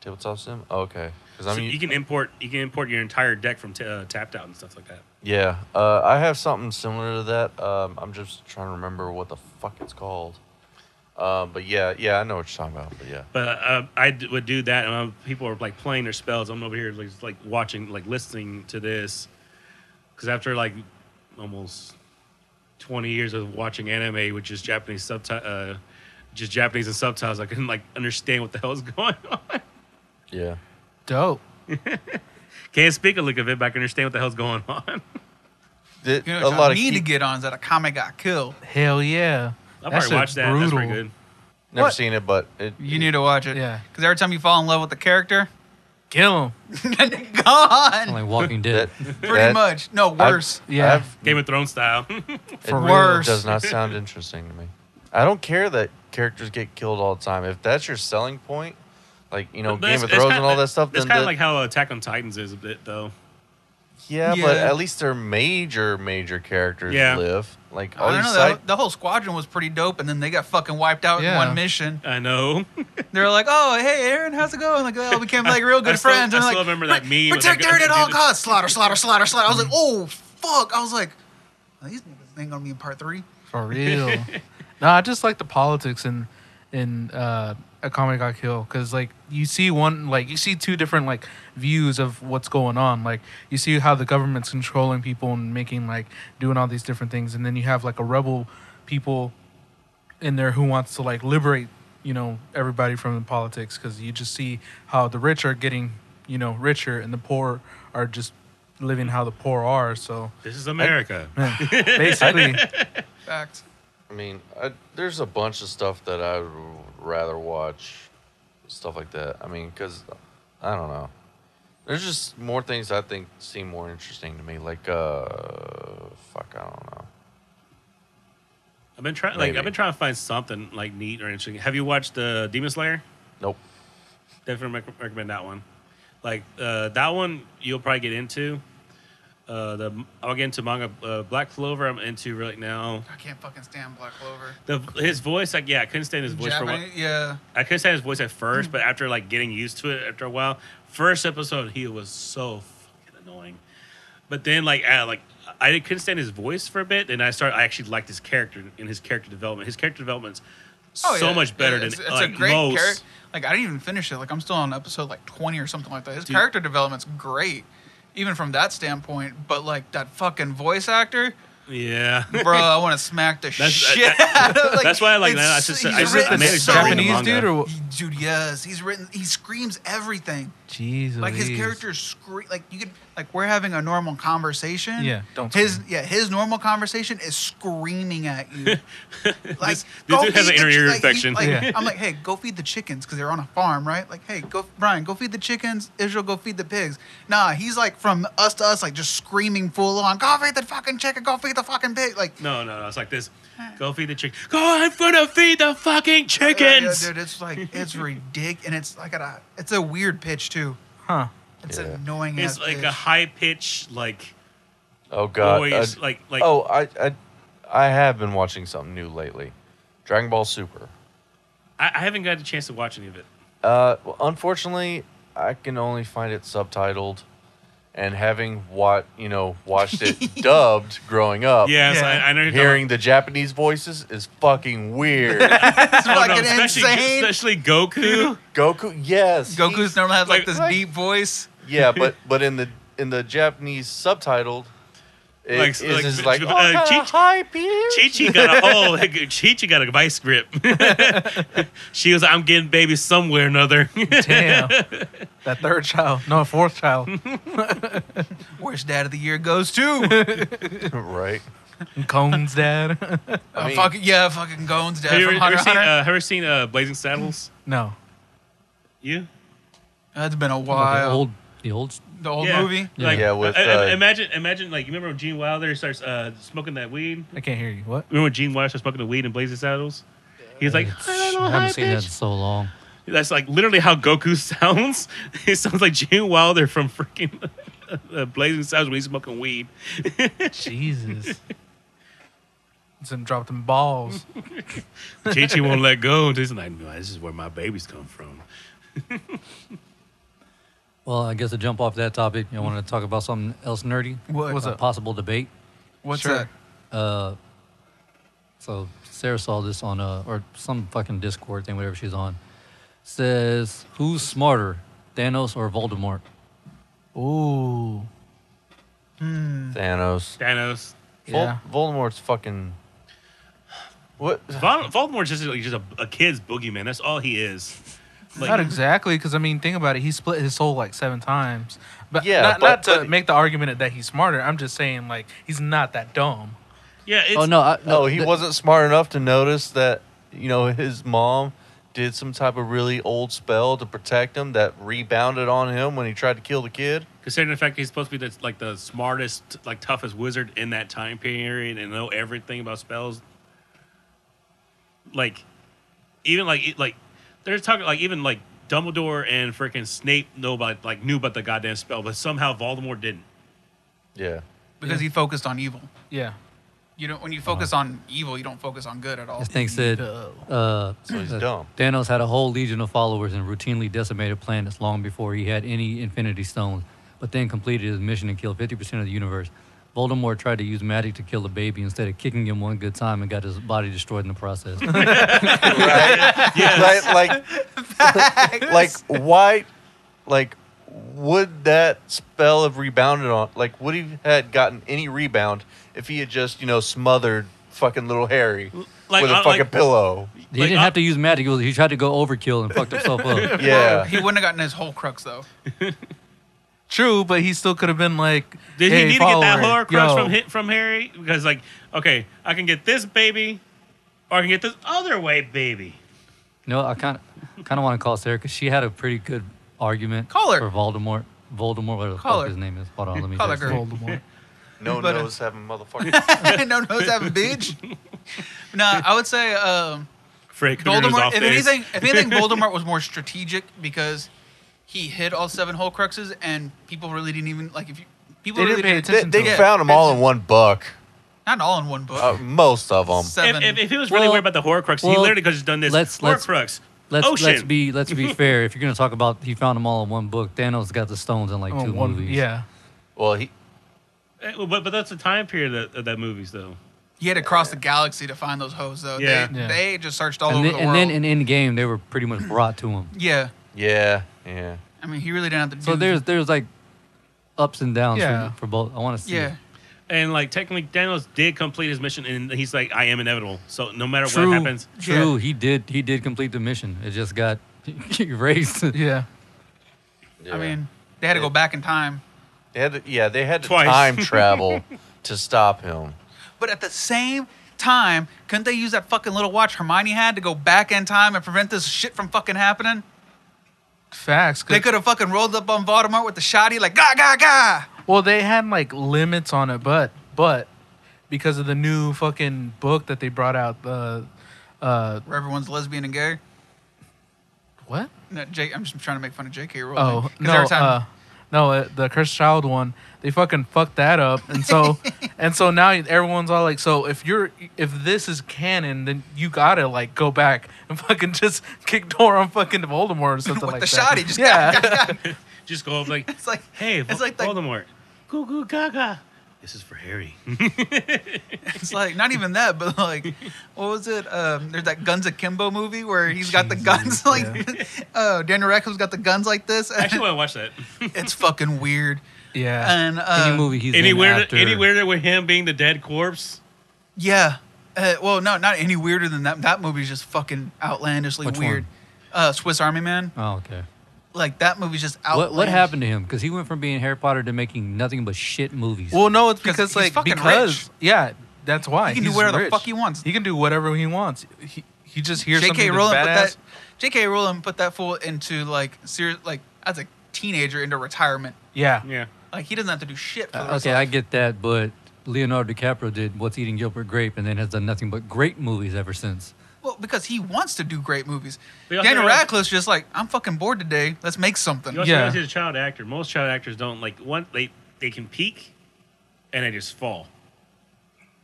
Speaker 7: Tabletop sim? Oh, okay. Cuz
Speaker 4: So
Speaker 7: I'm u-
Speaker 4: you can import you can import your entire deck from t- uh, Tapped Out and stuff like that.
Speaker 7: Yeah. Uh, I have something similar to that. Um, I'm just trying to remember what the fuck it's called. Um, but yeah, yeah, I know what you're talking about. But yeah.
Speaker 4: But uh, I d- would do that, and um, people are like playing their spells. I'm over here like, just, like watching, like listening to this, because after like almost 20 years of watching anime, which is Japanese subti- uh, just Japanese and subtitles, I couldn't like understand what the hell is going on.
Speaker 7: Yeah.
Speaker 2: Dope.
Speaker 4: Can't speak a lick of it, but I can understand what the hell's going on.
Speaker 7: Th-
Speaker 5: You know,
Speaker 7: a
Speaker 5: what
Speaker 7: lot
Speaker 5: y'all
Speaker 7: of
Speaker 5: need to
Speaker 7: key-
Speaker 5: get on is that a comic got killed.
Speaker 2: Hell yeah.
Speaker 4: I'll
Speaker 2: That shit's
Speaker 4: probably watch that. That's pretty
Speaker 2: brutal.
Speaker 4: good.
Speaker 7: never
Speaker 5: What?
Speaker 7: seen it, but it,
Speaker 5: You need to watch it.
Speaker 2: Yeah.
Speaker 5: Because every time you fall in love with the character,
Speaker 2: Kill him.
Speaker 5: gone.
Speaker 3: Like Walking Dead.
Speaker 5: Pretty
Speaker 7: that-
Speaker 5: much. No,
Speaker 7: I've-
Speaker 5: worse.
Speaker 2: Yeah.
Speaker 7: I've-
Speaker 4: Game of Thrones style.
Speaker 2: For
Speaker 7: it
Speaker 2: real.
Speaker 5: Worse.
Speaker 7: does not sound interesting to me. I don't care that characters get killed all the time. If that's your selling point, like you know,
Speaker 4: But
Speaker 7: Game
Speaker 4: it's-
Speaker 7: of
Speaker 4: it's
Speaker 7: Thrones
Speaker 4: kinda-
Speaker 7: and all that stuff,
Speaker 4: It's
Speaker 7: then
Speaker 4: kind
Speaker 7: the-
Speaker 4: of like how Attack on Titans is a bit though.
Speaker 7: yeah, but
Speaker 5: Yeah.
Speaker 7: at least their major major characters
Speaker 4: Yeah.
Speaker 7: live. Like
Speaker 5: I
Speaker 7: all
Speaker 5: don't
Speaker 7: these
Speaker 5: know.
Speaker 7: side,
Speaker 5: The, the whole squadron was pretty dope, and then they got fucking wiped out
Speaker 2: Yeah.
Speaker 5: in one mission.
Speaker 4: I know.
Speaker 5: They were like, "Oh, hey, Aaron, how's it going?" Like, oh, we became like real
Speaker 4: I
Speaker 5: good
Speaker 4: still-
Speaker 5: friends.
Speaker 4: I
Speaker 5: and they're
Speaker 4: still
Speaker 5: like,
Speaker 4: remember that meme with
Speaker 5: Protect
Speaker 4: that guy
Speaker 5: Aaron at
Speaker 4: that
Speaker 5: all
Speaker 4: did it.
Speaker 5: costs. Slaughter, slaughter, slaughter, slaughter. I was like, "Oh fuck!" I was like, "These niggas ain't gonna be in part three.
Speaker 2: For real. no, I just like the politics in in uh, a comic got killed because like you see one like you see two different like views of what's going on. Like you see how the government's controlling people and making like doing all these different things, and then you have like a rebel people in there who wants to like liberate you know everybody from the politics because you just see how the rich are getting you know richer and the poor are just living how the poor are. So
Speaker 4: This is America.
Speaker 2: basically,
Speaker 5: Fact.
Speaker 7: I mean, I, there's a bunch of stuff that I would rather watch, stuff like that. I mean, because I don't know. There's just more things I think seem more interesting to me. Like, uh, fuck, I don't know.
Speaker 4: I've been trying, like,
Speaker 7: Maybe.
Speaker 4: I've been trying to find something like neat or interesting. Have you watched uh, Demon Slayer?
Speaker 7: Nope.
Speaker 4: Definitely rec- recommend that one. Like uh, that one, you'll probably get into. Uh, the I'll get into manga uh, Black Clover. I'm into right now.
Speaker 5: I can't fucking stand Black Clover.
Speaker 4: The his voice, like, yeah, I couldn't stand his voice for a while.
Speaker 5: Japanese, yeah.
Speaker 4: I couldn't stand his voice at first,
Speaker 5: Mm.
Speaker 4: but after like getting used to it after a while, first episode he was so fucking annoying. But then like I, like I couldn't stand his voice for a bit, and I started I actually liked his character and his character development. His character development's
Speaker 5: Oh,
Speaker 4: so
Speaker 5: yeah.
Speaker 4: much better
Speaker 5: Yeah,
Speaker 4: than
Speaker 5: it's, it's
Speaker 4: like
Speaker 5: a great
Speaker 4: most.
Speaker 5: character. Like I didn't even finish it. Like I'm still on episode like 20 or something like that. His character development's great, even from that standpoint. But like that fucking voice actor,
Speaker 4: Yeah.
Speaker 5: bro, I want to smack the
Speaker 4: That's-
Speaker 5: shit out of. Like,
Speaker 4: that's why I like that. I
Speaker 5: it's-
Speaker 4: just-
Speaker 5: he's
Speaker 4: I just- I
Speaker 5: written
Speaker 4: made a
Speaker 5: so
Speaker 4: Japanese
Speaker 2: Japanese
Speaker 4: manga.
Speaker 2: dude or
Speaker 5: He- Dude, yes, he's written. He screams everything.
Speaker 2: Jesus.
Speaker 5: Like his character scream like you could like we're having a normal conversation.
Speaker 2: Yeah, don't
Speaker 5: his
Speaker 2: scream.
Speaker 5: yeah his normal conversation is screaming at you. like
Speaker 4: This- this dude has an
Speaker 5: feed
Speaker 4: inner ear
Speaker 5: the chi- like, you-
Speaker 4: infection.
Speaker 5: like,
Speaker 2: Yeah.
Speaker 5: I'm like, hey, go feed the chickens because they're on a farm, right? Like, hey, go Brian, go feed the chickens. Israel, go feed the pigs. Nah, he's like from us to us, like just screaming full on. Go feed the fucking chicken. Go feed the fucking pig. Like.
Speaker 4: No, no, no. It's like this. Go feed the chicken. Go, I'm gonna feed the fucking
Speaker 5: yeah,
Speaker 4: chickens.
Speaker 5: dude, it's like it's ridiculous, and it's like at a it's a weird pitch too.
Speaker 2: Huh.
Speaker 5: It's
Speaker 7: Yeah.
Speaker 5: annoying.
Speaker 4: it's
Speaker 5: ass
Speaker 4: like a
Speaker 5: pitch.
Speaker 4: high pitch, like
Speaker 7: Oh god.
Speaker 4: voice,
Speaker 7: I-
Speaker 4: like like.
Speaker 7: oh, I, I I have been watching something new lately. Dragon Ball Super.
Speaker 4: I, I haven't got a chance to watch any of it.
Speaker 7: Uh, well, unfortunately, I can only find it subtitled, and having what you know watched it dubbed growing up.
Speaker 4: Yeah, so
Speaker 5: Yeah.
Speaker 4: I, I know you're
Speaker 7: Hearing the Japanese voices is fucking weird.
Speaker 5: it's
Speaker 4: talking-
Speaker 5: fucking
Speaker 4: especially,
Speaker 5: insane.
Speaker 4: especially Goku.
Speaker 7: Goku, yes.
Speaker 5: Goku's normally has like,
Speaker 4: Like-
Speaker 5: this
Speaker 4: like-
Speaker 5: deep voice.
Speaker 7: Yeah, but but in the in the Japanese subtitled, it
Speaker 4: Like-
Speaker 7: is
Speaker 4: like-
Speaker 7: just like,
Speaker 4: uh,
Speaker 7: oh, kinda
Speaker 4: Cheech-
Speaker 7: high pitch.
Speaker 4: Chi Chi got a oh, Chi Chi got a vice grip. she was, I'm getting baby somewhere or another.
Speaker 2: Damn. that third child. No, fourth child.
Speaker 5: Worst dad of the year goes to. Uh,
Speaker 7: right.
Speaker 2: Cone's dad.
Speaker 7: I
Speaker 5: Uh,
Speaker 7: mean-
Speaker 5: fucking, yeah, fucking Gone's dad
Speaker 4: have you
Speaker 5: from
Speaker 4: ever,
Speaker 5: Hunter
Speaker 4: ever
Speaker 5: x
Speaker 4: seen,
Speaker 5: Hunter.
Speaker 4: uh, ever seen uh, Blazing Saddles?
Speaker 2: no.
Speaker 4: You?
Speaker 5: That's been a
Speaker 3: Like
Speaker 5: while.
Speaker 3: the old, the old.
Speaker 5: the old
Speaker 4: Yeah.
Speaker 5: movie.
Speaker 4: Like,
Speaker 7: Yeah, with,
Speaker 4: I- I-
Speaker 7: uh,
Speaker 4: imagine, imagine, like you remember when Gene Wilder starts uh, smoking that weed.
Speaker 2: I can't hear you. What?
Speaker 4: Remember when Gene Wilder starts smoking the weed in Blazing Saddles? He's like,
Speaker 3: It's-
Speaker 4: I don't know,
Speaker 3: I haven't
Speaker 4: high
Speaker 3: seen that in
Speaker 4: pitch.
Speaker 3: so long.
Speaker 4: That's like literally how Goku sounds. It sounds like Gene Wilder from freaking uh, Blazing Saddles when he's smoking weed.
Speaker 2: Jesus. Some dropped them balls.
Speaker 4: Chi Chi won't let go. He's like, no, this is where my babies come from.
Speaker 3: Well, I guess to jump off that topic, you want to talk about something else nerdy?
Speaker 5: What?
Speaker 2: What's
Speaker 3: a
Speaker 2: up?
Speaker 3: possible debate.
Speaker 5: What's
Speaker 2: Sure.
Speaker 5: that?
Speaker 3: So Sarah saw this on uh or some fucking Discord thing, whatever she's on. Says who's smarter, Thanos or Voldemort?
Speaker 2: Ooh.
Speaker 7: Thanos.
Speaker 4: Thanos.
Speaker 7: Vol-
Speaker 2: Yeah.
Speaker 7: Voldemort's fucking. What?
Speaker 4: Vol- Voldemort's just like just a, a kid's boogeyman. That's all he is. Like,
Speaker 2: not exactly, because I mean, think about it. He split his soul like seven times. But
Speaker 7: Yeah,
Speaker 2: yeah, not,
Speaker 7: but-
Speaker 2: not to
Speaker 7: but-
Speaker 2: make the argument that he's smarter. I'm just saying, like, he's not that dumb.
Speaker 4: Yeah, it's,
Speaker 3: oh no, I,
Speaker 7: No, he
Speaker 3: th-
Speaker 7: wasn't smart enough to notice that you know his mom did some type of really old spell to protect him that rebounded on him when he tried to kill the kid.
Speaker 4: considering the fact he's supposed to be the, like the smartest, like toughest wizard in that time period and know everything about spells. Like, even like it- like they're talking like even like Dumbledore and freaking Snape know about like knew about the goddamn spell, but somehow Voldemort didn't.
Speaker 7: Yeah.
Speaker 5: Because he focused on evil.
Speaker 2: Yeah.
Speaker 5: You don't. When
Speaker 4: Uh-huh.
Speaker 5: you focus on evil, you don't focus on good at all.
Speaker 3: This thing said uh,
Speaker 7: So he's
Speaker 3: that
Speaker 7: dumb.
Speaker 3: Thanos had a whole legion of followers and routinely decimated planets long before he had any Infinity Stones, but then completed his mission and killed 50% of the universe. Voldemort tried to use magic to kill the baby instead of kicking him one good time and got his body destroyed in the process.
Speaker 7: Like, like, like, why? Like, would that spell have rebounded on? Like, would he had gotten any rebound if he had just you know smothered fucking little Harry
Speaker 4: like,
Speaker 7: with a
Speaker 4: I-
Speaker 7: fucking
Speaker 4: like-
Speaker 7: pillow?
Speaker 3: He
Speaker 4: Like,
Speaker 3: didn't
Speaker 4: I-
Speaker 3: have to use magic. He was- He tried to go overkill and fucked himself up.
Speaker 7: Yeah.
Speaker 5: he wouldn't have gotten his whole crux though.
Speaker 2: True, but he still could have been like.
Speaker 4: Did
Speaker 2: hey,
Speaker 4: he need to get that
Speaker 2: follower,
Speaker 4: Horcrux
Speaker 2: yo.
Speaker 4: from hit from Harry? Because like, okay, I can get this baby, or I can get this other way baby.
Speaker 3: No, I kind of, kind of want to call Sarah because she had a pretty good argument
Speaker 5: Call her.
Speaker 3: for Voldemort. Voldemort, whatever the
Speaker 5: Call
Speaker 3: fuck
Speaker 5: her.
Speaker 3: his name is. Hold on, let me
Speaker 5: Call her
Speaker 3: text her.
Speaker 5: girl.
Speaker 2: Voldemort.
Speaker 7: No
Speaker 5: But, uh,
Speaker 7: nose having motherfucker.
Speaker 5: no nose having bitch. nah, I would say um,
Speaker 4: Frank Cooner's
Speaker 5: Voldemort.
Speaker 4: off
Speaker 5: If
Speaker 4: days.
Speaker 5: anything, if anything, Voldemort was more strategic because he hid all seven whole cruxes, and people really didn't even like if you people
Speaker 2: They didn't
Speaker 5: really
Speaker 2: pay
Speaker 7: they
Speaker 2: attention
Speaker 7: they
Speaker 2: to
Speaker 5: Yeah.
Speaker 2: it.
Speaker 7: found them all in one buck.
Speaker 5: Not all in one book.
Speaker 2: Oh,
Speaker 7: Uh, most of them.
Speaker 5: seven.
Speaker 4: If, if, if he was really
Speaker 3: Well-
Speaker 4: worried about the Horcrux, he
Speaker 3: well,
Speaker 4: literally could have just done this.
Speaker 3: let's- let's-
Speaker 4: Horcrux.
Speaker 3: Let's
Speaker 4: ocean.
Speaker 3: let's be let's be fair. If you're gonna talk about he found them all in one book, Thanos got the stones in like
Speaker 2: Oh,
Speaker 3: two
Speaker 2: one-
Speaker 3: movies.
Speaker 2: Yeah.
Speaker 7: Well, he
Speaker 4: Eh, well, But, but that's the time period of, of that movies though.
Speaker 5: he had to cross the galaxy to find those hoes, though.
Speaker 4: Yeah.
Speaker 5: They,
Speaker 2: Yeah.
Speaker 5: they just searched all
Speaker 3: and
Speaker 5: over
Speaker 3: then,
Speaker 5: the
Speaker 3: and then
Speaker 5: world.
Speaker 3: in Endgame, they were pretty much brought to him.
Speaker 5: yeah,
Speaker 7: Yeah, yeah.
Speaker 5: I mean, he really didn't have to.
Speaker 3: So
Speaker 5: do
Speaker 3: there's there's like ups and downs
Speaker 2: Yeah.
Speaker 3: for, for both. I want to see. it.
Speaker 5: yeah.
Speaker 4: And like technically, Thanos did complete his mission, and he's like, "I am inevitable." So no matter
Speaker 3: True,
Speaker 4: what happens,
Speaker 3: true.
Speaker 5: Uh,
Speaker 3: He did he did complete the mission. It just got erased.
Speaker 2: Yeah.
Speaker 7: Yeah.
Speaker 5: I mean, they had to go back in time.
Speaker 7: They had to, yeah, they had to
Speaker 4: Twice.
Speaker 7: time travel to stop him.
Speaker 5: But at the same time, couldn't they use that fucking little watch Hermione had to go back in time and prevent this shit from fucking happening?
Speaker 2: Facts. 'cause-
Speaker 5: They could have fucking rolled up on Voldemort with the shoddy, like, ga, ga, ga.
Speaker 2: Well, they had like limits on it, but but because of the new fucking book that they brought out, the uh,
Speaker 5: Where everyone's lesbian and gay.
Speaker 2: what?
Speaker 5: No, J- I'm just trying to make fun of J.K. Rowling.
Speaker 2: Oh
Speaker 5: 'Cause
Speaker 2: no,
Speaker 5: every time-
Speaker 2: uh, no, uh, the cursed child one. They fucking fucked that up, and so and so now everyone's all like, so if you're if this is canon, then you gotta like go back and fucking just kick door on fucking Voldemort or something
Speaker 5: with
Speaker 2: like
Speaker 5: the
Speaker 2: that.
Speaker 5: shoddy, just
Speaker 2: yeah,
Speaker 4: Just go up like,
Speaker 5: it's like
Speaker 4: hey,
Speaker 5: it's
Speaker 4: it's
Speaker 5: like the-
Speaker 4: Voldemort. Goo goo gaga. This is for Harry.
Speaker 5: It's like not even that, but like, what was it? Um, there's that Guns Akimbo movie where he's got the guns like, oh, Daniel Radcliffe's got the guns like this.
Speaker 4: I actually want to watch that.
Speaker 5: it's fucking weird.
Speaker 2: yeah.
Speaker 5: And uh,
Speaker 3: Any movie he's
Speaker 4: Any
Speaker 3: in
Speaker 4: weirder,
Speaker 3: after.
Speaker 4: any weirder with him being the dead corpse?
Speaker 5: yeah, uh, well, no, not any weirder than that. That movie's just fucking outlandishly
Speaker 3: Which
Speaker 5: weird.
Speaker 3: one?
Speaker 5: Uh, Swiss Army Man,
Speaker 3: Oh, okay.
Speaker 5: like that movie's just outlandish.
Speaker 3: What, what happened to him? Because he went from being Harry Potter to making nothing but shit movies.
Speaker 2: Well, no, it's
Speaker 5: 'Cause
Speaker 2: because
Speaker 5: he's
Speaker 2: like
Speaker 5: fucking
Speaker 2: because
Speaker 5: rich.
Speaker 2: yeah, that's why
Speaker 5: He can do
Speaker 2: He's
Speaker 5: whatever the
Speaker 2: rich.
Speaker 5: fuck he wants.
Speaker 2: He can do whatever he wants. He he just hears
Speaker 5: J.K.
Speaker 2: something
Speaker 5: Rowling put
Speaker 2: that's
Speaker 5: that. J.K. Rowling put that fool into like serious, like as a teenager into retirement.
Speaker 2: badass. Yeah,
Speaker 4: Yeah.
Speaker 5: Like he doesn't have to do shit.
Speaker 2: Uh,
Speaker 5: For the rest
Speaker 3: okay, I get that, but Leonardo DiCaprio did What's Eating Gilbert Grape and then has done nothing but great movies ever since.
Speaker 5: Well, because he wants to do great movies.
Speaker 4: They also
Speaker 5: Daniel
Speaker 4: realize-
Speaker 5: Radcliffe's just like, I'm fucking bored today. Let's make something.
Speaker 4: You also
Speaker 2: Yeah.
Speaker 4: realize he's a child actor. Most child actors don't like one. They they can peak, and they just fall.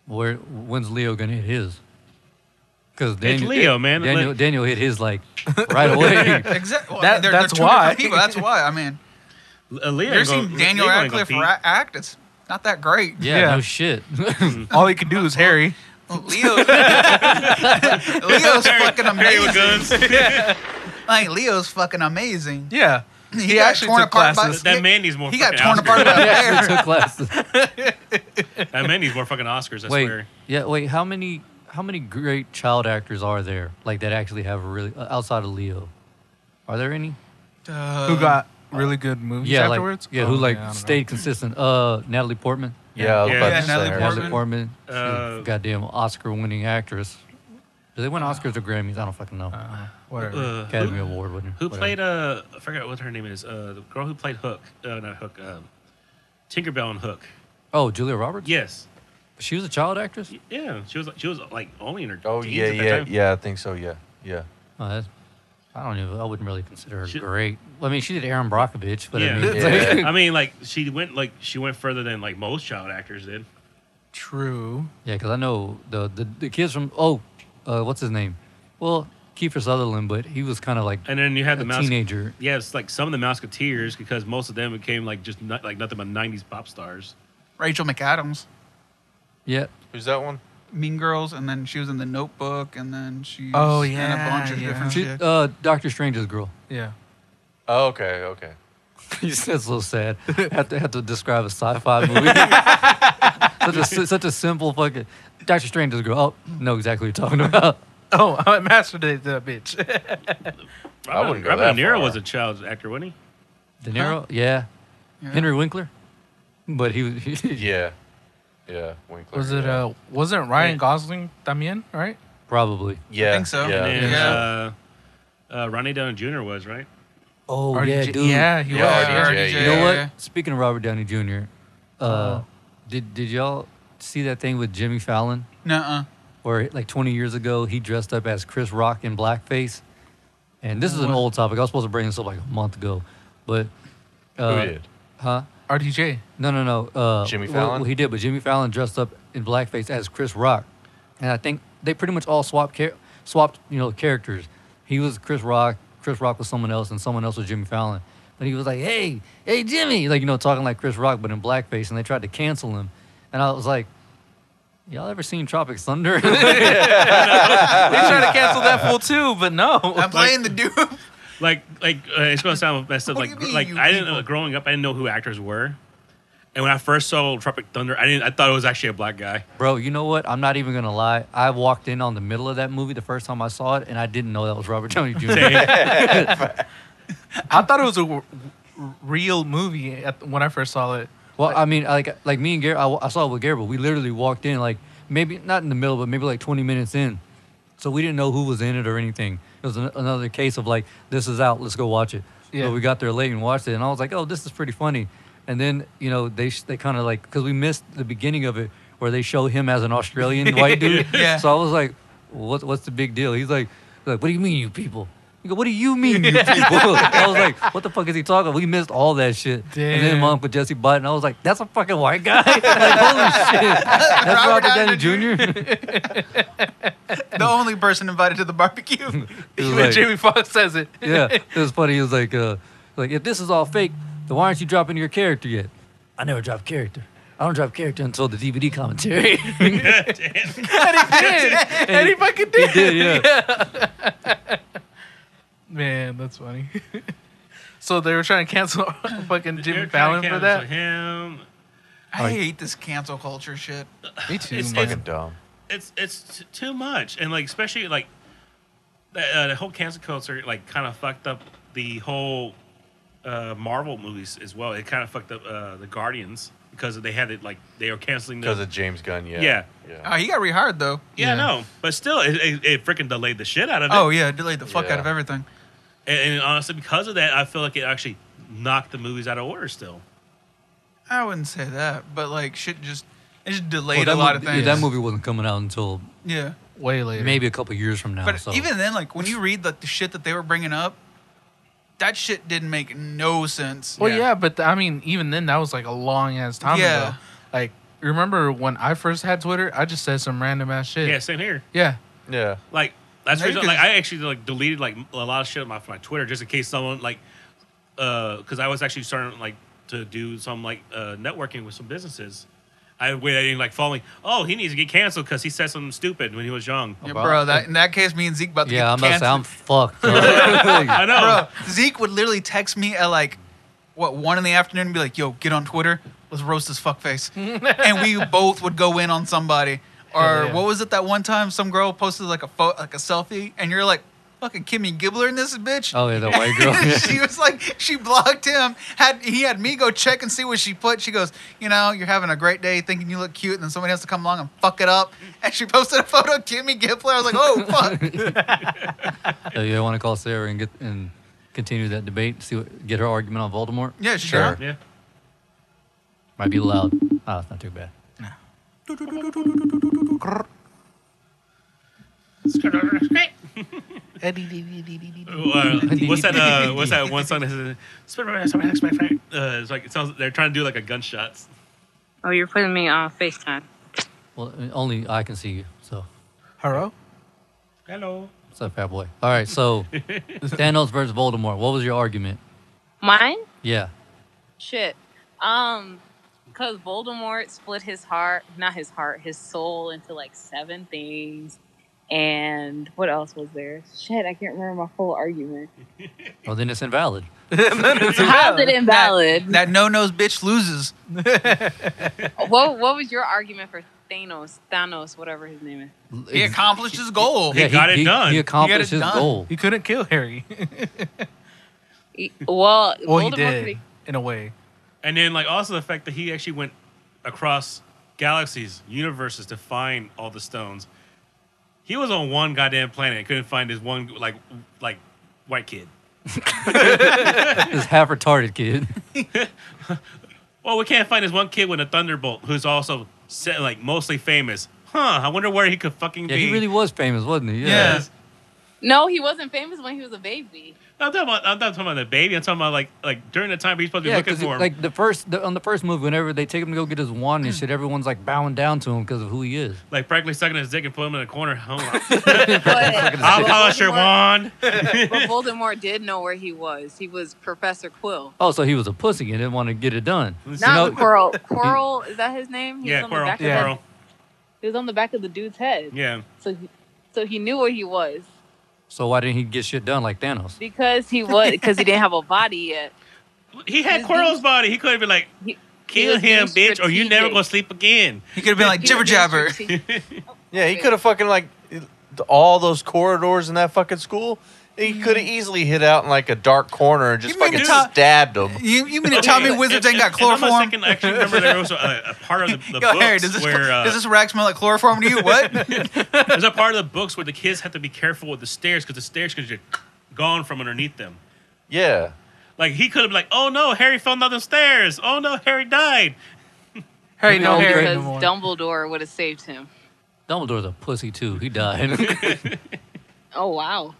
Speaker 3: Where when's Leo gonna hit his? Because
Speaker 4: Leo, man.
Speaker 3: Daniel,
Speaker 4: Like-
Speaker 3: Daniel hit his like right away.
Speaker 5: Exactly. Well,
Speaker 2: That-
Speaker 5: they're,
Speaker 2: that's
Speaker 5: they're two different
Speaker 2: why.
Speaker 5: People. That's why. I mean,
Speaker 4: Uh, Leo
Speaker 5: you ever
Speaker 4: ain't gonna-
Speaker 5: seen Daniel
Speaker 4: Leo ain't gonna
Speaker 5: Radcliffe
Speaker 4: peak.
Speaker 5: ra- act? It's not that great.
Speaker 3: yeah,
Speaker 2: Yeah.
Speaker 3: no shit.
Speaker 2: all he can do is Harry.
Speaker 5: Leo, Leo's fucking
Speaker 4: Harry with
Speaker 5: amazing.
Speaker 4: guns.
Speaker 5: Like Leo's fucking amazing.
Speaker 2: Yeah, he,
Speaker 5: got
Speaker 2: actually
Speaker 5: torn
Speaker 2: took
Speaker 5: apart by-
Speaker 2: classes.
Speaker 4: That man needs more.
Speaker 5: He got
Speaker 4: fucking
Speaker 5: torn
Speaker 4: Oscars.
Speaker 5: apart by a bear.
Speaker 3: Took classes.
Speaker 4: That man needs more fucking Oscars. I
Speaker 3: Wait,
Speaker 4: swear.
Speaker 3: yeah, wait. How many how many great child actors are there like that actually have a really uh, outside of Leo? Are there any?
Speaker 5: Uh,
Speaker 2: who got really good movies
Speaker 3: yeah,
Speaker 2: afterwards.
Speaker 3: like yeah,
Speaker 2: Oh,
Speaker 3: who like
Speaker 2: I don't know.
Speaker 3: stayed consistent? Uh, Natalie Portman.
Speaker 7: Yeah, I was
Speaker 4: Yeah.
Speaker 7: about
Speaker 4: Yeah,
Speaker 7: to
Speaker 5: Natalie
Speaker 7: say.
Speaker 5: Portman.
Speaker 7: Harry.
Speaker 3: Natalie Portman, she's a
Speaker 4: Uh,
Speaker 3: goddamn Oscar-winning actress. Do they win Oscars or Grammys? I don't fucking know.
Speaker 2: Whatever.
Speaker 4: Uh,
Speaker 3: Academy
Speaker 4: who,
Speaker 3: Award winner.
Speaker 4: who
Speaker 3: whatever.
Speaker 4: played? Uh, I forgot what her name is. Uh, the girl who played Hook. Uh, not Hook. Um, Tinkerbell and Hook.
Speaker 3: Oh, Julia Roberts.
Speaker 4: Yes.
Speaker 3: she was a child actress.
Speaker 4: Yeah. She was. She was like only in her.
Speaker 7: Oh
Speaker 4: teens
Speaker 7: yeah,
Speaker 4: at that
Speaker 7: yeah,
Speaker 4: time.
Speaker 7: yeah. I think so. Yeah, yeah.
Speaker 3: Oh, that's, I don't know. I wouldn't really consider her
Speaker 4: She-
Speaker 3: great. Well, I mean, she did Aaron Brockovich, but I
Speaker 4: Yeah.
Speaker 3: mean,
Speaker 7: Yeah.
Speaker 4: I mean, like she went like she went further than like most child actors did.
Speaker 2: True.
Speaker 3: Yeah, because I know the, the the kids from oh, uh, what's his name? Well, Kiefer Sutherland, but he was kind of like
Speaker 4: And then you had the
Speaker 3: a
Speaker 4: mouse.
Speaker 3: teenager.
Speaker 4: Yeah, it's like some of the Mouseketeers because most of them became like just not, like nothing but '90s pop stars.
Speaker 5: Rachel McAdams,
Speaker 3: Yeah,
Speaker 7: Who's that one?
Speaker 5: Mean Girls, and then she was in The Notebook, and then she's
Speaker 2: Oh,
Speaker 5: in a
Speaker 2: yeah,
Speaker 5: bunch of
Speaker 2: yeah.
Speaker 5: different
Speaker 3: she,
Speaker 5: shit.
Speaker 3: uh, Doctor Strange's girl.
Speaker 2: Yeah.
Speaker 7: Oh, okay, okay.
Speaker 3: He's that's so sad. have to have to describe a sci-fi movie. such a si- such a simple fucking Doctor Strange's girl. Oh, know exactly what you're talking about.
Speaker 2: Oh, I mastered it, that bitch.
Speaker 7: I wouldn't go
Speaker 4: Robert
Speaker 7: that
Speaker 4: De Niro
Speaker 7: far.
Speaker 4: was a child actor, wasn't he?
Speaker 3: De Niro. Yeah.
Speaker 5: Yeah.
Speaker 3: Henry Winkler. But he, was- he
Speaker 7: Yeah, yeah. Winkler,
Speaker 2: was it?
Speaker 7: yeah.
Speaker 2: Uh, wasn't Ryan Gosling también? Right?
Speaker 3: probably.
Speaker 7: Yeah,
Speaker 5: think so.
Speaker 7: Yeah,
Speaker 4: And then
Speaker 5: Yeah.
Speaker 4: uh, uh, Ronnie Downey Jr. was right.
Speaker 3: Oh
Speaker 2: RDJ. Yeah, he
Speaker 7: Yeah,
Speaker 2: was.
Speaker 7: RDJ.
Speaker 3: You know
Speaker 5: yeah. Uh-huh.
Speaker 3: what? Speaking of Robert Downey Jr., uh, did did y'all see that thing with Jimmy Fallon
Speaker 5: Nuh-uh.
Speaker 3: where like 20 years ago he dressed up as Chris Rock in blackface? And this is an old topic. I was supposed to bring this up like a month ago, but uh,
Speaker 7: Who did?
Speaker 3: Huh?
Speaker 2: RDJ.
Speaker 3: No, no, no. Uh,
Speaker 7: Jimmy
Speaker 3: well,
Speaker 7: Fallon?
Speaker 3: Well, he did, but Jimmy Fallon dressed up in blackface as Chris Rock, and I think they pretty much all swapped char- swapped you know characters. He was Chris Rock. Chris Rock was someone else, and someone else was Jimmy Fallon. But he was like, "Hey, hey, Jimmy," like you know, talking like Chris Rock, but in blackface, and they tried to cancel him. And I was like, "Y'all ever seen Tropic Thunder?"
Speaker 2: they tried to cancel that fool too, but no.
Speaker 5: I'm playing the dude.
Speaker 4: Like, like uh, it's gonna sound messed up.
Speaker 5: What do
Speaker 4: Like,
Speaker 5: you mean,
Speaker 4: like
Speaker 5: you
Speaker 4: I didn't
Speaker 5: people?
Speaker 4: know growing up. I didn't know who actors were. And when I first saw Tropic Thunder, I didn't. I thought it was actually a black guy.
Speaker 3: Bro, you know what? I'm not even gonna lie. I walked in on the middle of that movie the first time I saw it, and I didn't know that was Robert Downey Jr.
Speaker 4: Same.
Speaker 2: I thought it was a w- r- real movie at, when I first saw it.
Speaker 3: Well, I mean, like like me and Gary, I, wa- I saw it with Gary, but we literally walked in like maybe not in the middle, but maybe like 20 minutes in, so we didn't know who was in it or anything. It was an, another case of like this is out, let's go watch it.
Speaker 2: Yeah.
Speaker 3: So we got there late and watched it, and I was like, oh, this is pretty funny. And then you know they sh- they kind of like because we missed the beginning of it where they show him as an Australian white dude.
Speaker 5: Yeah.
Speaker 3: So I was like, what what's the big deal? He's like, like what do you mean you people? He go, what do you mean you people? I was like, what the fuck is he talking? We missed all that shit. And then
Speaker 2: Damn.
Speaker 3: my uncle Jesse Button, I was like, that's a fucking white guy. like, holy shit. That's
Speaker 5: Robert
Speaker 3: Robert
Speaker 5: Downey
Speaker 3: Downey Jr.
Speaker 5: the only person invited to the barbecue.
Speaker 3: He was
Speaker 2: when
Speaker 3: like-
Speaker 2: Jamie Foxx says it.
Speaker 3: yeah, it was funny. He was like, uh, like if this is all fake, then why aren't you dropping your character yet? I never drop character. I don't drop character until the DVD commentary.
Speaker 2: and he fucking did.
Speaker 3: He did, yeah.
Speaker 2: Man, that's funny. so they were trying to cancel fucking Jimmy
Speaker 4: Eric
Speaker 2: Fallon for
Speaker 4: Fallon cancel
Speaker 2: that.
Speaker 4: Him.
Speaker 5: I hate this cancel culture shit.
Speaker 2: Me too.
Speaker 4: It's-
Speaker 2: man.
Speaker 4: it's-
Speaker 7: Fucking dumb.
Speaker 4: It's it's t- too much, and like especially like that, uh, the whole cancel culture like kind of fucked up the whole uh, Marvel movies as well. It kind of fucked up uh, the Guardians because they had it like they were canceling the
Speaker 7: Because of James Gunn, yeah.
Speaker 4: Yeah.
Speaker 5: Oh, he got rehired though.
Speaker 4: Yeah,
Speaker 2: Yeah.
Speaker 4: no, but still, it, it, it freaking delayed the shit out of it.
Speaker 5: Oh yeah, delayed the fuck out of
Speaker 7: Yeah.
Speaker 5: everything.
Speaker 4: and, and honestly, because of that, I feel like it actually knocked the movies out of order. Still,
Speaker 5: I wouldn't say that, but like shit just it just
Speaker 3: Well,
Speaker 5: delayed
Speaker 3: Oh, that
Speaker 5: a lot
Speaker 3: movie-
Speaker 5: of
Speaker 3: yeah,
Speaker 5: things.
Speaker 3: that movie wasn't coming out until
Speaker 5: Yeah.
Speaker 2: Way later.
Speaker 3: maybe a couple years from now.
Speaker 5: But
Speaker 3: so.
Speaker 5: even then, like when you read like the shit that they were bringing up, that shit didn't make no sense.
Speaker 2: Well,
Speaker 5: Yeah.
Speaker 2: yeah, but th- I mean, even then, that was like a long ass time
Speaker 5: Yeah.
Speaker 2: ago. Like, remember when I first had Twitter? I just said some random ass shit.
Speaker 4: yeah, same here.
Speaker 2: Yeah.
Speaker 7: Yeah.
Speaker 4: Like that's the
Speaker 5: Maybe
Speaker 4: reason, like
Speaker 5: 'cause-
Speaker 4: I actually like deleted like a lot of shit on my, my Twitter just in case someone like because I was actually starting like to do some like uh, networking with some businesses. I waited I didn't like following. Oh, he needs to get canceled because he said something stupid when he was young.
Speaker 5: Yeah,
Speaker 3: About-
Speaker 5: bro, that in that case, me and Zeke about to
Speaker 3: yeah, I'm
Speaker 5: get
Speaker 3: about to say
Speaker 5: canceled.
Speaker 3: I'm fucked. bro.
Speaker 4: I know.
Speaker 5: bro, Zeke would literally text me at like what one in the afternoon and be like, "Yo, get on Twitter, let's roast this fuckface," and we both would go in on somebody. Or
Speaker 2: Hell yeah.
Speaker 5: what was it that one time? Some girl posted like a pho- like a selfie, and you're like, "Fucking Kimmy Gibbler in this bitch."
Speaker 3: oh yeah, that white girl.
Speaker 5: she was like, she blocked him. Had he had me go check and see what she put. She goes, you know, you're having a great day, thinking you look cute, and then somebody has to come along and fuck it up. And she posted a photo of Kimmy Gibbler. I was like, oh fuck.
Speaker 3: So you want to call Sarah and get and continue that debate, see what, get her argument on Voldemort.
Speaker 5: yeah, she
Speaker 7: Sure.
Speaker 4: yeah.
Speaker 3: Might be loud. Oh, it's not too bad.
Speaker 4: Uh, what's that? Uh, what's that one song that says? "Spider-Man, Spider-Man, Spider-Man," Uh, it's like it sounds. They're trying to do like a gunshots.
Speaker 9: Oh, you're putting me on FaceTime.
Speaker 3: Well, only I can see you. So
Speaker 2: Hello?
Speaker 4: Hello.
Speaker 3: what's up, fat boy? All right. So Thanos versus Voldemort. What was your argument?
Speaker 9: Mine?
Speaker 3: Yeah.
Speaker 9: Shit. Um, because Voldemort split his heart, not his heart, his soul into like seven things. And what else was there? Shit, I can't remember my full argument.
Speaker 3: Well, then it's invalid.
Speaker 9: How's it invalid?
Speaker 5: That no nose bitch loses.
Speaker 9: what What was your argument for Thanos? Thanos, whatever his name is.
Speaker 5: He accomplished his goal.
Speaker 4: Yeah. got it done.
Speaker 3: He
Speaker 4: He
Speaker 3: accomplished
Speaker 5: got it
Speaker 3: his
Speaker 5: done.
Speaker 3: goal.
Speaker 2: He couldn't kill Harry.
Speaker 9: He- E, Well,
Speaker 2: well, Oh, he
Speaker 9: Voldemort
Speaker 2: did,
Speaker 9: could've-
Speaker 2: in a way.
Speaker 4: And then like also the fact that he actually went across galaxies, universes to find all the stones. He was on one goddamn planet and couldn't find his one like like white kid.
Speaker 3: This half retarded kid.
Speaker 4: Well, we can't find his one kid with a thunderbolt who's also se- like mostly famous. Huh? I wonder where he could fucking
Speaker 3: Yeah,
Speaker 4: be.
Speaker 3: he really was famous, wasn't he?
Speaker 4: yeah.
Speaker 9: No, he wasn't famous when he was a baby.
Speaker 4: I'm, talking about, I'm not talking about the baby. I'm talking about like like during the time he's supposed to be
Speaker 3: Yeah,
Speaker 4: looking
Speaker 3: because
Speaker 4: for Hmm. him.
Speaker 3: like the first the, on the first movie, whenever they take him to go get his wand and shit, everyone's like bowing down to him because of who he is.
Speaker 4: like practically sucking his dick and putting him in a corner. Hold on.
Speaker 9: But,
Speaker 4: I'll
Speaker 9: but
Speaker 4: polish your
Speaker 9: Voldemort-
Speaker 4: wand.
Speaker 9: But Voldemort did know where he was. He was Professor Quill.
Speaker 3: Oh, so he was a pussy and didn't want to get it done.
Speaker 9: Not
Speaker 3: know-
Speaker 9: Quirrell. Quirrell, is that his name? He
Speaker 4: Yeah,
Speaker 9: was on The
Speaker 4: Quirrell.
Speaker 9: back
Speaker 2: Yeah.
Speaker 4: Quirrell.
Speaker 9: Of that, he was on the back of the dude's head.
Speaker 4: Yeah.
Speaker 9: So, he, so he knew where he was
Speaker 3: So why didn't he get shit done like Thanos?
Speaker 9: because he was because he didn't have a body yet.
Speaker 4: He had
Speaker 9: His
Speaker 4: Quirrell's
Speaker 9: dude-
Speaker 4: body. He could have been like,
Speaker 9: He-
Speaker 4: kill
Speaker 9: was
Speaker 4: him,
Speaker 9: being
Speaker 4: bitch, or you never
Speaker 9: strategic.
Speaker 4: gonna sleep again.
Speaker 5: He could have been like
Speaker 9: He
Speaker 5: jibber
Speaker 9: was
Speaker 5: jabber.
Speaker 9: being strate-
Speaker 7: Yeah, he could have fucking like all those corridors in that fucking school. He could have easily hit out in like a dark corner and just
Speaker 5: You mean to
Speaker 7: fucking
Speaker 5: top-
Speaker 7: stabbed him.
Speaker 5: You, you mean to tell me
Speaker 4: Okay,
Speaker 5: wizards
Speaker 4: and-
Speaker 5: ain't got
Speaker 4: and- and I'm a
Speaker 5: chloroform?
Speaker 4: second, I actually remember there was a, a part of the, the
Speaker 5: Yo,
Speaker 4: books
Speaker 5: Harry, does this,
Speaker 4: where uh,
Speaker 5: does this rag smell like chloroform to you? What?
Speaker 4: there's a part of the books where the kids have to be careful with the stairs because the stairs could just gone from underneath them.
Speaker 7: Yeah.
Speaker 4: Like he could have been like, "Oh no, Harry fell down the stairs. Oh no, Harry died."
Speaker 2: Harry, no,
Speaker 3: Maybe I'll
Speaker 2: Harry.
Speaker 3: get-
Speaker 9: because
Speaker 2: no more.
Speaker 9: Dumbledore would have saved him.
Speaker 3: Dumbledore's a pussy too. He died.
Speaker 9: Oh wow.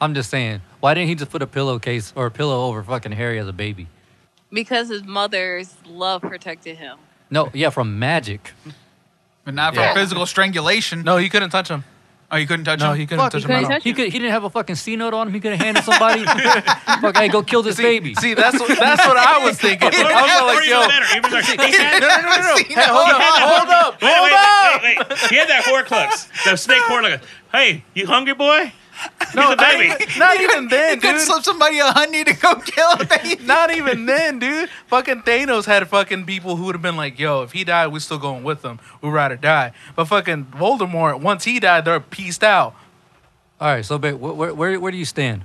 Speaker 3: I'm just saying, why didn't he just put a pillowcase or a pillow over fucking Harry as a baby?
Speaker 9: Because his mother's love protected him.
Speaker 3: No, yeah, from magic.
Speaker 5: But not
Speaker 3: Yeah.
Speaker 5: for physical strangulation.
Speaker 2: No, you couldn't touch him.
Speaker 5: Oh, you couldn't touch
Speaker 2: No,
Speaker 5: him?
Speaker 2: he couldn't
Speaker 5: Fuck,
Speaker 2: touch him. at
Speaker 9: couldn't
Speaker 2: all.
Speaker 9: touch
Speaker 3: He could. He didn't have a fucking C note on him. He could have handed somebody. Fuck, hey, go kill this baby.
Speaker 7: See, that's what that's what I was thinking.
Speaker 4: Or,
Speaker 7: I was
Speaker 4: or
Speaker 7: like,
Speaker 4: even
Speaker 7: yo,
Speaker 4: better, even better, he had,
Speaker 5: No, no, no, no, no.
Speaker 7: hey, hold up, hold up,
Speaker 4: wait, wait,
Speaker 7: hold up.
Speaker 4: wait, wait, wait. He had that Horcrux, the snake Horcrux. Hey, you hungry boy? No, He's a baby.
Speaker 2: Not even
Speaker 5: You
Speaker 2: then,
Speaker 5: could
Speaker 2: dude.
Speaker 5: slip somebody a honey to go kill him.
Speaker 2: Not even then, dude. Fucking Thanos had fucking people who would have been like, "Yo, if he died, we still going with him. We ride or die." But fucking Voldemort, once he died, they're pieced out.
Speaker 3: All right, so babe, wh- where, where where do you stand?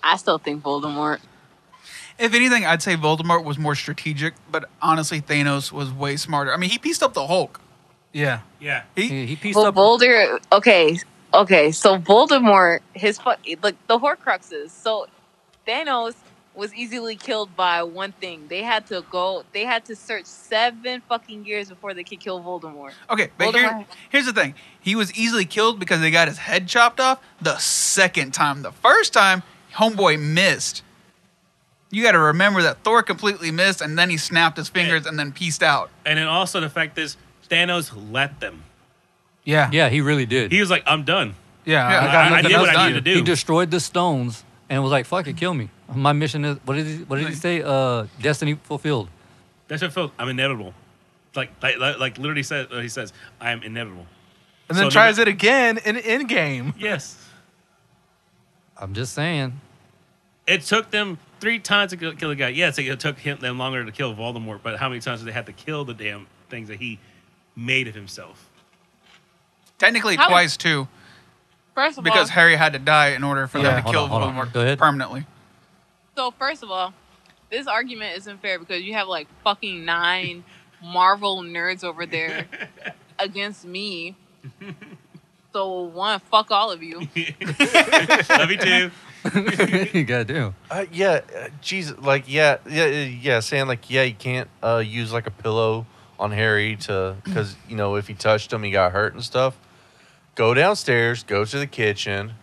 Speaker 9: I still think Voldemort.
Speaker 5: If anything, I'd say Voldemort was more strategic, but honestly, Thanos was way smarter. I mean, he pieced up the Hulk.
Speaker 2: Yeah,
Speaker 4: Yeah.
Speaker 3: He, he pieced
Speaker 9: Well,
Speaker 3: up.
Speaker 9: Boulder. Okay, okay. So Voldemort, his fuck, like the Horcruxes. So Thanos was easily killed by one thing. They had to go. They had to search seven fucking years before they could kill Voldemort.
Speaker 5: Okay, but
Speaker 9: Voldemort.
Speaker 5: here, here's the thing. He was easily killed because they got his head chopped off the second time. The first time, homeboy missed. You got to remember that Thor completely missed, and then he snapped his fingers and then pieced out.
Speaker 4: And then also the fact is, Thanos let them.
Speaker 2: yeah,
Speaker 3: Yeah, he really did.
Speaker 4: He was like, "I'm done."
Speaker 2: yeah.
Speaker 5: Yeah,
Speaker 2: I got
Speaker 4: I- I
Speaker 2: nothing
Speaker 4: did
Speaker 2: else
Speaker 4: what I
Speaker 2: done.
Speaker 4: needed to do.
Speaker 3: He destroyed the stones and was like, "Fuck it, kill me. My mission is what did he what did he say? Uh, destiny fulfilled.
Speaker 4: That's what felt. I'm inevitable. Like, like, like, like literally said. Uh, he says, "I am inevitable."
Speaker 2: And then
Speaker 4: So
Speaker 2: tries
Speaker 4: no-
Speaker 2: it again in Endgame.
Speaker 4: Yes.
Speaker 3: I'm just saying.
Speaker 4: It took them three times to kill, kill the guy. Yes, it took him them longer to kill Voldemort, but how many times did they have to kill the damn things that he made of himself?
Speaker 5: Technically,
Speaker 9: How-
Speaker 5: twice, too,
Speaker 9: First of
Speaker 5: because
Speaker 9: all,
Speaker 5: Harry had to die in order for
Speaker 2: Yeah.
Speaker 5: them to
Speaker 3: Hold
Speaker 5: kill
Speaker 3: on, hold on.
Speaker 5: Voldemort
Speaker 3: Go ahead.
Speaker 5: permanently.
Speaker 9: so first of all, this argument isn't fair because you have like fucking nine Marvel nerds over there against me. So one, fuck all of you.
Speaker 4: Love you too.
Speaker 3: Goddamn.
Speaker 7: Uh, yeah, uh, Jesus, like yeah, yeah, uh, yeah, saying like yeah, you can't uh, use like a pillow on Harry to because you know if he touched him, he got hurt and stuff. Go downstairs, go to the kitchen.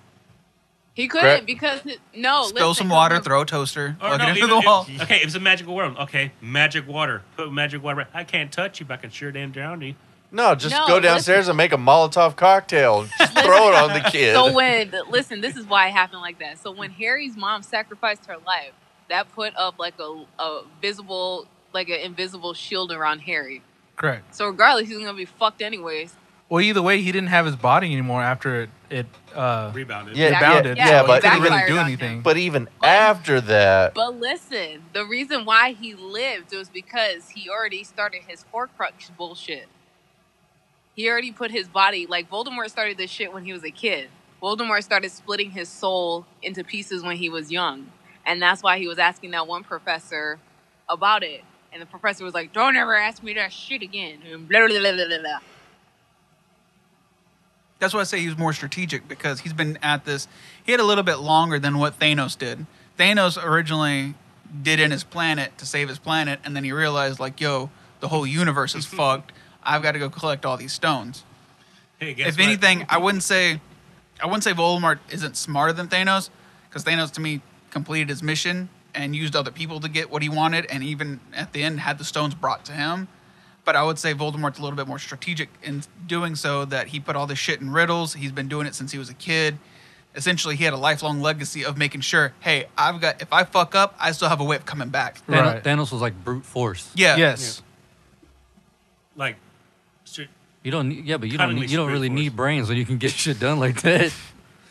Speaker 9: He couldn't
Speaker 7: Gra-
Speaker 9: because no.
Speaker 5: Spill
Speaker 9: Oh, listen,
Speaker 5: some water,
Speaker 9: remember-
Speaker 5: throw a toaster,
Speaker 4: Or
Speaker 5: plug
Speaker 4: Oh, no,
Speaker 5: it into
Speaker 4: even
Speaker 5: the wall.
Speaker 4: if- okay, it was a magical world. Okay, magic water. Put magic water. I can't touch you, but I can sure damn drown you.
Speaker 7: No, just
Speaker 9: No,
Speaker 7: go downstairs
Speaker 9: listen.
Speaker 7: and make a Molotov cocktail. Just throw it on the kid.
Speaker 9: So when listen, this is why it happened like that. So when Harry's mom sacrificed her life, that put up like a, a visible, like an invisible shield around Harry.
Speaker 2: Correct.
Speaker 9: So regardless, he's gonna be fucked anyways.
Speaker 2: Well, either way, he didn't have his body anymore after it. it uh,
Speaker 4: Rebounded.
Speaker 7: Yeah,
Speaker 2: it
Speaker 9: Back-
Speaker 2: bounded.
Speaker 7: yeah,
Speaker 2: so
Speaker 7: but-
Speaker 2: he couldn't really
Speaker 9: backfired
Speaker 2: do
Speaker 9: on him.
Speaker 2: anything.
Speaker 7: but even after that,
Speaker 9: But listen, the reason why he lived was because he already started his Horcrux bullshit. He already put his body like Voldemort started this shit when he was a kid. Voldemort started splitting his soul into pieces when he was young, and that's why he was asking that one professor about it. And the professor was like, "Don't ever ask me that shit again." And blah, blah, blah, blah, blah, blah.
Speaker 5: That's why I say he was more strategic because he's been at this. He had a little bit longer than what Thanos did. Thanos originally did in his planet to save his planet, and then he realized like, yo, the whole universe is fucked. I've got to go collect all these stones.
Speaker 4: Hey, guess
Speaker 5: if
Speaker 4: what?
Speaker 5: anything, I wouldn't say, I wouldn't say Voldemort isn't smarter than Thanos because Thanos to me completed his mission and used other people to get what he wanted, and even at the end had the stones brought to him. But I would say Voldemort's a little bit more strategic in doing so that he put all this shit in riddles. He's been doing it since he was a kid. Essentially, he had a lifelong legacy of making sure, hey, I've got if I fuck up, I still have a way of coming back.
Speaker 3: Thanos,
Speaker 2: Right.
Speaker 3: Thanos was like brute force.
Speaker 5: Yeah.
Speaker 2: yes.
Speaker 4: like, sure,
Speaker 3: You don't. need- Yeah, but you don't.
Speaker 4: Cunningly
Speaker 3: Need, you don't
Speaker 4: brute
Speaker 3: really
Speaker 4: force.
Speaker 3: need brains when you can get shit done like that.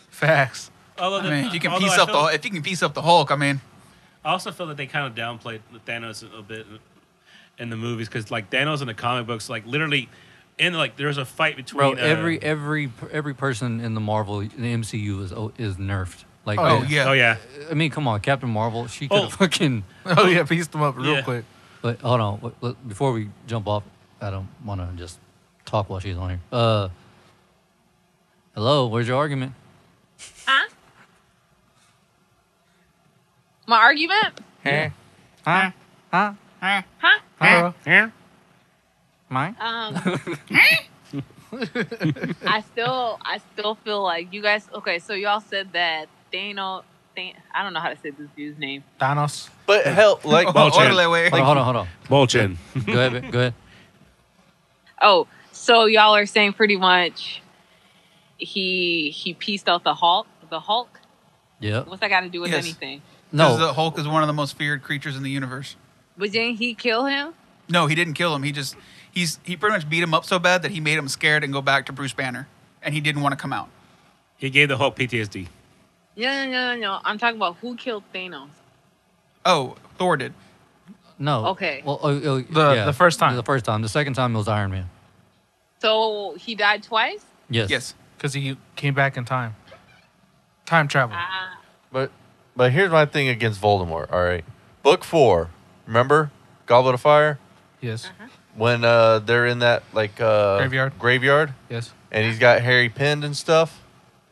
Speaker 2: Facts.
Speaker 4: although
Speaker 5: I
Speaker 4: the-
Speaker 5: mean, if you can
Speaker 4: although
Speaker 5: piece
Speaker 4: I
Speaker 5: up the
Speaker 4: feel-
Speaker 5: if you can piece up the Hulk, I mean,
Speaker 4: I also feel that they kind of downplayed Thanos a bit in the movies because, like, Thanos in the comic books, like, literally, and like there was a fight between
Speaker 3: Bro,
Speaker 4: uh,
Speaker 3: every every every person in the Marvel in the MCU is oh, is nerfed. Like,
Speaker 5: Oh,
Speaker 3: uh,
Speaker 5: yeah.
Speaker 4: oh yeah,
Speaker 3: I mean, come on, Captain Marvel. She could
Speaker 4: Oh.
Speaker 3: have fucking.
Speaker 2: Oh yeah, pieced them up real
Speaker 4: Yeah.
Speaker 2: quick.
Speaker 3: But hold on, what- what- before we jump off, I don't want to just talk while she's on here. Uh, hello, where's your argument?
Speaker 9: Huh? My argument?
Speaker 3: Huh? Huh?
Speaker 9: Huh?
Speaker 2: Huh?
Speaker 3: Mine?
Speaker 9: Um, I still, I still feel like you guys. Okay, so y'all said that Thanos. Than- I don't know how to say this dude's name.
Speaker 2: Thanos.
Speaker 7: But hell, like,
Speaker 4: Well, Chad.
Speaker 5: Orderly way.
Speaker 3: Hold on, hold on, hold on.
Speaker 4: Bolchin.
Speaker 3: Go ahead, ba- go ahead.
Speaker 9: Oh, so y'all are saying pretty much he he pieced out the Hulk. The Hulk.
Speaker 3: Yeah.
Speaker 9: What's that got to do with
Speaker 5: Yes.
Speaker 9: anything?
Speaker 5: No,
Speaker 3: No,
Speaker 5: the Hulk is one of the most feared creatures in the universe.
Speaker 9: But didn't he kill him?
Speaker 5: No, he didn't kill him. He just he's he pretty much beat him up so bad that he made him scared and go back to Bruce Banner, and he didn't want to come out.
Speaker 4: He gave the Hulk PTSD.
Speaker 9: No, no, no, no, no. I'm talking about who killed Thanos.
Speaker 5: Oh, Thor did.
Speaker 3: no.
Speaker 9: Okay.
Speaker 3: Well, oh, oh,
Speaker 2: The-
Speaker 3: yeah.
Speaker 2: the first time.
Speaker 3: The first time. The second time it was Iron Man.
Speaker 9: So he died twice.
Speaker 3: Yes.
Speaker 5: Yes.
Speaker 2: Because he came back in time. Time travel.
Speaker 9: Ah,
Speaker 7: but but here's my thing against Voldemort. All right, book four. Remember, Goblet of Fire
Speaker 2: Yes.
Speaker 7: when uh they're in that like uh
Speaker 2: Graveyard.
Speaker 7: graveyard,
Speaker 2: Yes.
Speaker 7: and he's got Harry pinned and stuff.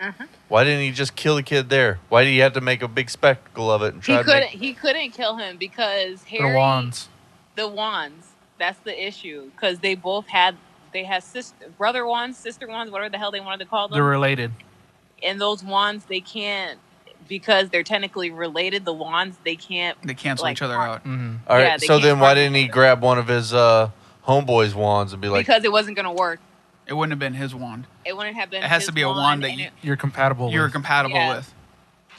Speaker 9: Uh-huh.
Speaker 7: Why didn't he just kill the kid there? Why did he have to make a big spectacle of it and
Speaker 9: he
Speaker 7: try to
Speaker 9: couldn't.
Speaker 7: make?
Speaker 9: He couldn't kill him because
Speaker 2: The
Speaker 9: Harry.
Speaker 2: wands.
Speaker 9: the wands. That's the issue because they both had they had sister brother wands, sister wands, whatever the hell they wanted to call them.
Speaker 2: They're related.
Speaker 9: and those wands they can't because they're technically related. The wands they can't.
Speaker 5: They cancel
Speaker 9: Like,
Speaker 5: each other
Speaker 9: Hulk.
Speaker 5: out.
Speaker 2: hmm
Speaker 7: All right,
Speaker 9: Yeah, they
Speaker 7: so
Speaker 9: can't
Speaker 7: then why
Speaker 9: fight
Speaker 7: didn't he grab one of his uh homeboys' wands and be like,
Speaker 9: because it wasn't gonna work.
Speaker 5: It wouldn't have been his wand.
Speaker 9: It wouldn't have been.
Speaker 5: It has
Speaker 9: his
Speaker 5: to be a
Speaker 9: wand
Speaker 5: wand that
Speaker 9: and
Speaker 5: you-
Speaker 9: it-
Speaker 2: You're compatible.
Speaker 5: You're
Speaker 2: with.
Speaker 5: compatible
Speaker 9: Yeah.
Speaker 5: with.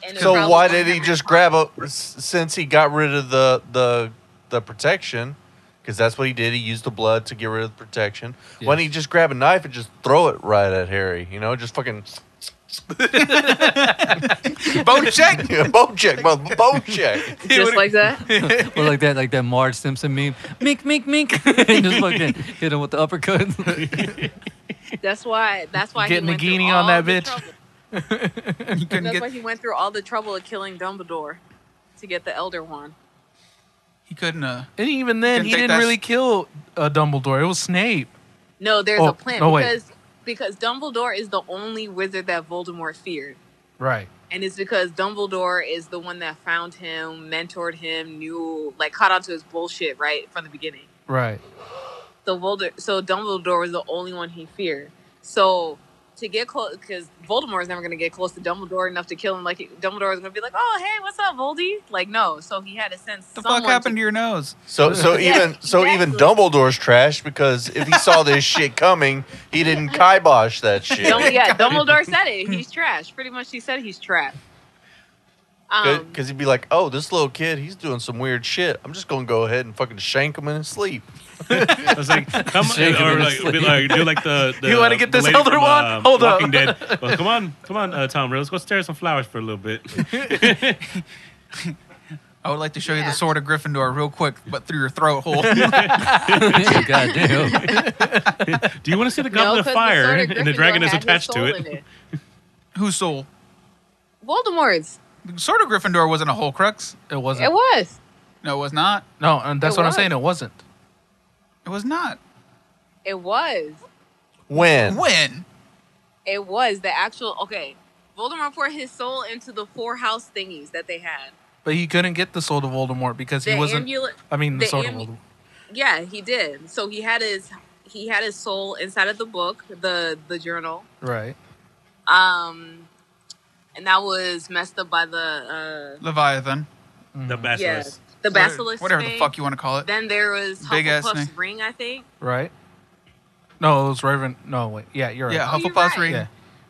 Speaker 9: and it
Speaker 7: So
Speaker 9: probably
Speaker 7: why
Speaker 9: wouldn't
Speaker 7: did he
Speaker 9: have
Speaker 7: just
Speaker 9: happened.
Speaker 7: grab a s- since he got rid of the the the protection? Because that's what he did. He used the blood to get rid of the protection. Why didn't he just grab a knife and just throw it right at Harry? You know, just fucking
Speaker 5: Bone check.
Speaker 7: yeah, bone check, mother- bone check.
Speaker 9: just like that?
Speaker 3: Well, like that, like that Marge Simpson meme. Mink, mink, mink. and just fucking hit him with the uppercut.
Speaker 9: That's why. That's why.
Speaker 2: Get
Speaker 9: he went through
Speaker 2: Nagini
Speaker 9: all
Speaker 2: on that
Speaker 9: the
Speaker 2: bitch.
Speaker 9: trouble.
Speaker 5: You couldn't
Speaker 9: That's
Speaker 5: get.
Speaker 9: why he went through all the trouble of killing Dumbledore to get the Elder Wand.
Speaker 5: He couldn't. Uh,
Speaker 2: And even then,
Speaker 5: Didn't
Speaker 2: he
Speaker 5: think
Speaker 2: didn't
Speaker 5: that's-
Speaker 2: really kill uh, Dumbledore. It was Snape.
Speaker 9: No, there's
Speaker 2: Oh,
Speaker 9: a plan
Speaker 2: no, wait.
Speaker 9: because because Dumbledore is the only wizard that Voldemort feared.
Speaker 2: Right.
Speaker 9: and it's because Dumbledore is the one that found him, mentored him, knew, like caught on to his bullshit right from the beginning.
Speaker 2: Right.
Speaker 9: So Volder, so Dumbledore was the only one he feared. So to get close, because Voldemort is never going to get close to Dumbledore enough to kill him. Like Dumbledore is going to be like, "Oh, hey, what's up, Voldy?" Like, no. So he had to send
Speaker 5: the
Speaker 9: someone.
Speaker 5: fuck happened to your nose?
Speaker 7: So so
Speaker 9: Yeah,
Speaker 7: even so even
Speaker 9: exactly.
Speaker 7: Dumbledore's trash because if he saw this shit coming, he didn't kibosh that shit.
Speaker 9: Dum- yeah, Dumbledore said it. He's trash. Pretty much, he said he's trash. Um,
Speaker 7: Because he'd be like, "Oh, this little kid, he's doing some weird shit. I'm just gonna go ahead and fucking shank him in his sleep."
Speaker 4: I was like, come
Speaker 3: Shaking in
Speaker 4: or
Speaker 3: his
Speaker 4: like,
Speaker 3: sleep.
Speaker 4: be like, do like the, the
Speaker 2: You wanna get
Speaker 4: the
Speaker 2: this
Speaker 4: lady
Speaker 2: elder
Speaker 4: from,
Speaker 2: wand?
Speaker 4: um,
Speaker 2: Hold
Speaker 4: Walking
Speaker 2: up.
Speaker 4: Dead. Well, come on, come on, uh, Tom. Let's go stare at some flowers for a little bit.
Speaker 5: I would like to show you
Speaker 9: Yeah.
Speaker 5: the sword of Gryffindor real quick, but through your throat hole.
Speaker 3: God damn.
Speaker 4: Do you want to see the goblet
Speaker 9: no, 'cause
Speaker 4: of
Speaker 9: the
Speaker 4: fire
Speaker 9: Sword of
Speaker 4: and the
Speaker 9: Gryffindor
Speaker 4: dragon is
Speaker 9: had his
Speaker 4: attached to
Speaker 9: soul
Speaker 4: it?
Speaker 9: in it.
Speaker 5: Whose soul?
Speaker 9: Voldemort's.
Speaker 5: The sword of Gryffindor wasn't a Horcrux.
Speaker 2: It wasn't.
Speaker 9: It was.
Speaker 5: No, it was not.
Speaker 2: no, and that's
Speaker 9: It
Speaker 2: what
Speaker 9: was.
Speaker 2: I'm saying. It wasn't.
Speaker 5: It was not.
Speaker 9: It was.
Speaker 7: When?
Speaker 5: When?
Speaker 9: It was the actual okay. Voldemort poured his soul into the four house thingies that they had.
Speaker 2: But he couldn't get the soul to Voldemort because
Speaker 9: The
Speaker 2: he wasn't.
Speaker 9: amulet.
Speaker 2: I mean, the,
Speaker 9: the
Speaker 2: soul to
Speaker 9: amu-
Speaker 2: Voldemort.
Speaker 9: Yeah, he did. So he had his he had his soul inside of the book, the the journal.
Speaker 2: Right.
Speaker 9: Um, and that was messed up by the
Speaker 5: Leviathan.
Speaker 2: Mhm.
Speaker 4: The
Speaker 9: uh, yeah,
Speaker 4: basilisk.
Speaker 9: the
Speaker 5: Whatever-
Speaker 9: basilisk.
Speaker 5: Whatever the
Speaker 9: thing.
Speaker 5: fuck you want to call it.
Speaker 9: Then there was
Speaker 5: Big ass
Speaker 9: Hufflepuff's
Speaker 5: thing.
Speaker 9: ring, I think.
Speaker 2: Right. No, it was Raven. No, wait. Yeah, you're right.
Speaker 5: Yeah,
Speaker 9: Oh, you're
Speaker 5: Hufflepuff's
Speaker 9: right.
Speaker 5: ring,
Speaker 2: Yeah.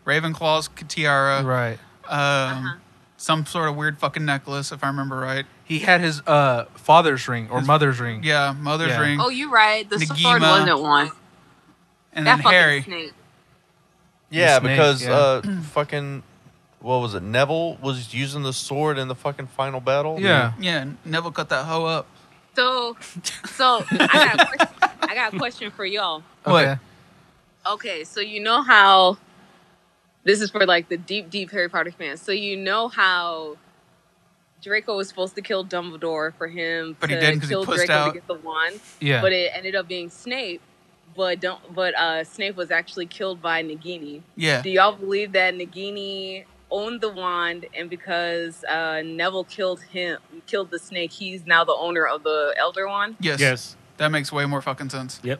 Speaker 5: Ravenclaw's tiara,
Speaker 2: You're right.
Speaker 5: um,
Speaker 9: Uh-huh.
Speaker 5: some sort of weird fucking necklace, if I remember right.
Speaker 2: He had his uh father's ring or mother's ring.
Speaker 5: Yeah, Mother's
Speaker 2: Yeah.
Speaker 5: ring,
Speaker 9: Oh, you're right. The
Speaker 5: Nagima.
Speaker 9: sword wasn't one.
Speaker 5: and
Speaker 9: That
Speaker 5: then
Speaker 9: fucking
Speaker 5: Harry.
Speaker 9: snake.
Speaker 7: Yeah,
Speaker 2: snake,
Speaker 7: because
Speaker 2: yeah.
Speaker 7: uh, fucking what was it? Neville was using the sword in the fucking final battle.
Speaker 2: Yeah.
Speaker 5: Yeah, Neville cut that hoe up.
Speaker 9: So, so I got a question, I got a question for y'all.
Speaker 2: Okay.
Speaker 9: Okay, so you know how this is for like the deep, deep Harry Potter fans. So you know how Draco was supposed to kill Dumbledore for him,
Speaker 5: But he
Speaker 9: to
Speaker 5: didn't 'cause he
Speaker 9: kill
Speaker 5: pussed
Speaker 9: Draco
Speaker 5: out.
Speaker 9: to get the wand,
Speaker 2: Yeah.
Speaker 9: but it ended up being Snape. But don't, but uh, Snape was actually killed by Nagini.
Speaker 5: Yeah.
Speaker 9: Do y'all believe that Nagini owned the wand, and because uh, Neville killed him, killed the snake, he's now the owner of the Elder Wand?
Speaker 5: Yes.
Speaker 4: Yes.
Speaker 5: That makes way more fucking sense.
Speaker 4: Yep.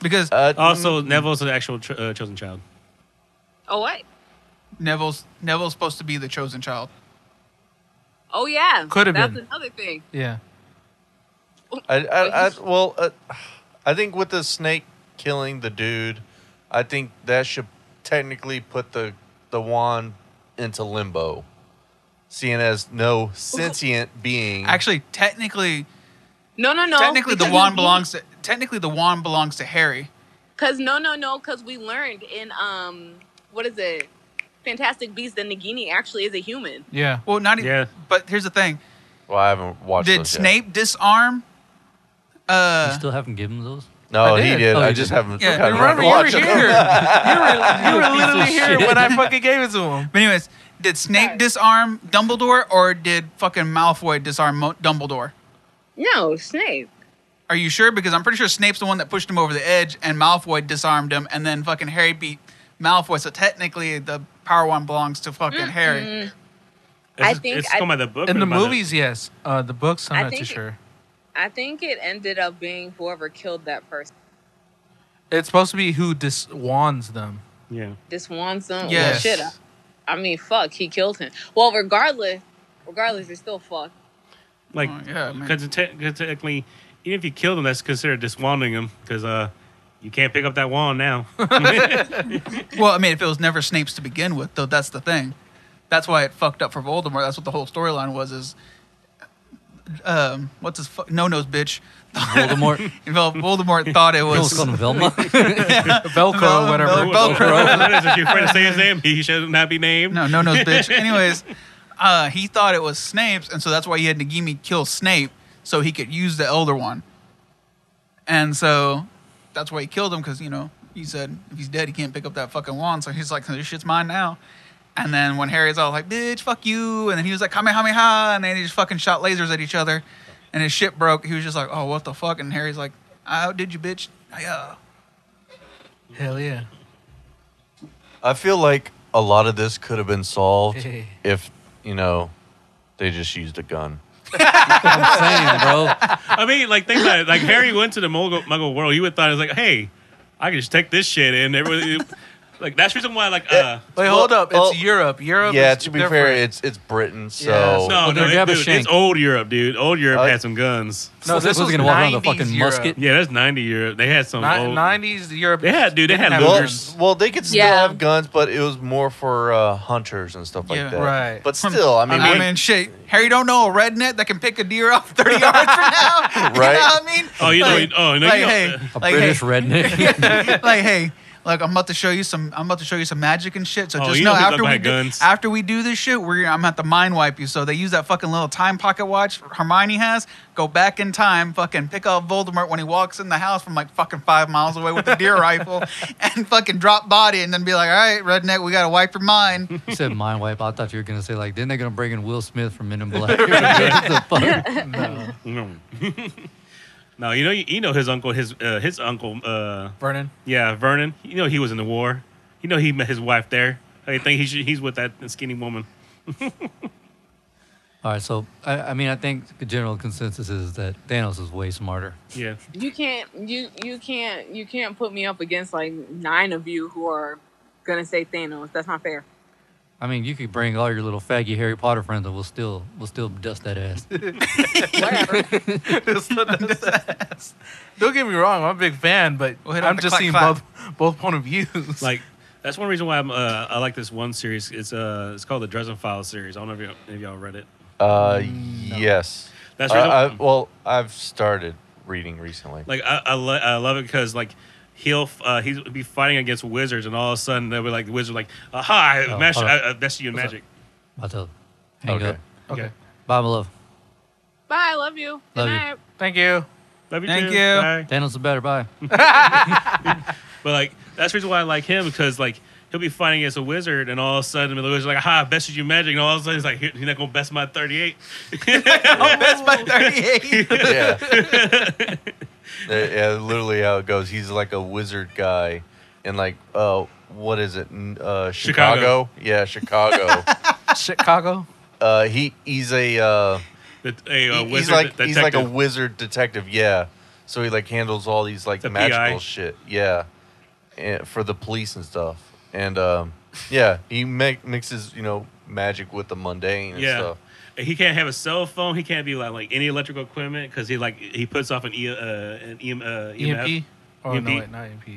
Speaker 5: Because
Speaker 7: Uh,
Speaker 4: Also, Neville's an actual ch- uh, chosen child.
Speaker 9: oh what?
Speaker 5: Neville's Neville's supposed to be the chosen child.
Speaker 9: Oh yeah,
Speaker 2: Coulda
Speaker 9: That's
Speaker 2: been.
Speaker 9: another thing.
Speaker 2: yeah.
Speaker 7: I, I, I, well, uh, I think with the snake killing the dude, I think that should technically put the the wand into limbo, seeing as no sentient being.
Speaker 2: Mm.
Speaker 5: Actually, technically,
Speaker 9: No, no, no.
Speaker 5: technically the
Speaker 9: because
Speaker 5: wand
Speaker 9: we-
Speaker 5: belongs to technically the wand belongs to Harry.
Speaker 9: Cause no, no, no. Cause we learned in um, what is it? Fantastic Beasts that Nagini actually is a human.
Speaker 2: Yeah.
Speaker 5: Well, not even.
Speaker 4: Yeah.
Speaker 5: But here's the thing:
Speaker 7: well, I haven't watched.
Speaker 5: Did
Speaker 7: those yet.
Speaker 5: Snape disarm?
Speaker 3: you
Speaker 5: Uh,
Speaker 3: still haven't given those?
Speaker 7: No,
Speaker 2: I
Speaker 7: he
Speaker 2: did.
Speaker 7: did.
Speaker 3: Oh,
Speaker 7: I
Speaker 3: you
Speaker 7: just
Speaker 3: did.
Speaker 7: haven't.
Speaker 5: Yeah,
Speaker 7: gotten around
Speaker 2: remember
Speaker 7: to
Speaker 2: you were
Speaker 7: watching
Speaker 2: here. You
Speaker 7: them.
Speaker 2: were, you were
Speaker 3: piece of
Speaker 2: literally here
Speaker 3: shit.
Speaker 2: when I fucking gave it to him.
Speaker 5: but anyways, did Snape
Speaker 9: Sorry.
Speaker 5: disarm Dumbledore or did fucking Malfoy disarm Mo- Dumbledore?
Speaker 9: No, Snape.
Speaker 5: Are you sure? Because I'm pretty sure Snape's the one that pushed him over the edge, and Malfoy disarmed him, and then fucking Harry beat Malfoy. So technically, the power wand belongs to fucking Harry.
Speaker 9: Mm,
Speaker 4: It's
Speaker 9: I
Speaker 4: just-
Speaker 9: think
Speaker 4: it's
Speaker 9: I-
Speaker 4: going by the book.
Speaker 2: In
Speaker 4: or
Speaker 2: the
Speaker 4: by
Speaker 2: movies, yes. Uh, the books, I'm
Speaker 9: I
Speaker 2: not too
Speaker 9: think-
Speaker 2: sure.
Speaker 9: I think it ended up being whoever killed that person.
Speaker 2: It's supposed to be who dis- wands them.
Speaker 4: Yeah.
Speaker 9: This one son.
Speaker 5: Yes.
Speaker 9: Well, shit. I, I mean, fuck. He killed him. Well, regardless, regardless, it's still fucked.
Speaker 4: Like,
Speaker 5: Oh, yeah, man.
Speaker 4: because technically, even if you kill them, that's considered diswanding them because uh, you can't pick up that wand now.
Speaker 5: Oh, Well, I mean, if it was never Snape's to begin with, though, that's the thing. That's why it fucked up for Voldemort. That's what the whole storyline was. Is um, what's his fu- no nose bitch?
Speaker 3: Voldemort.
Speaker 5: Well, Voldemort thought it
Speaker 3: It was
Speaker 5: was
Speaker 3: called Velma.
Speaker 2: Velcro
Speaker 5: Vel-
Speaker 2: or whatever.
Speaker 5: Vel- Velcro.
Speaker 4: If you're afraid to say his name, he should not be named.
Speaker 5: no no nose bitch. Anyways, uh, he thought it was Snape's, and so that's why he had Nagini kill Snape so he could use the Elder One. And so that's why he killed him because you know he said if he's dead he can't pick up that fucking wand. So he's like, this shit's mine now. And then when Harry's all like, bitch, fuck you. And then he was like, Kamehameha. And then he just fucking shot lasers at each other. And his shit broke. He was just like, oh, what the fuck? And Harry's like, I outdid you, bitch. Yeah.
Speaker 2: Hell yeah.
Speaker 7: I feel like a lot of this could have been solved
Speaker 2: Hey.
Speaker 7: if you know they just used a gun.
Speaker 3: Same, bro.
Speaker 4: I mean, like think about it. Like Harry went to the Muggle, Muggle world. You would thought it was like, hey, I can just take this shit and everybody. like that's the reason why. Like, uh,
Speaker 2: Wait,
Speaker 7: Well,
Speaker 2: hold up. It's
Speaker 7: well,
Speaker 2: Europe. Europe.
Speaker 7: yeah,
Speaker 2: is
Speaker 7: to be
Speaker 2: different.
Speaker 7: fair, it's it's Britain, so
Speaker 2: Yeah, so-
Speaker 4: no,
Speaker 3: they're
Speaker 4: no, it,
Speaker 3: Oh, grab a
Speaker 4: dude,
Speaker 3: shank.
Speaker 4: it's old Europe, dude. Old Europe
Speaker 7: Uh,
Speaker 4: had some guns.
Speaker 3: No, this was gonna walk around with a
Speaker 2: 90s
Speaker 3: fucking
Speaker 2: Europe.
Speaker 3: musket.
Speaker 4: Yeah, that's ninety Europe. They had some
Speaker 2: Ni-
Speaker 4: old.
Speaker 2: 90s Europe.
Speaker 4: They had- dude, they
Speaker 2: didn't
Speaker 4: had
Speaker 2: have
Speaker 7: well,
Speaker 4: Cougars.
Speaker 2: guns.
Speaker 7: well, they could still
Speaker 9: Yeah.
Speaker 7: have guns, but it was more for uh, hunters and stuff like
Speaker 5: Yeah.
Speaker 7: that.
Speaker 2: Right.
Speaker 7: But still, I mean,
Speaker 5: I mean, shit. Harry don't know a redneck that can pick a deer off 30 yards from now. You know
Speaker 7: Right.
Speaker 5: what I mean?
Speaker 4: Oh, you know, you- oh no,
Speaker 5: like,
Speaker 4: you know,
Speaker 5: hey,
Speaker 3: A
Speaker 5: like,
Speaker 3: British
Speaker 5: hey,
Speaker 3: redneck.
Speaker 5: like, hey, like, I'm about to show you some. I'm about to show you some magic and shit. So
Speaker 4: Oh,
Speaker 5: just
Speaker 4: you
Speaker 5: know,
Speaker 4: know people
Speaker 5: after
Speaker 4: buy
Speaker 5: we do,
Speaker 4: guns.
Speaker 5: after we do this shit, we're I'm at the mind wipe you. So they use that fucking little time pocket watch Hermione has. Go back in time, fucking pick up Voldemort when he walks in the house from like fucking five miles away with a deer rifle, and fucking drop body, and then be like, all right, redneck, we gotta wipe your mind.
Speaker 3: you said mind wipe. I thought you were gonna say like, then they're gonna bring in Will Smith from Men in Black. The fuck?
Speaker 4: no. no, you know, you, you know his uncle, his uh, his uncle, uh,
Speaker 2: Vernon.
Speaker 4: yeah, Vernon. You know he was in the war. You know he met his wife there. I think he should, he's with that skinny woman.
Speaker 3: All right, so I, I mean, I think the general consensus is that Thanos is way smarter.
Speaker 4: Yeah,
Speaker 9: You can't. You you can't. You can't put me up against like nine of you who are gonna say Thanos. That's not fair.
Speaker 3: I mean, you could bring all your little faggy Harry Potter friends, and we'll still we'll still dust that ass.
Speaker 9: Whatever.
Speaker 2: Don't get me wrong. I'm a big fan, but
Speaker 5: We'll hit on
Speaker 2: I'm
Speaker 5: the
Speaker 2: just
Speaker 5: clack
Speaker 2: seeing
Speaker 5: clack.
Speaker 2: both both point of views.
Speaker 4: like that's one reason why I'm, uh, I like this one series. It's uh, it's called the Dresden Files series. I don't know if, y'all- if y'all read it.
Speaker 7: uh, yes.
Speaker 4: That's
Speaker 7: Uh,
Speaker 4: the reason.
Speaker 7: I, well, I've started reading recently.
Speaker 4: like I I, lo- I love it because like. He'll uh, he'll be fighting against wizards, and all of a sudden they'll be like the wizard, like, "Aha! I
Speaker 3: Oh,
Speaker 4: master-
Speaker 3: hold on.
Speaker 4: I, I mastered you in
Speaker 3: What's up?
Speaker 4: magic."
Speaker 3: About to hang
Speaker 7: Okay.
Speaker 3: up.
Speaker 2: okay.
Speaker 4: Okay.
Speaker 3: Bye, my love.
Speaker 9: Bye. I love you. Good
Speaker 3: Love you.
Speaker 9: night.
Speaker 2: Thank you.
Speaker 4: Love you
Speaker 5: Thank
Speaker 4: too.
Speaker 5: you.
Speaker 4: Bye.
Speaker 3: Thanos is better. Bye.
Speaker 4: But like that's the reason why I like him because like he'll be fighting as a wizard, and all of a sudden the wizard's like, "Aha, I bested you magic," and all of a sudden he's like, "Here- "You're not gonna best my 38."
Speaker 5: Best by 38.
Speaker 7: yeah. yeah, yeah, literally how it goes. He's like a wizard guy in like uh what is it? N- Uh Chicago.
Speaker 4: Chicago.
Speaker 7: Yeah, Chicago.
Speaker 2: Chicago.
Speaker 7: uh he he's a uh
Speaker 4: The, a, uh,
Speaker 7: he- he's
Speaker 4: wizard
Speaker 7: like
Speaker 4: detective.
Speaker 7: he's like a wizard detective, yeah. So he like handles all these like
Speaker 4: The PI.
Speaker 7: magical shit. Yeah. And for the police and stuff. And um yeah, he mi- mixes, you know, magic with the mundane and
Speaker 4: yeah.
Speaker 7: stuff.
Speaker 4: And He can't have a cell phone. He can't be like, like any electrical equipment because he like he puts off an E uh, an e, uh, EMF.
Speaker 2: EMP. Oh no,
Speaker 4: EMP.
Speaker 2: wait, not EMP.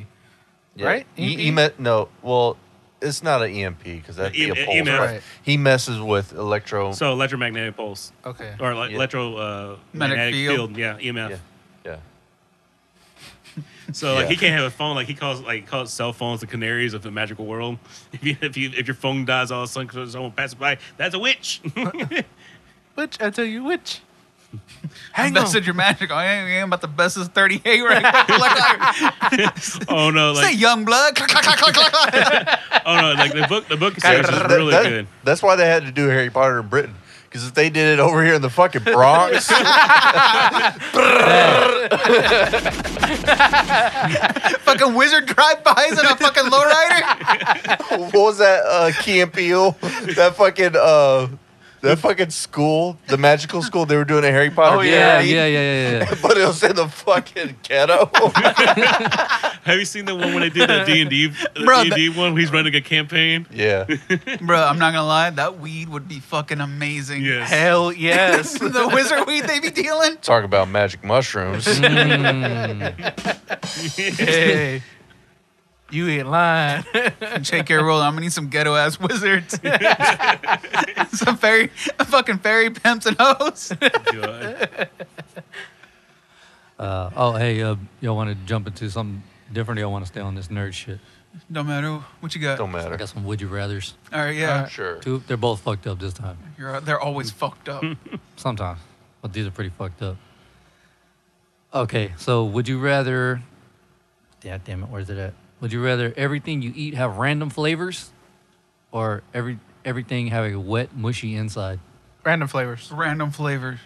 Speaker 7: Yeah.
Speaker 2: Right?
Speaker 7: He, he
Speaker 2: EMP?
Speaker 7: met no. Well, it's not an EMP because that'd be
Speaker 4: E-
Speaker 7: a pulse.
Speaker 4: EMF.
Speaker 7: right?
Speaker 2: Right.
Speaker 7: He messes with electro.
Speaker 4: So electromagnetic pulse
Speaker 2: Okay.
Speaker 4: or like
Speaker 7: Yeah.
Speaker 4: electro uh,
Speaker 5: Magnetic
Speaker 4: magnetic
Speaker 5: field.
Speaker 4: field. Yeah, E EMF.
Speaker 7: yeah, yeah.
Speaker 4: So like
Speaker 7: Yeah.
Speaker 4: he can't have a phone. Like he calls like calls cell phones the canaries of the magical world. If you, if you if your phone dies all of a sudden because someone passes by, that's a witch.
Speaker 2: Which I tell you, which.
Speaker 5: I
Speaker 2: Hang on.
Speaker 5: bested your magic. Oh, I ain't, I ain't about the best is 38 right now. Like, like,
Speaker 4: oh no!
Speaker 5: Say
Speaker 4: Like
Speaker 5: young blood. Clack, clack, clack, clack, clack.
Speaker 4: oh no! Like the book the book
Speaker 7: That-
Speaker 4: series is
Speaker 7: that-
Speaker 4: really
Speaker 7: that-
Speaker 4: good.
Speaker 7: That's why they had to do Harry Potter in Britain. Because if they did it over here in the fucking Bronx,
Speaker 5: fucking wizard drive-bys and a fucking lowrider.
Speaker 7: what was that? Uh, Key and Peele, that fucking uh, that fucking school, the magical school. They were doing a Harry Potter.
Speaker 3: Oh yeah,
Speaker 7: parody,
Speaker 3: yeah, yeah, yeah, yeah.
Speaker 7: But it was in the fucking ghetto.
Speaker 4: Have you seen the one when they did the D and D
Speaker 5: Bro,
Speaker 4: D and D one? Where he's running a campaign.
Speaker 7: yeah.
Speaker 5: Bro, I'm not gonna lie. That weed would be fucking amazing.
Speaker 4: Yes.
Speaker 2: Hell yes.
Speaker 5: the wizard weed they be dealing.
Speaker 7: Talk about magic mushrooms.
Speaker 3: Mm-hmm.
Speaker 2: hey. You ain't lying.
Speaker 5: JK Rowling, I'm gonna need some ghetto ass wizards. some fairy, fucking fairy pimps and hoes.
Speaker 4: God.
Speaker 3: Uh, oh hey, uh, y'all want to jump into something different? Or y'all want to stay on this nerd shit?
Speaker 5: Don't matter what you got.
Speaker 7: Don't
Speaker 3: I
Speaker 7: matter.
Speaker 3: got some would you rather's.
Speaker 5: All right, yeah,
Speaker 7: Sure.
Speaker 3: Two, they're both fucked up this time.
Speaker 5: You're, they're always fucked up.
Speaker 3: Sometimes, but these are pretty fucked up. Okay, so would you rather? Yeah, damn it, where's it at? Would you rather everything you eat have random flavors, or every everything have a wet, mushy inside?
Speaker 2: Random flavors.
Speaker 5: Random flavor,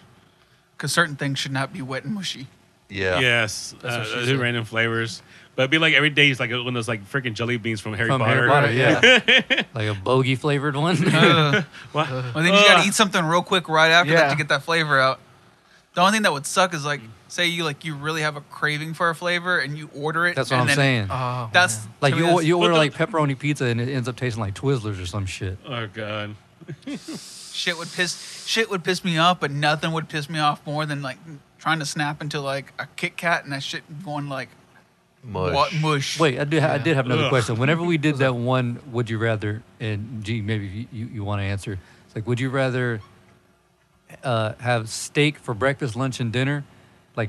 Speaker 5: because certain things should not be wet and mushy.
Speaker 7: Yeah.
Speaker 4: Yes,
Speaker 3: That's what she
Speaker 4: uh,
Speaker 3: said.
Speaker 4: random flavors. But it'd be like every day it's like one of those like freaking jelly beans from Harry
Speaker 3: From Harry
Speaker 4: Potter.
Speaker 2: Oh,
Speaker 3: Potter, yeah, like a bogey flavored one.
Speaker 5: Ugh.
Speaker 4: What?
Speaker 5: well, then you gotta
Speaker 4: Ugh.
Speaker 5: eat something real quick right after that
Speaker 2: Yeah.
Speaker 5: to get that flavor out. The only thing that would suck is like, say you like you really have a craving for a flavor and you order it.
Speaker 3: That's what
Speaker 5: and
Speaker 3: I'm
Speaker 5: then- uh,
Speaker 3: saying.
Speaker 2: Oh.
Speaker 5: That's
Speaker 3: like
Speaker 5: to
Speaker 3: you,
Speaker 5: me,
Speaker 3: or-
Speaker 5: that's-
Speaker 3: you
Speaker 4: what
Speaker 3: order
Speaker 4: the-
Speaker 3: like pepperoni pizza and it ends up tasting like Twizzlers or some shit.
Speaker 4: Oh god.
Speaker 5: shit would piss shit would piss me off, but nothing would piss me off more than like trying to snap into like a Kit Kat and that shit going like
Speaker 7: Mush.
Speaker 5: what mush.
Speaker 3: Wait, I did. I did have another
Speaker 4: Ugh.
Speaker 3: question. Whenever we did that one, would you rather? And gee, maybe you, you, you want to answer. It's like, would you rather uh, have steak for breakfast, lunch, and dinner? Like,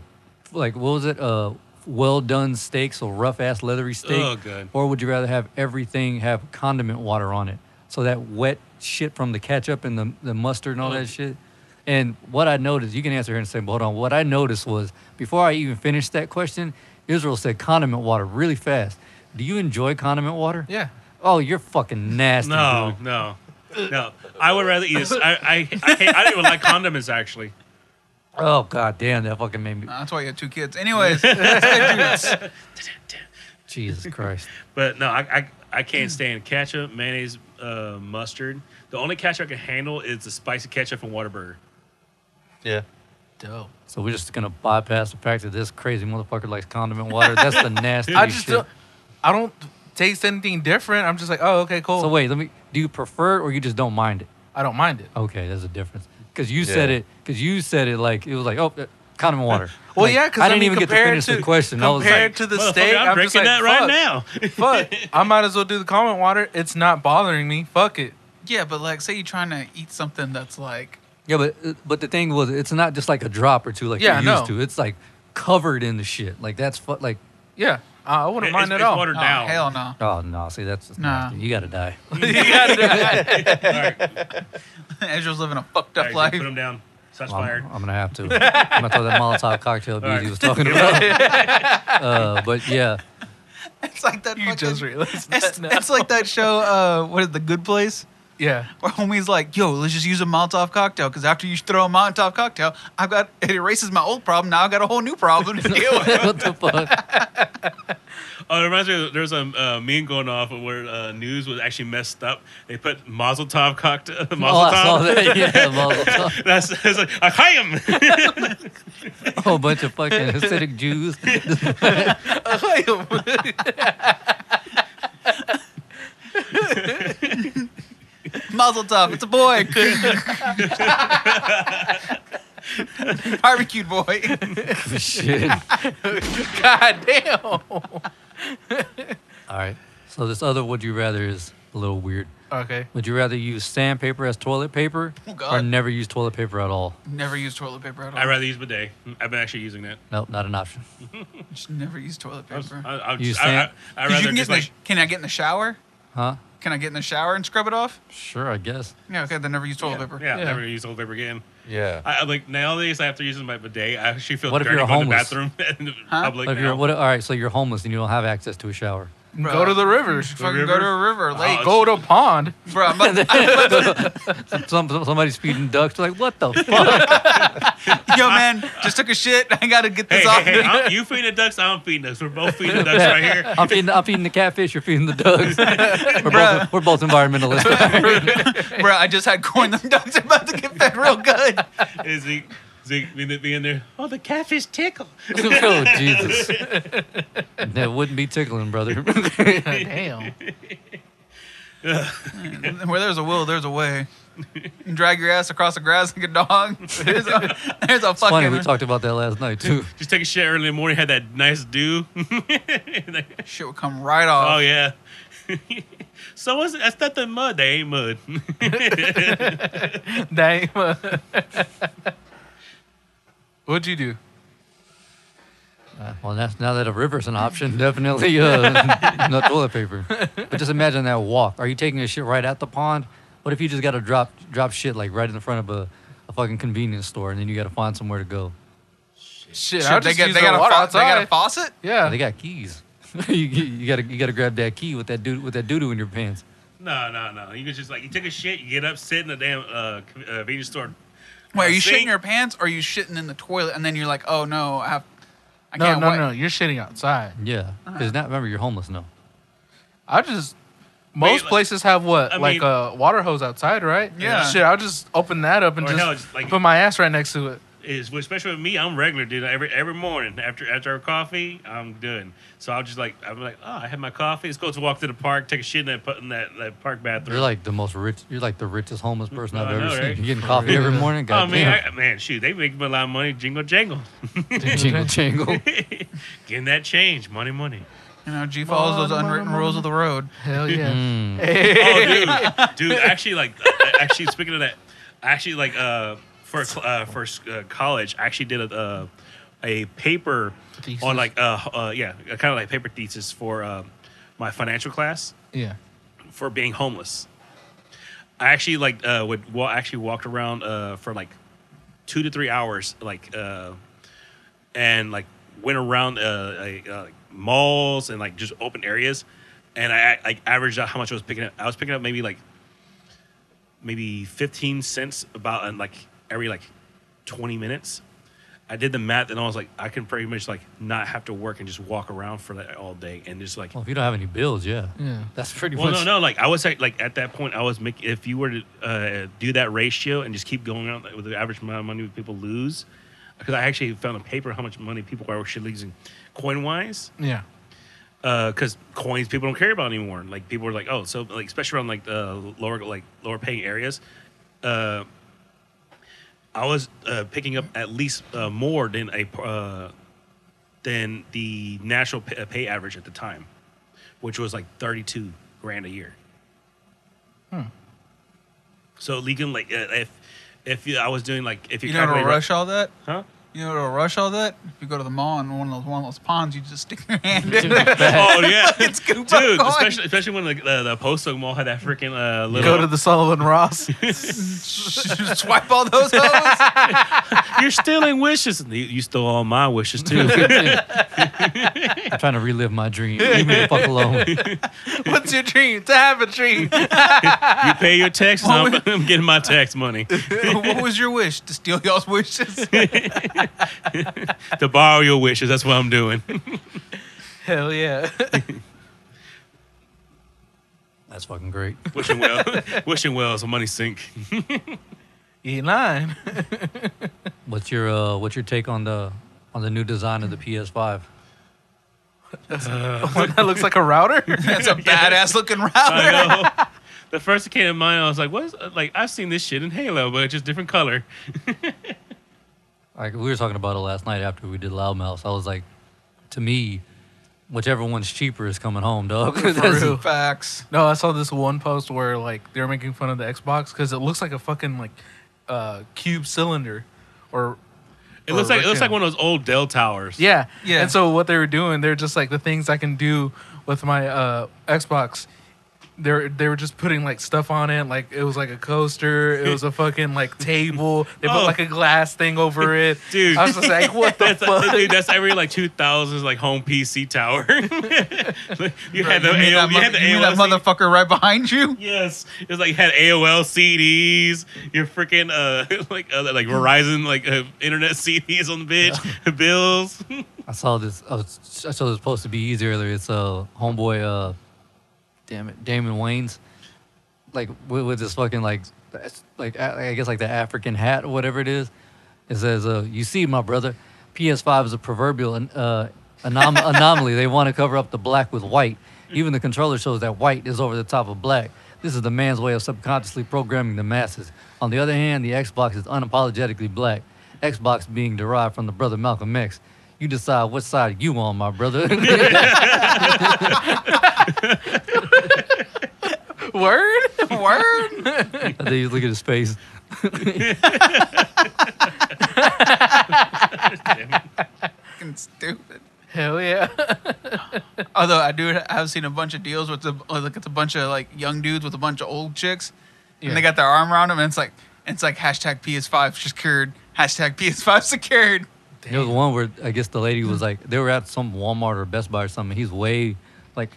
Speaker 3: like what was it? Uh, well done steak, so rough ass leathery steak.
Speaker 4: Oh, God.
Speaker 3: Or would you rather have everything have condiment water on it? So that wet shit from the ketchup and the, the mustard and all that shit. And what I noticed, you can answer here in a second, but hold on. What I noticed was before I even finished that question, Israel said condiment water really fast. Do you enjoy condiment water?
Speaker 2: Yeah.
Speaker 3: Oh, you're fucking nasty.
Speaker 4: No,
Speaker 3: dude.
Speaker 4: no, no. I would rather eat. A, I, I, I, hate, I don't even like condiments actually.
Speaker 3: Oh god damn, that fucking made me.
Speaker 5: Uh, That's why you have two kids. Anyways,
Speaker 3: Jesus Christ.
Speaker 4: But no, I, I, I can't stand ketchup, mayonnaise, uh, mustard. The only ketchup I can handle is the spicy ketchup from Whataburger.
Speaker 7: Yeah.
Speaker 2: Dope.
Speaker 3: So we're just gonna bypass the fact that this crazy motherfucker likes condiment water. That's the nasty
Speaker 2: I just
Speaker 3: shit.
Speaker 2: don't. I don't taste anything different. I'm just like, oh, okay, cool.
Speaker 3: So wait, let me. Do you prefer it or you just don't mind it?
Speaker 2: I don't mind it.
Speaker 3: Okay, there's a difference. Because you said
Speaker 7: Yeah.
Speaker 3: it. Because you said it like it was like oh, uh, condiment water.
Speaker 2: Well,
Speaker 3: Like,
Speaker 2: yeah, because
Speaker 3: I didn't even get to finish the question. I was
Speaker 2: Compared
Speaker 3: like,
Speaker 2: to the
Speaker 4: Motherfucker,
Speaker 2: steak,
Speaker 4: I'm,
Speaker 2: I'm, just
Speaker 4: drinking
Speaker 2: like,
Speaker 4: that right now.
Speaker 2: fuck, fuck, I might as well do the comment water. It's not bothering me. Fuck it.
Speaker 5: yeah, but like say you're trying to eat something that's like
Speaker 3: yeah, but uh, but the thing was, it's not just like a drop or two like
Speaker 2: Yeah,
Speaker 3: you're
Speaker 2: I
Speaker 3: used
Speaker 2: know.
Speaker 3: to. It's like covered in the shit. Like that's fu- like
Speaker 2: Yeah, I I wouldn't
Speaker 4: It's-
Speaker 2: mind
Speaker 4: it's
Speaker 2: at all.
Speaker 4: watered
Speaker 5: oh,
Speaker 4: down.
Speaker 5: hell no.
Speaker 3: oh no, see that's just
Speaker 5: Nah.
Speaker 3: nasty. You gotta die.
Speaker 5: Ezra's living a fucked
Speaker 4: All
Speaker 5: up
Speaker 4: right,
Speaker 5: life.
Speaker 4: put them down. Shots
Speaker 3: Well,
Speaker 4: fired.
Speaker 3: I'm, I'm gonna have to. I'm gonna throw that Molotov cocktail
Speaker 4: All
Speaker 3: abuse
Speaker 4: right.
Speaker 3: he was talking about. uh, but yeah,
Speaker 5: It's like that.
Speaker 2: You
Speaker 5: fucking,
Speaker 2: just realized.
Speaker 5: It's,
Speaker 2: that now.
Speaker 5: it's like that show. Uh, what is the Good Place?
Speaker 2: yeah.
Speaker 5: Where homie's like, yo, let's just use a Molotov cocktail because after you throw a Molotov cocktail, I've got it erases my old problem. Now I've got a whole new problem to deal with.
Speaker 3: what the fuck?
Speaker 4: Oh, it reminds me. There's a uh, meme going off of where uh, news was actually messed up. They put Mazel Tov cocktail. Mazel
Speaker 3: Oh, I saw
Speaker 4: Tov.
Speaker 3: that. Yeah, Mazel Tov.
Speaker 4: That's it's like I hi him.
Speaker 3: a whole bunch of fucking Hasidic Jews.
Speaker 5: Mazel tov, it's a boy. Barbecued boy.
Speaker 3: Shit.
Speaker 2: God damn.
Speaker 3: All right. So this other would you rather is a little weird.
Speaker 2: Okay.
Speaker 3: Would you rather use sandpaper as toilet paper
Speaker 5: Oh,
Speaker 3: or
Speaker 5: God.
Speaker 3: never use toilet paper at all?
Speaker 5: Never use toilet paper at all.
Speaker 4: I'd rather use bidet. I've been actually using that.
Speaker 3: Nope, not an option.
Speaker 5: Just never use toilet
Speaker 4: I was,
Speaker 5: paper.
Speaker 4: I, I,
Speaker 3: You
Speaker 4: just, I, I,
Speaker 3: stand-
Speaker 4: I'd
Speaker 5: 'Cause you
Speaker 4: rather
Speaker 5: can, get
Speaker 4: just
Speaker 5: in the-
Speaker 4: like
Speaker 5: can I get in the shower?
Speaker 3: Huh?
Speaker 5: Can I get in the shower and scrub it off?
Speaker 3: Sure, I guess.
Speaker 5: Yeah, okay, then never use toilet paper.
Speaker 4: yeah,
Speaker 2: Yeah.
Speaker 4: never use toilet paper again.
Speaker 10: Yeah.
Speaker 4: I, I'm like nowadays, I have to use my bidet. I actually feel
Speaker 3: What if
Speaker 4: dirty
Speaker 3: you're
Speaker 4: going to the
Speaker 3: homeless?
Speaker 4: bathroom in the
Speaker 5: Huh?
Speaker 4: public.
Speaker 3: If you're-
Speaker 4: now.
Speaker 3: what- all right, so you're homeless and you don't have access to a shower.
Speaker 5: Bruh.
Speaker 2: Go to the river.
Speaker 5: Just fucking go to a
Speaker 4: Oh,
Speaker 5: river, lake.
Speaker 2: Go to a pond.
Speaker 5: Bro, I'm about, I'm about
Speaker 3: Some, some- somebody's feeding ducks. They're like, what the fuck?
Speaker 5: to- yo, man, just took a shit. I gotta get
Speaker 4: Hey,
Speaker 5: this
Speaker 4: hey,
Speaker 5: off.
Speaker 4: hey, I'm, you feeding the ducks, I'm feeding the ducks. We're both feeding the ducks right here.
Speaker 3: I'm feeding, I'm feeding the catfish. You're feeding the ducks. We're both, we're both environmentalists.
Speaker 5: Bro, I just had corn. Them dogs are about to get fed real good.
Speaker 4: Is Zeke, Zeke being being there? Oh, the catfish tickle.
Speaker 3: oh Jesus! That wouldn't be tickling, brother.
Speaker 2: Damn.
Speaker 5: Where there's a will, there's a way. You drag your ass across the grass like a dog. There's a, there's a
Speaker 3: Funny, we
Speaker 5: fucking
Speaker 3: talked about that last night too.
Speaker 4: Just take a shit early in the morning. Had that nice dew.
Speaker 5: shit would come right
Speaker 4: Oh
Speaker 5: off.
Speaker 4: yeah. so what's that's not the mud. They ain't mud.
Speaker 3: Oh,
Speaker 2: Damn. What'd you do?
Speaker 3: Well, that's now that a river's an option, definitely uh, not toilet paper. But just imagine that walk. Are you taking a shit right at the pond? What if you just got to drop drop shit like right in the front of a, a fucking convenience store, and then you got to find somewhere to go?
Speaker 2: Shit,
Speaker 5: Shit,
Speaker 2: I'll
Speaker 5: they,
Speaker 2: just
Speaker 5: got,
Speaker 2: use
Speaker 5: they,
Speaker 2: the
Speaker 5: got a
Speaker 2: water
Speaker 5: fa- they got a
Speaker 2: outside.
Speaker 5: faucet?
Speaker 2: Yeah.
Speaker 3: They got keys. you, you you gotta you gotta grab that key with that dude with that doo doo in your pants.
Speaker 4: no, no, no. You could just like you take a shit, you get up, sit in the damn uh, co- uh, convenience store.
Speaker 5: Wait, are you
Speaker 4: Sink.
Speaker 5: shitting your pants or are you shitting in the toilet? And then you're like, oh no, I have. I
Speaker 2: no,
Speaker 5: can't
Speaker 2: no,
Speaker 5: wipe.
Speaker 2: no. You're shitting outside.
Speaker 3: Yeah,
Speaker 4: Uh-huh.
Speaker 3: because now remember you're homeless now.
Speaker 2: I just. Most
Speaker 4: like-
Speaker 2: places have what,
Speaker 4: I
Speaker 2: like
Speaker 4: mean-
Speaker 2: a water hose outside, right?
Speaker 5: Yeah.
Speaker 2: Shit, I'll just open that up and
Speaker 4: Or
Speaker 2: just,
Speaker 4: hell, just, like-
Speaker 2: put my ass right next to it.
Speaker 4: Is especially with me, I'm regular, dude. Every every morning after after our coffee, I'm done. So I'll just like I'm like, oh, I had my coffee. Let's go to walk to the park, take a shit in that pu- in that, that park bathroom.
Speaker 3: You're like the most rich. You're like the richest homeless person
Speaker 4: No,
Speaker 3: I've
Speaker 4: Uh, I
Speaker 3: ever
Speaker 4: know,
Speaker 3: seen.
Speaker 4: right?
Speaker 3: You're getting coffee every morning.
Speaker 4: Oh
Speaker 3: God
Speaker 4: man, I, man, shoot, they make a lot of money. Jingle jangle,
Speaker 3: jingle jangle.
Speaker 4: getting that change, money, money.
Speaker 5: You know, G follows those unwritten rules of the road.
Speaker 2: Hell yeah.
Speaker 4: Oh, dude, dude. Actually, like, uh, actually, speaking of that, actually, like, uh, for uh, for uh, college, I actually did a uh, a paper
Speaker 2: Thesis?
Speaker 4: on like, uh, uh yeah, kind of like paper thesis for uh, my financial class
Speaker 2: Yeah.
Speaker 4: for being homeless. I actually like uh, would well, actually walked around uh, for like two to three hours, like uh, and like went around uh, a, uh, like, malls and like just open areas, and I like averaged out how much I was picking up. I was picking up maybe like maybe fifteen cents about and like every like twenty minutes. I did the math and I was like, I can pretty much like not have to work and just walk around for that all day and just like
Speaker 3: Well, if you don't have any bills, yeah,
Speaker 2: Yeah.
Speaker 3: that's pretty
Speaker 4: well,
Speaker 3: much.
Speaker 4: no, no. Like I was at, like at that point, I was making. If you were to uh, do that ratio and just keep going out with the average amount of money people lose, because I actually found a paper how much money people are actually losing, coin wise,
Speaker 2: Yeah.
Speaker 4: because uh, coins people don't care about anymore. Like people are like, oh, so like especially around like the lower like lower paying areas, uh, I was uh, picking up at least uh, more than a uh, than the national pay, uh, pay average at the time, which was like thirty two grand a year. So legal like uh, if if you, I was doing like if you
Speaker 5: You know how to
Speaker 4: calculate-
Speaker 5: rush all that?
Speaker 4: huh?
Speaker 5: You know what'll rush all that? If you go to the mall and one of those one of those ponds, you just stick your hand in there.
Speaker 4: oh yeah, it's
Speaker 5: scoop up
Speaker 4: dude.
Speaker 5: coins.
Speaker 4: Especially, especially when the the, the post mall had that freaking uh, little.
Speaker 2: Go to the Sullivan Ross.
Speaker 5: Swipe all those hoes.
Speaker 4: You're stealing wishes. You, you stole all my wishes too.
Speaker 3: I'm trying to relive my dream. Leave me the fuck alone.
Speaker 2: What's your dream? To have a dream.
Speaker 4: you pay your tax. and I'm, I'm getting my tax money
Speaker 5: what was your wish? To steal y'all's wishes?
Speaker 4: to borrow your wishes. That's what I'm doing.
Speaker 2: Hell yeah.
Speaker 3: That's fucking great.
Speaker 4: wishing well, wishing well is a money sink.
Speaker 2: You ain't lying.
Speaker 3: What's your uh, what's your take on the on the new design of the PS5?
Speaker 2: One that looks like a router.
Speaker 5: That's a badass looking
Speaker 4: I
Speaker 5: router.
Speaker 4: know. The first that came to mind, I was like, "What?" Is, like I've seen this shit in Halo, but it's just different color.
Speaker 3: Like we were talking about it last night after we did Loudmouth. I was like, to me, whichever one's cheaper is coming home, dog. That's-
Speaker 2: real.
Speaker 5: Facts.
Speaker 2: No, I saw this one post where like they were making fun of the Xbox because it looks like a fucking like uh cube cylinder, or
Speaker 4: It
Speaker 2: Or
Speaker 4: looks like it looks like
Speaker 2: rectangle.
Speaker 4: one of those old Dell towers.
Speaker 2: yeah,
Speaker 5: Yeah.
Speaker 2: And so what they were doing, they're just like the things I can do with my uh Xbox. They are they were just putting like stuff on it, like it was like a coaster, it was a fucking like table. They put
Speaker 4: Oh.
Speaker 2: like a glass thing over it.
Speaker 4: Dude.
Speaker 2: I was just like, what the
Speaker 4: That's, uh,
Speaker 2: fuck?
Speaker 4: dude, that's every like 2000s like home PC tower. you had the
Speaker 5: you mean,
Speaker 4: AOL,
Speaker 5: that,
Speaker 4: you had
Speaker 5: mother-
Speaker 4: the E.
Speaker 5: you mean
Speaker 4: AOL.
Speaker 5: that motherfucker right behind you?
Speaker 4: Yes, it was like you had AOL CDs, your freaking uh like uh, like Verizon like uh, internet CDs on the bitch bills.
Speaker 3: I saw this. I, was, I saw this supposed to be easy earlier. It's uh, homeboy. Uh, damn it, Damon Wayans. Like with, with this fucking like, that's- like I I guess like the African hat or whatever it is. It says, uh, "You see, my brother, PS5 is a proverbial uh, anom- anomaly. They want to cover up the black with white. Even the controller shows that white is over the top of black. This is the man's way of subconsciously programming the masses. On the other hand, the Xbox is unapologetically black. Xbox being derived from the brother Malcolm X. You decide what side you on, my brother.
Speaker 2: Word?
Speaker 5: Word.
Speaker 3: And then you look at his face.
Speaker 5: Fucking stupid.
Speaker 2: Hell yeah.
Speaker 5: Although I do have seen a bunch of deals with the uh, like it's a bunch of like young dudes with a bunch of old chicks,
Speaker 2: Yeah.
Speaker 5: and they got their arm around them, and it's like it's like hashtag PS5 secured, hashtag PS5 secured.
Speaker 3: There was one where I guess the lady was like, they were at some Walmart or Best Buy or something. He's way like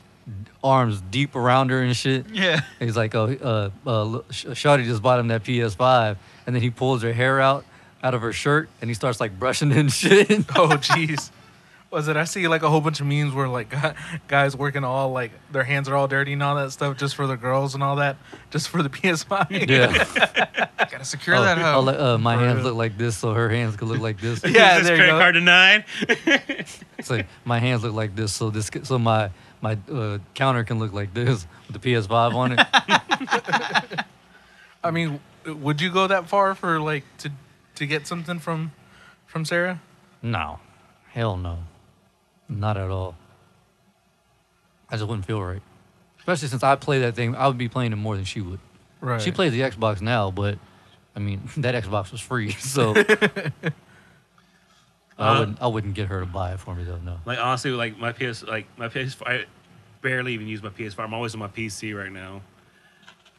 Speaker 3: arms deep around her and shit.
Speaker 5: Yeah.
Speaker 3: And he's like, oh, uh, uh, look, Sh- Shawty just bought him that PS5, and then he pulls her hair out out of her shirt and he starts like brushing it and shit.
Speaker 2: Oh jeez. Was it? I see like a whole bunch of memes where like guys working all like their hands are all dirty and all that stuff just for the girls and all that, just for the PS5.
Speaker 3: yeah.
Speaker 5: Gotta secure
Speaker 3: oh,
Speaker 5: that
Speaker 3: oh,
Speaker 5: hoe.
Speaker 3: like, uh, my
Speaker 2: For
Speaker 3: hands
Speaker 2: real.
Speaker 3: look like this, so her hands could look like this.
Speaker 2: Yeah,
Speaker 4: Is this
Speaker 2: there you
Speaker 4: credit
Speaker 2: go.
Speaker 4: card denied.
Speaker 3: It's like my hands look like this, so this, so my my uh, counter can look like this with the PS5 on it.
Speaker 2: I mean, would you go that far for like to to get something from from Sarah?
Speaker 3: No. Hell no. Not at all. I just wouldn't feel right. Especially since I play that thing, I would be playing it more than she would.
Speaker 2: Right.
Speaker 3: She plays the Xbox now, but I mean that Xbox was free, so I
Speaker 4: Uh-huh.
Speaker 3: wouldn't I wouldn't get her to buy it for me though, no.
Speaker 4: Like honestly, like my PS, like my PS, I barely even use my PS4. I'm always on my PC right now,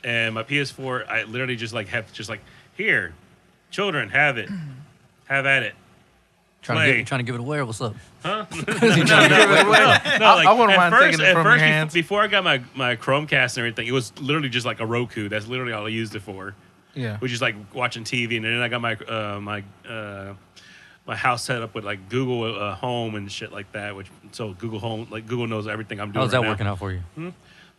Speaker 4: and my PS4, I literally just like have just like here, children have it, have at it,
Speaker 3: Trying to,
Speaker 4: Play.
Speaker 3: give, trying to give it away or what's up?
Speaker 4: huh?
Speaker 2: Trying to give it away.
Speaker 4: No,
Speaker 2: I-
Speaker 4: like,
Speaker 2: I wouldn't
Speaker 4: at
Speaker 2: mind
Speaker 4: first,
Speaker 2: taking it
Speaker 4: at
Speaker 2: from
Speaker 4: first,
Speaker 2: your
Speaker 4: befo-
Speaker 2: hands.
Speaker 4: Before I got my, my Chromecast and everything, it was literally just like a Roku. That's literally all I used it for,
Speaker 2: yeah.
Speaker 4: which is like watching TV. And then I got my uh, my uh, my house set up with like Google uh, Home and shit like that. Which so Google Home, like Google knows everything I'm doing.
Speaker 3: How's that
Speaker 4: right now.
Speaker 3: working out for you?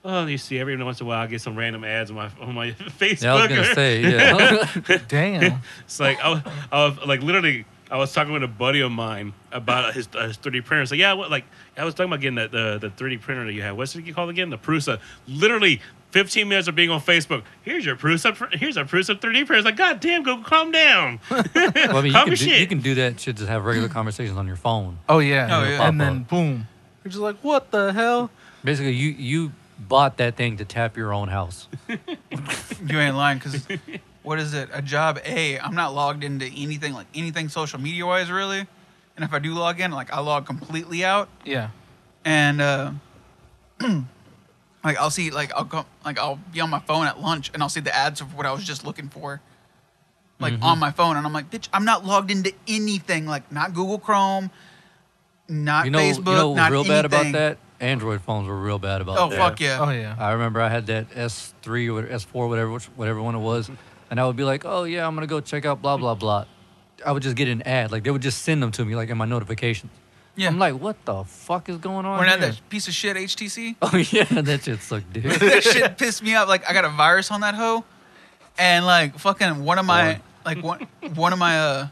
Speaker 4: Oh, you see, every once in a while I get some random ads on my on my Facebook.
Speaker 3: Yeah, I was gonna say, yeah.
Speaker 2: Damn.
Speaker 4: It's like I was, I was like literally I was talking with a buddy of mine about his, uh, his 3D printer. It's like yeah, what, like I was talking about getting that the, the 3D printer that you have. What's it called again? The Prusa. Literally 15 minutes of being on Facebook. Here's your Prusa. pr- Here's a Prusa 3D printer. It's like God damn, go calm down.
Speaker 3: well, I mean, you can,
Speaker 4: Calm your
Speaker 3: do,
Speaker 4: shit.
Speaker 3: you can do that shit just have regular conversations on your phone.
Speaker 2: Oh yeah.
Speaker 5: Oh, yeah.
Speaker 2: And then boom. You're just like, what the hell?
Speaker 3: Basically you you bought that thing to tap your own house.
Speaker 5: You ain't lying, cause what is it? A job A. I'm not logged into anything like anything social media wise really. And if I do log in, like I log completely out.
Speaker 2: Yeah.
Speaker 5: and uh, like I'll see like I'll go like I'll be on my phone at lunch and I'll see the ads of what I was just looking for, like
Speaker 3: Mm-hmm.
Speaker 5: on my phone, and I'm like, bitch, I'm not logged into anything, like not Google Chrome, not
Speaker 3: You know,
Speaker 5: Facebook,
Speaker 3: you know what was
Speaker 5: not
Speaker 3: real
Speaker 5: anything.
Speaker 3: bad about that? Android phones were real bad about
Speaker 5: Oh
Speaker 3: that.
Speaker 5: fuck yeah!
Speaker 2: Oh yeah.
Speaker 3: I remember I had that S3 or S4, whatever, which, whatever one it was, and I would be like, "Oh yeah, I'm gonna go check out blah blah blah." I would just get an ad, like they would just send them to me, like in my notifications.
Speaker 5: yeah.
Speaker 3: I'm like, "What the fuck is going on?"
Speaker 5: We're not
Speaker 3: here?
Speaker 5: that piece of shit HTC.
Speaker 3: oh yeah, that shit sucked, dude.
Speaker 5: that shit pissed me off. Like I got a virus on that hoe, and like fucking one of my like one one of my uh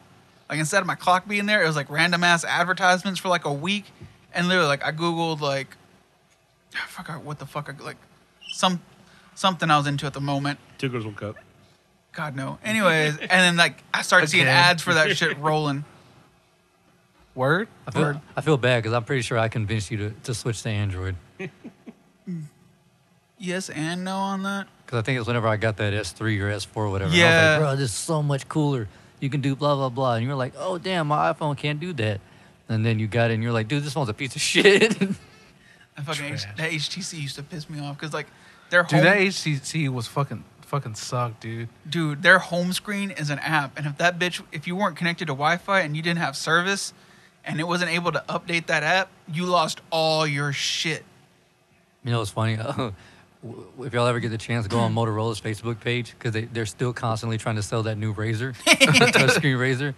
Speaker 5: like instead of my clock being there, it was like random ass advertisements for like a week, and literally like I googled like I forgot what the fuck I, like some something I was into at the moment.
Speaker 11: Two girls, one cup.
Speaker 5: God no. Anyways, and then like I started seeing
Speaker 2: Okay.
Speaker 5: ads for that shit rolling.
Speaker 2: Word.
Speaker 3: I feel, I feel bad because I'm pretty sure I convinced you to, to switch to Android
Speaker 5: Yes and no on that.
Speaker 3: because I think it was whenever I got that S3 or S4 or whatever. and I
Speaker 5: Yeah.
Speaker 3: was like, bro, this is so much cooler. You can do blah blah blah, and you were like, "Oh damn, my iPhone can't do that." And then you got it, and you're like, "Dude, this phone's a piece of shit."
Speaker 5: That fucking H-
Speaker 2: Trash.
Speaker 5: that HTC used to piss me off because like their
Speaker 2: Dude,
Speaker 5: home-
Speaker 2: that HTC was fucking fucking sucked, dude.
Speaker 5: dude, their home screen is an app, and if that bitch, if you weren't connected to Wi-Fi and you didn't have service, and it wasn't able to update that app, you lost all your shit.
Speaker 3: You know, it's funny. uh, w- if y'all ever get the chance, go on Motorola's Facebook page because they, they're still constantly trying to sell that new razor, touchscreen razor.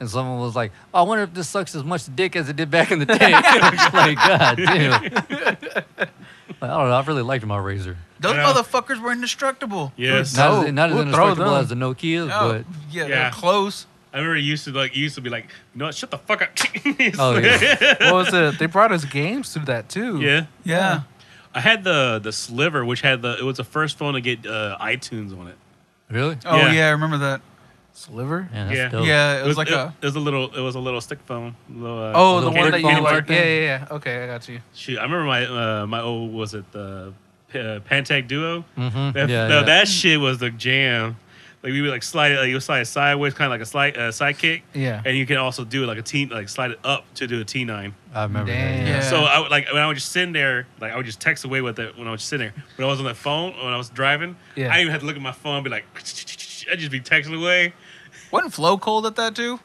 Speaker 3: And someone was like, I wonder if this sucks as much dick as it did back in the day. like, God damn. Like, I don't know. I really liked my razor.
Speaker 5: Those
Speaker 4: Yeah.
Speaker 5: motherfuckers were indestructible.
Speaker 4: Yes.
Speaker 3: Not
Speaker 2: No,
Speaker 3: as, not as
Speaker 2: we'll throw
Speaker 3: indestructible
Speaker 2: them.
Speaker 3: as the Nokia's,
Speaker 5: Oh,
Speaker 3: but
Speaker 5: yeah,
Speaker 4: Yeah.
Speaker 5: they're close.
Speaker 4: I remember he used to like he used to be like, no, shut the fuck up.
Speaker 3: oh, yeah.
Speaker 2: What was it? They brought us games through that too.
Speaker 4: yeah.
Speaker 5: Yeah.
Speaker 4: I had the the sliver, which had the it was the first phone to get uh, iTunes on it.
Speaker 3: really?
Speaker 5: Oh
Speaker 4: Yeah.
Speaker 5: yeah. I remember that.
Speaker 2: Sliver.
Speaker 3: Man, that's
Speaker 4: Yeah.
Speaker 3: dope.
Speaker 5: Yeah, it was like
Speaker 4: it,
Speaker 5: a.
Speaker 4: it was a little it was a little stick phone. Little, uh,
Speaker 2: Oh, the
Speaker 3: Little
Speaker 2: one that
Speaker 4: kindergarten
Speaker 2: you like.
Speaker 4: thing.
Speaker 2: Yeah, yeah, yeah. Okay, I got you.
Speaker 4: Shoot, I remember my uh, my old was it the P- uh, Pantech Duo.
Speaker 3: Mhm.
Speaker 4: That,
Speaker 3: Yeah,
Speaker 4: no,
Speaker 3: yeah.
Speaker 4: that shit was the jam. Like we would like slide it, like you would slide it sideways, kind of like a slide uh, sidekick.
Speaker 2: Yeah.
Speaker 4: And you can also do it like a T, like slide it up to do a T nine.
Speaker 3: I remember
Speaker 2: Damn.
Speaker 3: that. Yeah.
Speaker 5: Yeah.
Speaker 4: So I would like when I would just sit there, like I would just text away with it when I was sitting there. When I was on the phone, when I was driving,
Speaker 2: Yeah.
Speaker 4: I didn't even have to look at my phone. and Be like, I'd just be texting away.
Speaker 5: Wasn't Flo cold at that too?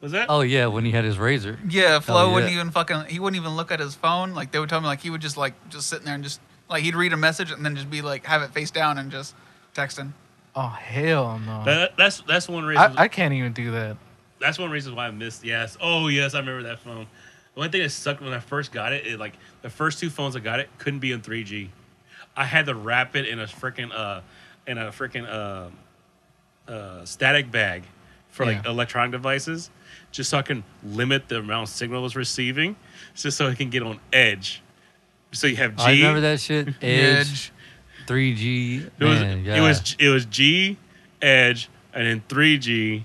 Speaker 4: Was that?
Speaker 3: Oh, yeah, when he had his razor.
Speaker 5: Yeah, Flo
Speaker 3: Oh, yeah.
Speaker 5: wouldn't even fucking. He wouldn't even look at his phone. Like they would tell me, like he would just like just sitting there and just like he'd read a message and then just be like have it face down and just texting.
Speaker 2: Oh hell no.
Speaker 4: That- that's that's one reason.
Speaker 2: I, I can't even do that.
Speaker 4: That's one reason why I missed. Yes. Oh yes, I remember that phone. The one thing that sucked when I first got it, it like the first two phones I got it couldn't be in 3G. I had to wrap it in a freaking uh in a freaking uh, uh static bag for like
Speaker 2: Yeah.
Speaker 4: electronic devices, just so I can limit the amount of signal it was receiving, just so it can get on edge. So you have G.
Speaker 3: I remember that shit. Edge,
Speaker 5: Edge.
Speaker 3: 3G.
Speaker 4: It was
Speaker 3: man,
Speaker 4: it
Speaker 3: yeah.
Speaker 4: was it was G, Edge, and then 3G,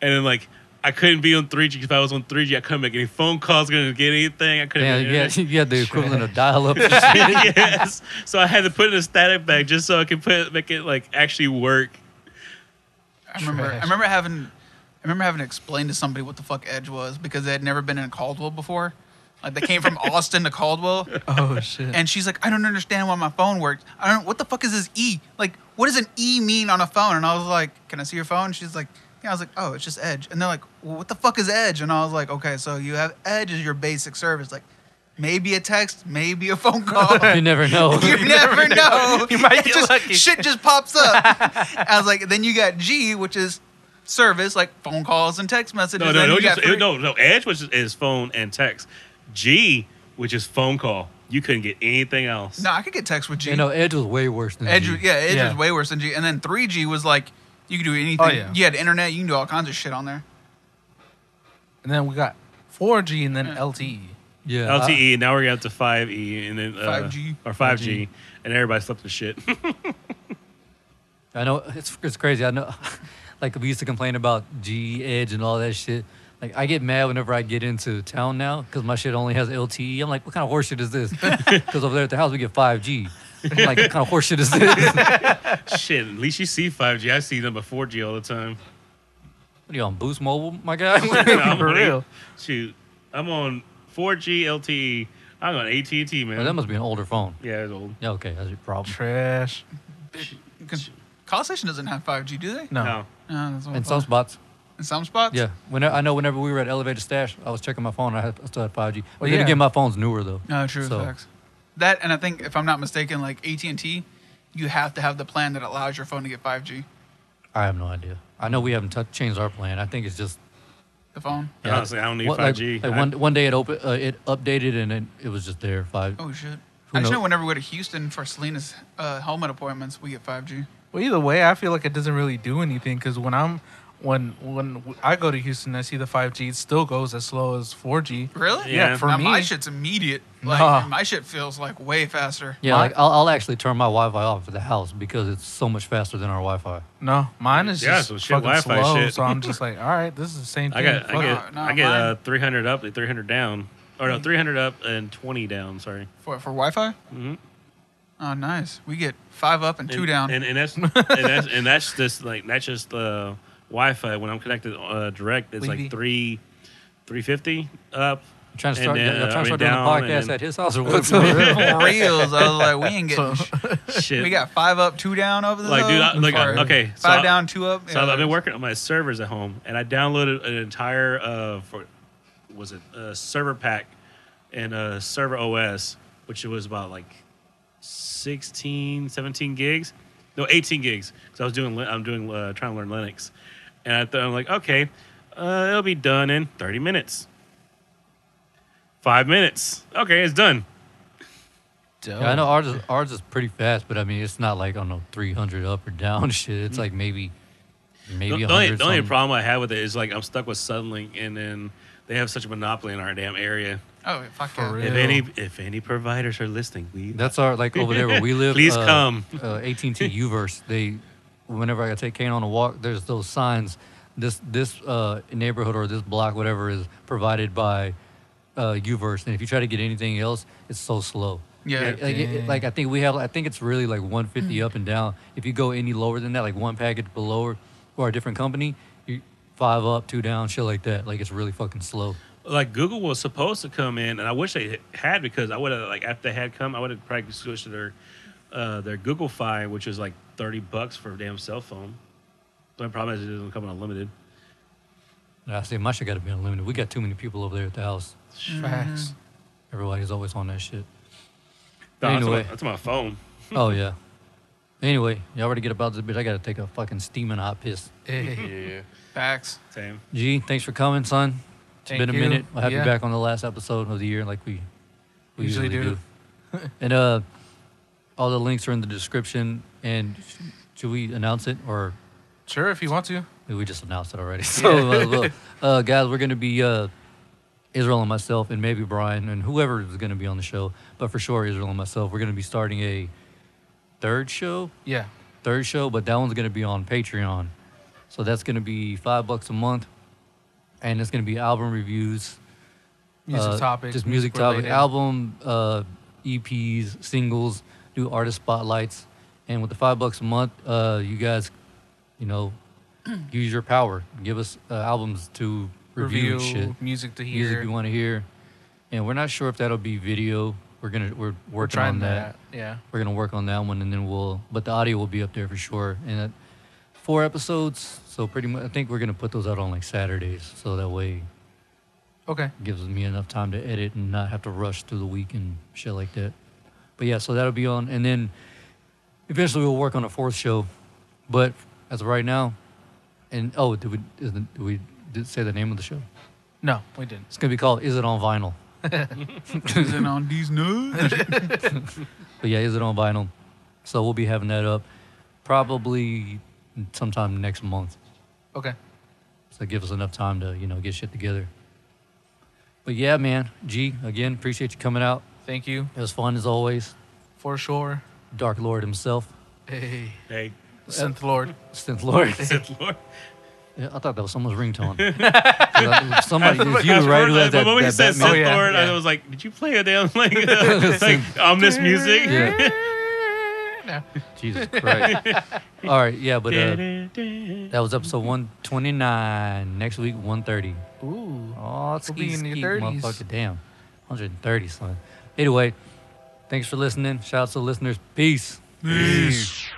Speaker 4: and then like I couldn't be on 3G because if I was on 3G, I couldn't make any phone calls, couldn't get anything. I couldn't.
Speaker 3: Yeah,
Speaker 4: get
Speaker 3: you had, you had the equivalent of dial up.
Speaker 4: yes. So I had to put it in a static bag just so I could put make it like actually work.
Speaker 5: I remember. I
Speaker 2: Trash.
Speaker 5: remember having. I remember having to explain to somebody what the fuck Edge was because they had never been in Caldwell before. Like they came from Austin to Caldwell,
Speaker 2: Oh shit.
Speaker 5: and she's like, "I don't understand why my phone works. I don't. What the fuck is this E? Like, what does an E mean on a phone?" And I was like, "Can I see your phone?" She's like, "Yeah." I was like, "Oh, it's just Edge." And they're like, well, "What the fuck is Edge?" And I was like, "Okay, so you have Edge as your basic service, like maybe a text, maybe a phone call."
Speaker 3: you never know.
Speaker 5: You never know.
Speaker 2: You might
Speaker 5: It
Speaker 2: get
Speaker 5: just,
Speaker 2: lucky.
Speaker 5: Shit just pops up. I was like, then you got G, which is service, like phone calls and text messages.
Speaker 4: No, no,
Speaker 5: Then
Speaker 4: no,
Speaker 5: you got
Speaker 4: just,
Speaker 5: free-
Speaker 4: no, no. Edge was is phone and text. G, which is phone call. You couldn't get anything else.
Speaker 5: No, I could get text with G.
Speaker 3: You know, Edge was way worse than
Speaker 5: Edge,
Speaker 3: G.
Speaker 5: was- yeah, Edge
Speaker 2: Yeah.
Speaker 5: was way worse than G. And then 3G was like, you could do anything.
Speaker 2: Oh, yeah.
Speaker 5: You had internet, you can do all kinds of shit on there.
Speaker 2: And then we got 4G and then E. LTE.
Speaker 3: Yeah, I-
Speaker 4: LTE. and now we're going to five E and then uh,
Speaker 5: 5G.
Speaker 4: or five G, and everybody slept to shit.
Speaker 3: I, know it's it's crazy. I know, like we used to complain about G Edge and all that shit. Like I get mad whenever I get into E. town now because my shit only has LTE. I'm like, what kind of horseshit is this? Because over there at the house we get 5G. I'm like, what kind of horseshit is this? what
Speaker 4: Shit, at least you see 5G. I see them before G all the time.
Speaker 3: are you on Boost Mobile, my guy?
Speaker 4: I'm
Speaker 2: For
Speaker 4: on
Speaker 2: real.
Speaker 4: eight- Shoot, I'm on 4G LTE. E. I'm on AT&T, man.
Speaker 3: Well, that must be an older phone.
Speaker 4: yeah, it's old.
Speaker 3: Yeah, okay, that's your problem.
Speaker 2: Trash.
Speaker 5: Call station doesn't have 5G, do they?
Speaker 2: No.
Speaker 4: No.
Speaker 5: No, that's what I
Speaker 3: And some
Speaker 5: thought.
Speaker 3: spots,
Speaker 5: in some spots.
Speaker 3: yeah. When I know whenever we were at Elevated Stash, I was checking my phone. I, had, I still had 5G. Well,
Speaker 2: yeah.
Speaker 3: then again, my phone's newer though.
Speaker 5: No, true
Speaker 3: So-
Speaker 5: facts. That and I think if I'm not mistaken, like AT and T, you have to have the plan that allows your phone to get 5G.
Speaker 3: I have no idea. I know we haven't tou- changed our plan. I think it's just
Speaker 5: The phone.
Speaker 3: yeah,
Speaker 4: Honestly, I don't need
Speaker 3: what-
Speaker 4: 5G.
Speaker 3: Like, like
Speaker 4: I-
Speaker 3: one one day it open, uh, it updated and it, it was just there. Five.
Speaker 5: Oh shit.
Speaker 3: Who
Speaker 5: I just
Speaker 3: knows?
Speaker 5: know whenever we go to Houston for Selena's uh, helmet appointments, we get 5G.
Speaker 2: Well, either way, I feel like it doesn't really do anything because when I'm when when I go to Houston, I see the five G. It still goes as slow as four G.
Speaker 5: Really?
Speaker 4: Yeah,
Speaker 2: for
Speaker 5: Now,
Speaker 2: me.
Speaker 5: my shit's immediate. Like
Speaker 2: Nah.
Speaker 5: my shit feels like way faster.
Speaker 3: Yeah,
Speaker 2: My-
Speaker 3: like I'll, I'll actually turn my Wi-Fi off at the house because it's so much faster than our Wi-Fi.
Speaker 2: No, mine is
Speaker 4: Yeah,
Speaker 2: just
Speaker 4: so shit,
Speaker 2: fucking
Speaker 4: Wi-Fi
Speaker 2: slow.
Speaker 4: shit.
Speaker 2: So I'm just like, all right, this is the same
Speaker 4: I
Speaker 2: thing.
Speaker 4: got, I
Speaker 2: Fuck it.
Speaker 4: get,
Speaker 5: no,
Speaker 4: I get
Speaker 5: mine- Mm.
Speaker 4: uh, 300 up and 300 down. Or no, 300 up and 20 down. Sorry.
Speaker 5: For for Wi-Fi.
Speaker 4: Mhm.
Speaker 5: Oh, nice. We get five up and, two down.
Speaker 4: And, and that's and that's and that's just like that's just the Wi-Fi. When I'm connected uh, direct, it's
Speaker 2: Wi-Fi.
Speaker 4: like three, 350 up.
Speaker 3: I'm trying to
Speaker 4: And
Speaker 3: start,
Speaker 4: then,
Speaker 3: I'm trying
Speaker 4: uh,
Speaker 3: to
Speaker 4: I
Speaker 3: start doing a
Speaker 4: mean, down and
Speaker 3: podcast
Speaker 4: then-
Speaker 3: at his house or what's
Speaker 5: for reals, I was like, we ain't getting.
Speaker 2: So-
Speaker 5: shit.
Speaker 4: Shit.
Speaker 5: We got five up, two down over the
Speaker 4: Like, dude, I-
Speaker 5: zone,
Speaker 4: like,
Speaker 5: or
Speaker 4: okay,
Speaker 5: five
Speaker 4: so I-
Speaker 5: down, two up.
Speaker 4: So
Speaker 5: yeah,
Speaker 4: I've been working on my servers at home, and I downloaded an entire uh, for was it uh, server pack and uh, server OS, which it was about like 16, 17 gigs, no 18 gigs. Because I was doing Lin- I'm doing uh, trying to learn Linux, and I thought I'm like, okay, uh, it'll be done in 30 minutes. Five minutes. Okay, it's done.
Speaker 3: Yeah, I know ours is, ours is pretty fast, but I mean it's not like I don't know 300 up or down shit.
Speaker 4: Mm.
Speaker 3: It's like maybe
Speaker 4: The,
Speaker 3: maybe
Speaker 4: the only,
Speaker 3: 100.
Speaker 4: the only
Speaker 3: something.
Speaker 4: problem I have with it is like I'm stuck with Suddenlink, and then they have such a monopoly in our damn area.
Speaker 5: Oh, fuck yeah.
Speaker 2: real.
Speaker 4: If
Speaker 2: Ew.
Speaker 4: any if any providers are listening, we
Speaker 3: That's our like over there where we live.
Speaker 4: Please
Speaker 3: uh,
Speaker 4: come.
Speaker 3: Uh, AT&T Uverse. They, whenever I take Kane on a walk, there's those signs. This this uh, neighborhood or this block, whatever, is provided by uh, Uverse. And if you try to get anything else, it's so slow.
Speaker 5: Yeah.
Speaker 3: Like, like, it- it- like, I think we have. I think it's really like 150 up and down. If you go any lower than that, like one package below or a different company, you five up, two down, shit like that. Like it's really fucking slow.
Speaker 4: like Google was supposed to come in, and I wish they had because I would have like if they had come, I would have probably switched to their uh, their Google Fi, which is like thirty bucks for a damn cell phone. The only problem is it doesn't come unlimited.
Speaker 3: And I say my shit got to be unlimited. We got too many people over there at the house.
Speaker 2: Facts.
Speaker 3: Everybody's always on that shit.
Speaker 4: No, that's
Speaker 3: Anyway.
Speaker 4: my- that's my phone.
Speaker 3: Oh yeah. Anyway, y'all ready to get about this bitch? I gotta take a fucking steaming hot piss.
Speaker 2: Hey,
Speaker 7: Yeah.
Speaker 5: Facts.
Speaker 4: Same.
Speaker 3: G, thanks for coming, son. It's
Speaker 2: Thank
Speaker 3: been a
Speaker 2: you.
Speaker 3: minute. I'll have
Speaker 2: Yeah.
Speaker 3: you back on the last episode of the year, like we, we usually,
Speaker 2: Usually
Speaker 3: do. and uh, all the links are in the description. And sh- should we announce it or
Speaker 2: sure, if you want to.
Speaker 3: we just announced it already? So, uh, well, uh, guys, we're gonna be uh, Israel and myself, and maybe Brian and whoever is gonna be on the show. But for sure, Israel and myself, we're gonna be starting a third show
Speaker 2: Yeah.
Speaker 3: third show, but that one's gonna be on Patreon. So that's gonna be five bucks a month, and it's gonna be album reviews,
Speaker 2: Music
Speaker 3: uh,
Speaker 2: topics.
Speaker 3: just music topic,
Speaker 2: related.
Speaker 3: album, uh, EPs, singles, do artist spotlights, and with the five bucks a month, uh, you guys, you know, use your power. Give us uh, albums to review,
Speaker 2: review,
Speaker 3: and shit,
Speaker 2: music to hear.
Speaker 3: music you want to hear, and we're not sure if that'll be video. We're gonna we're working
Speaker 2: We're trying
Speaker 3: on that.
Speaker 2: that. Yeah.
Speaker 3: We're gonna work on that one, and then we'll. But the audio will be up there for sure. And uh, four episodes, so pretty much. I think we're gonna put those out on like Saturdays, so that way
Speaker 2: Okay.
Speaker 3: it gives me enough time to edit and not have to rush through the week and shit like that. But yeah, so that'll be on, and then eventually we'll work on a fourth show. But as of right now, and oh, did we is the, did we did say the name of the show?
Speaker 2: No, we didn't.
Speaker 3: It's gonna be called "Is It on Vinyl."
Speaker 5: Cruising on these nudes.
Speaker 3: But yeah, is it on vinyl? So we'll be having that up probably sometime next month.
Speaker 2: Okay.
Speaker 3: So give us enough time to, you know, get shit together. But yeah, man, G, again, appreciate you coming out.
Speaker 2: Thank you
Speaker 3: It was fun as always.
Speaker 2: for sure.
Speaker 3: Dark Lord himself,
Speaker 2: Hey,
Speaker 4: Hey,
Speaker 2: synth lord.
Speaker 3: Synth Lord.
Speaker 4: Sith Lord.
Speaker 3: Yeah, I thought that was someone's ringtone. Somebody, it's you,
Speaker 4: I was
Speaker 3: right?
Speaker 4: wondering,
Speaker 3: Who has
Speaker 4: the
Speaker 3: that,
Speaker 4: moment you
Speaker 3: that
Speaker 4: said Sith
Speaker 3: Batman- Oh,
Speaker 2: yeah,
Speaker 4: Lord,
Speaker 2: yeah.
Speaker 4: I was like, did you play a damn like, uh, like ominous music?
Speaker 3: Yeah. Jesus Christ. All right, yeah, but uh, that was episode 129. Next week, 130.
Speaker 2: Ooh.
Speaker 3: Oh,
Speaker 2: We'll be
Speaker 3: ski,
Speaker 2: in your
Speaker 3: ski,
Speaker 2: 30s.
Speaker 3: motherfucker. Damn. 130, son. Anyway, thanks for listening. Shout out to the listeners. Peace.
Speaker 2: Peace.
Speaker 3: Oh,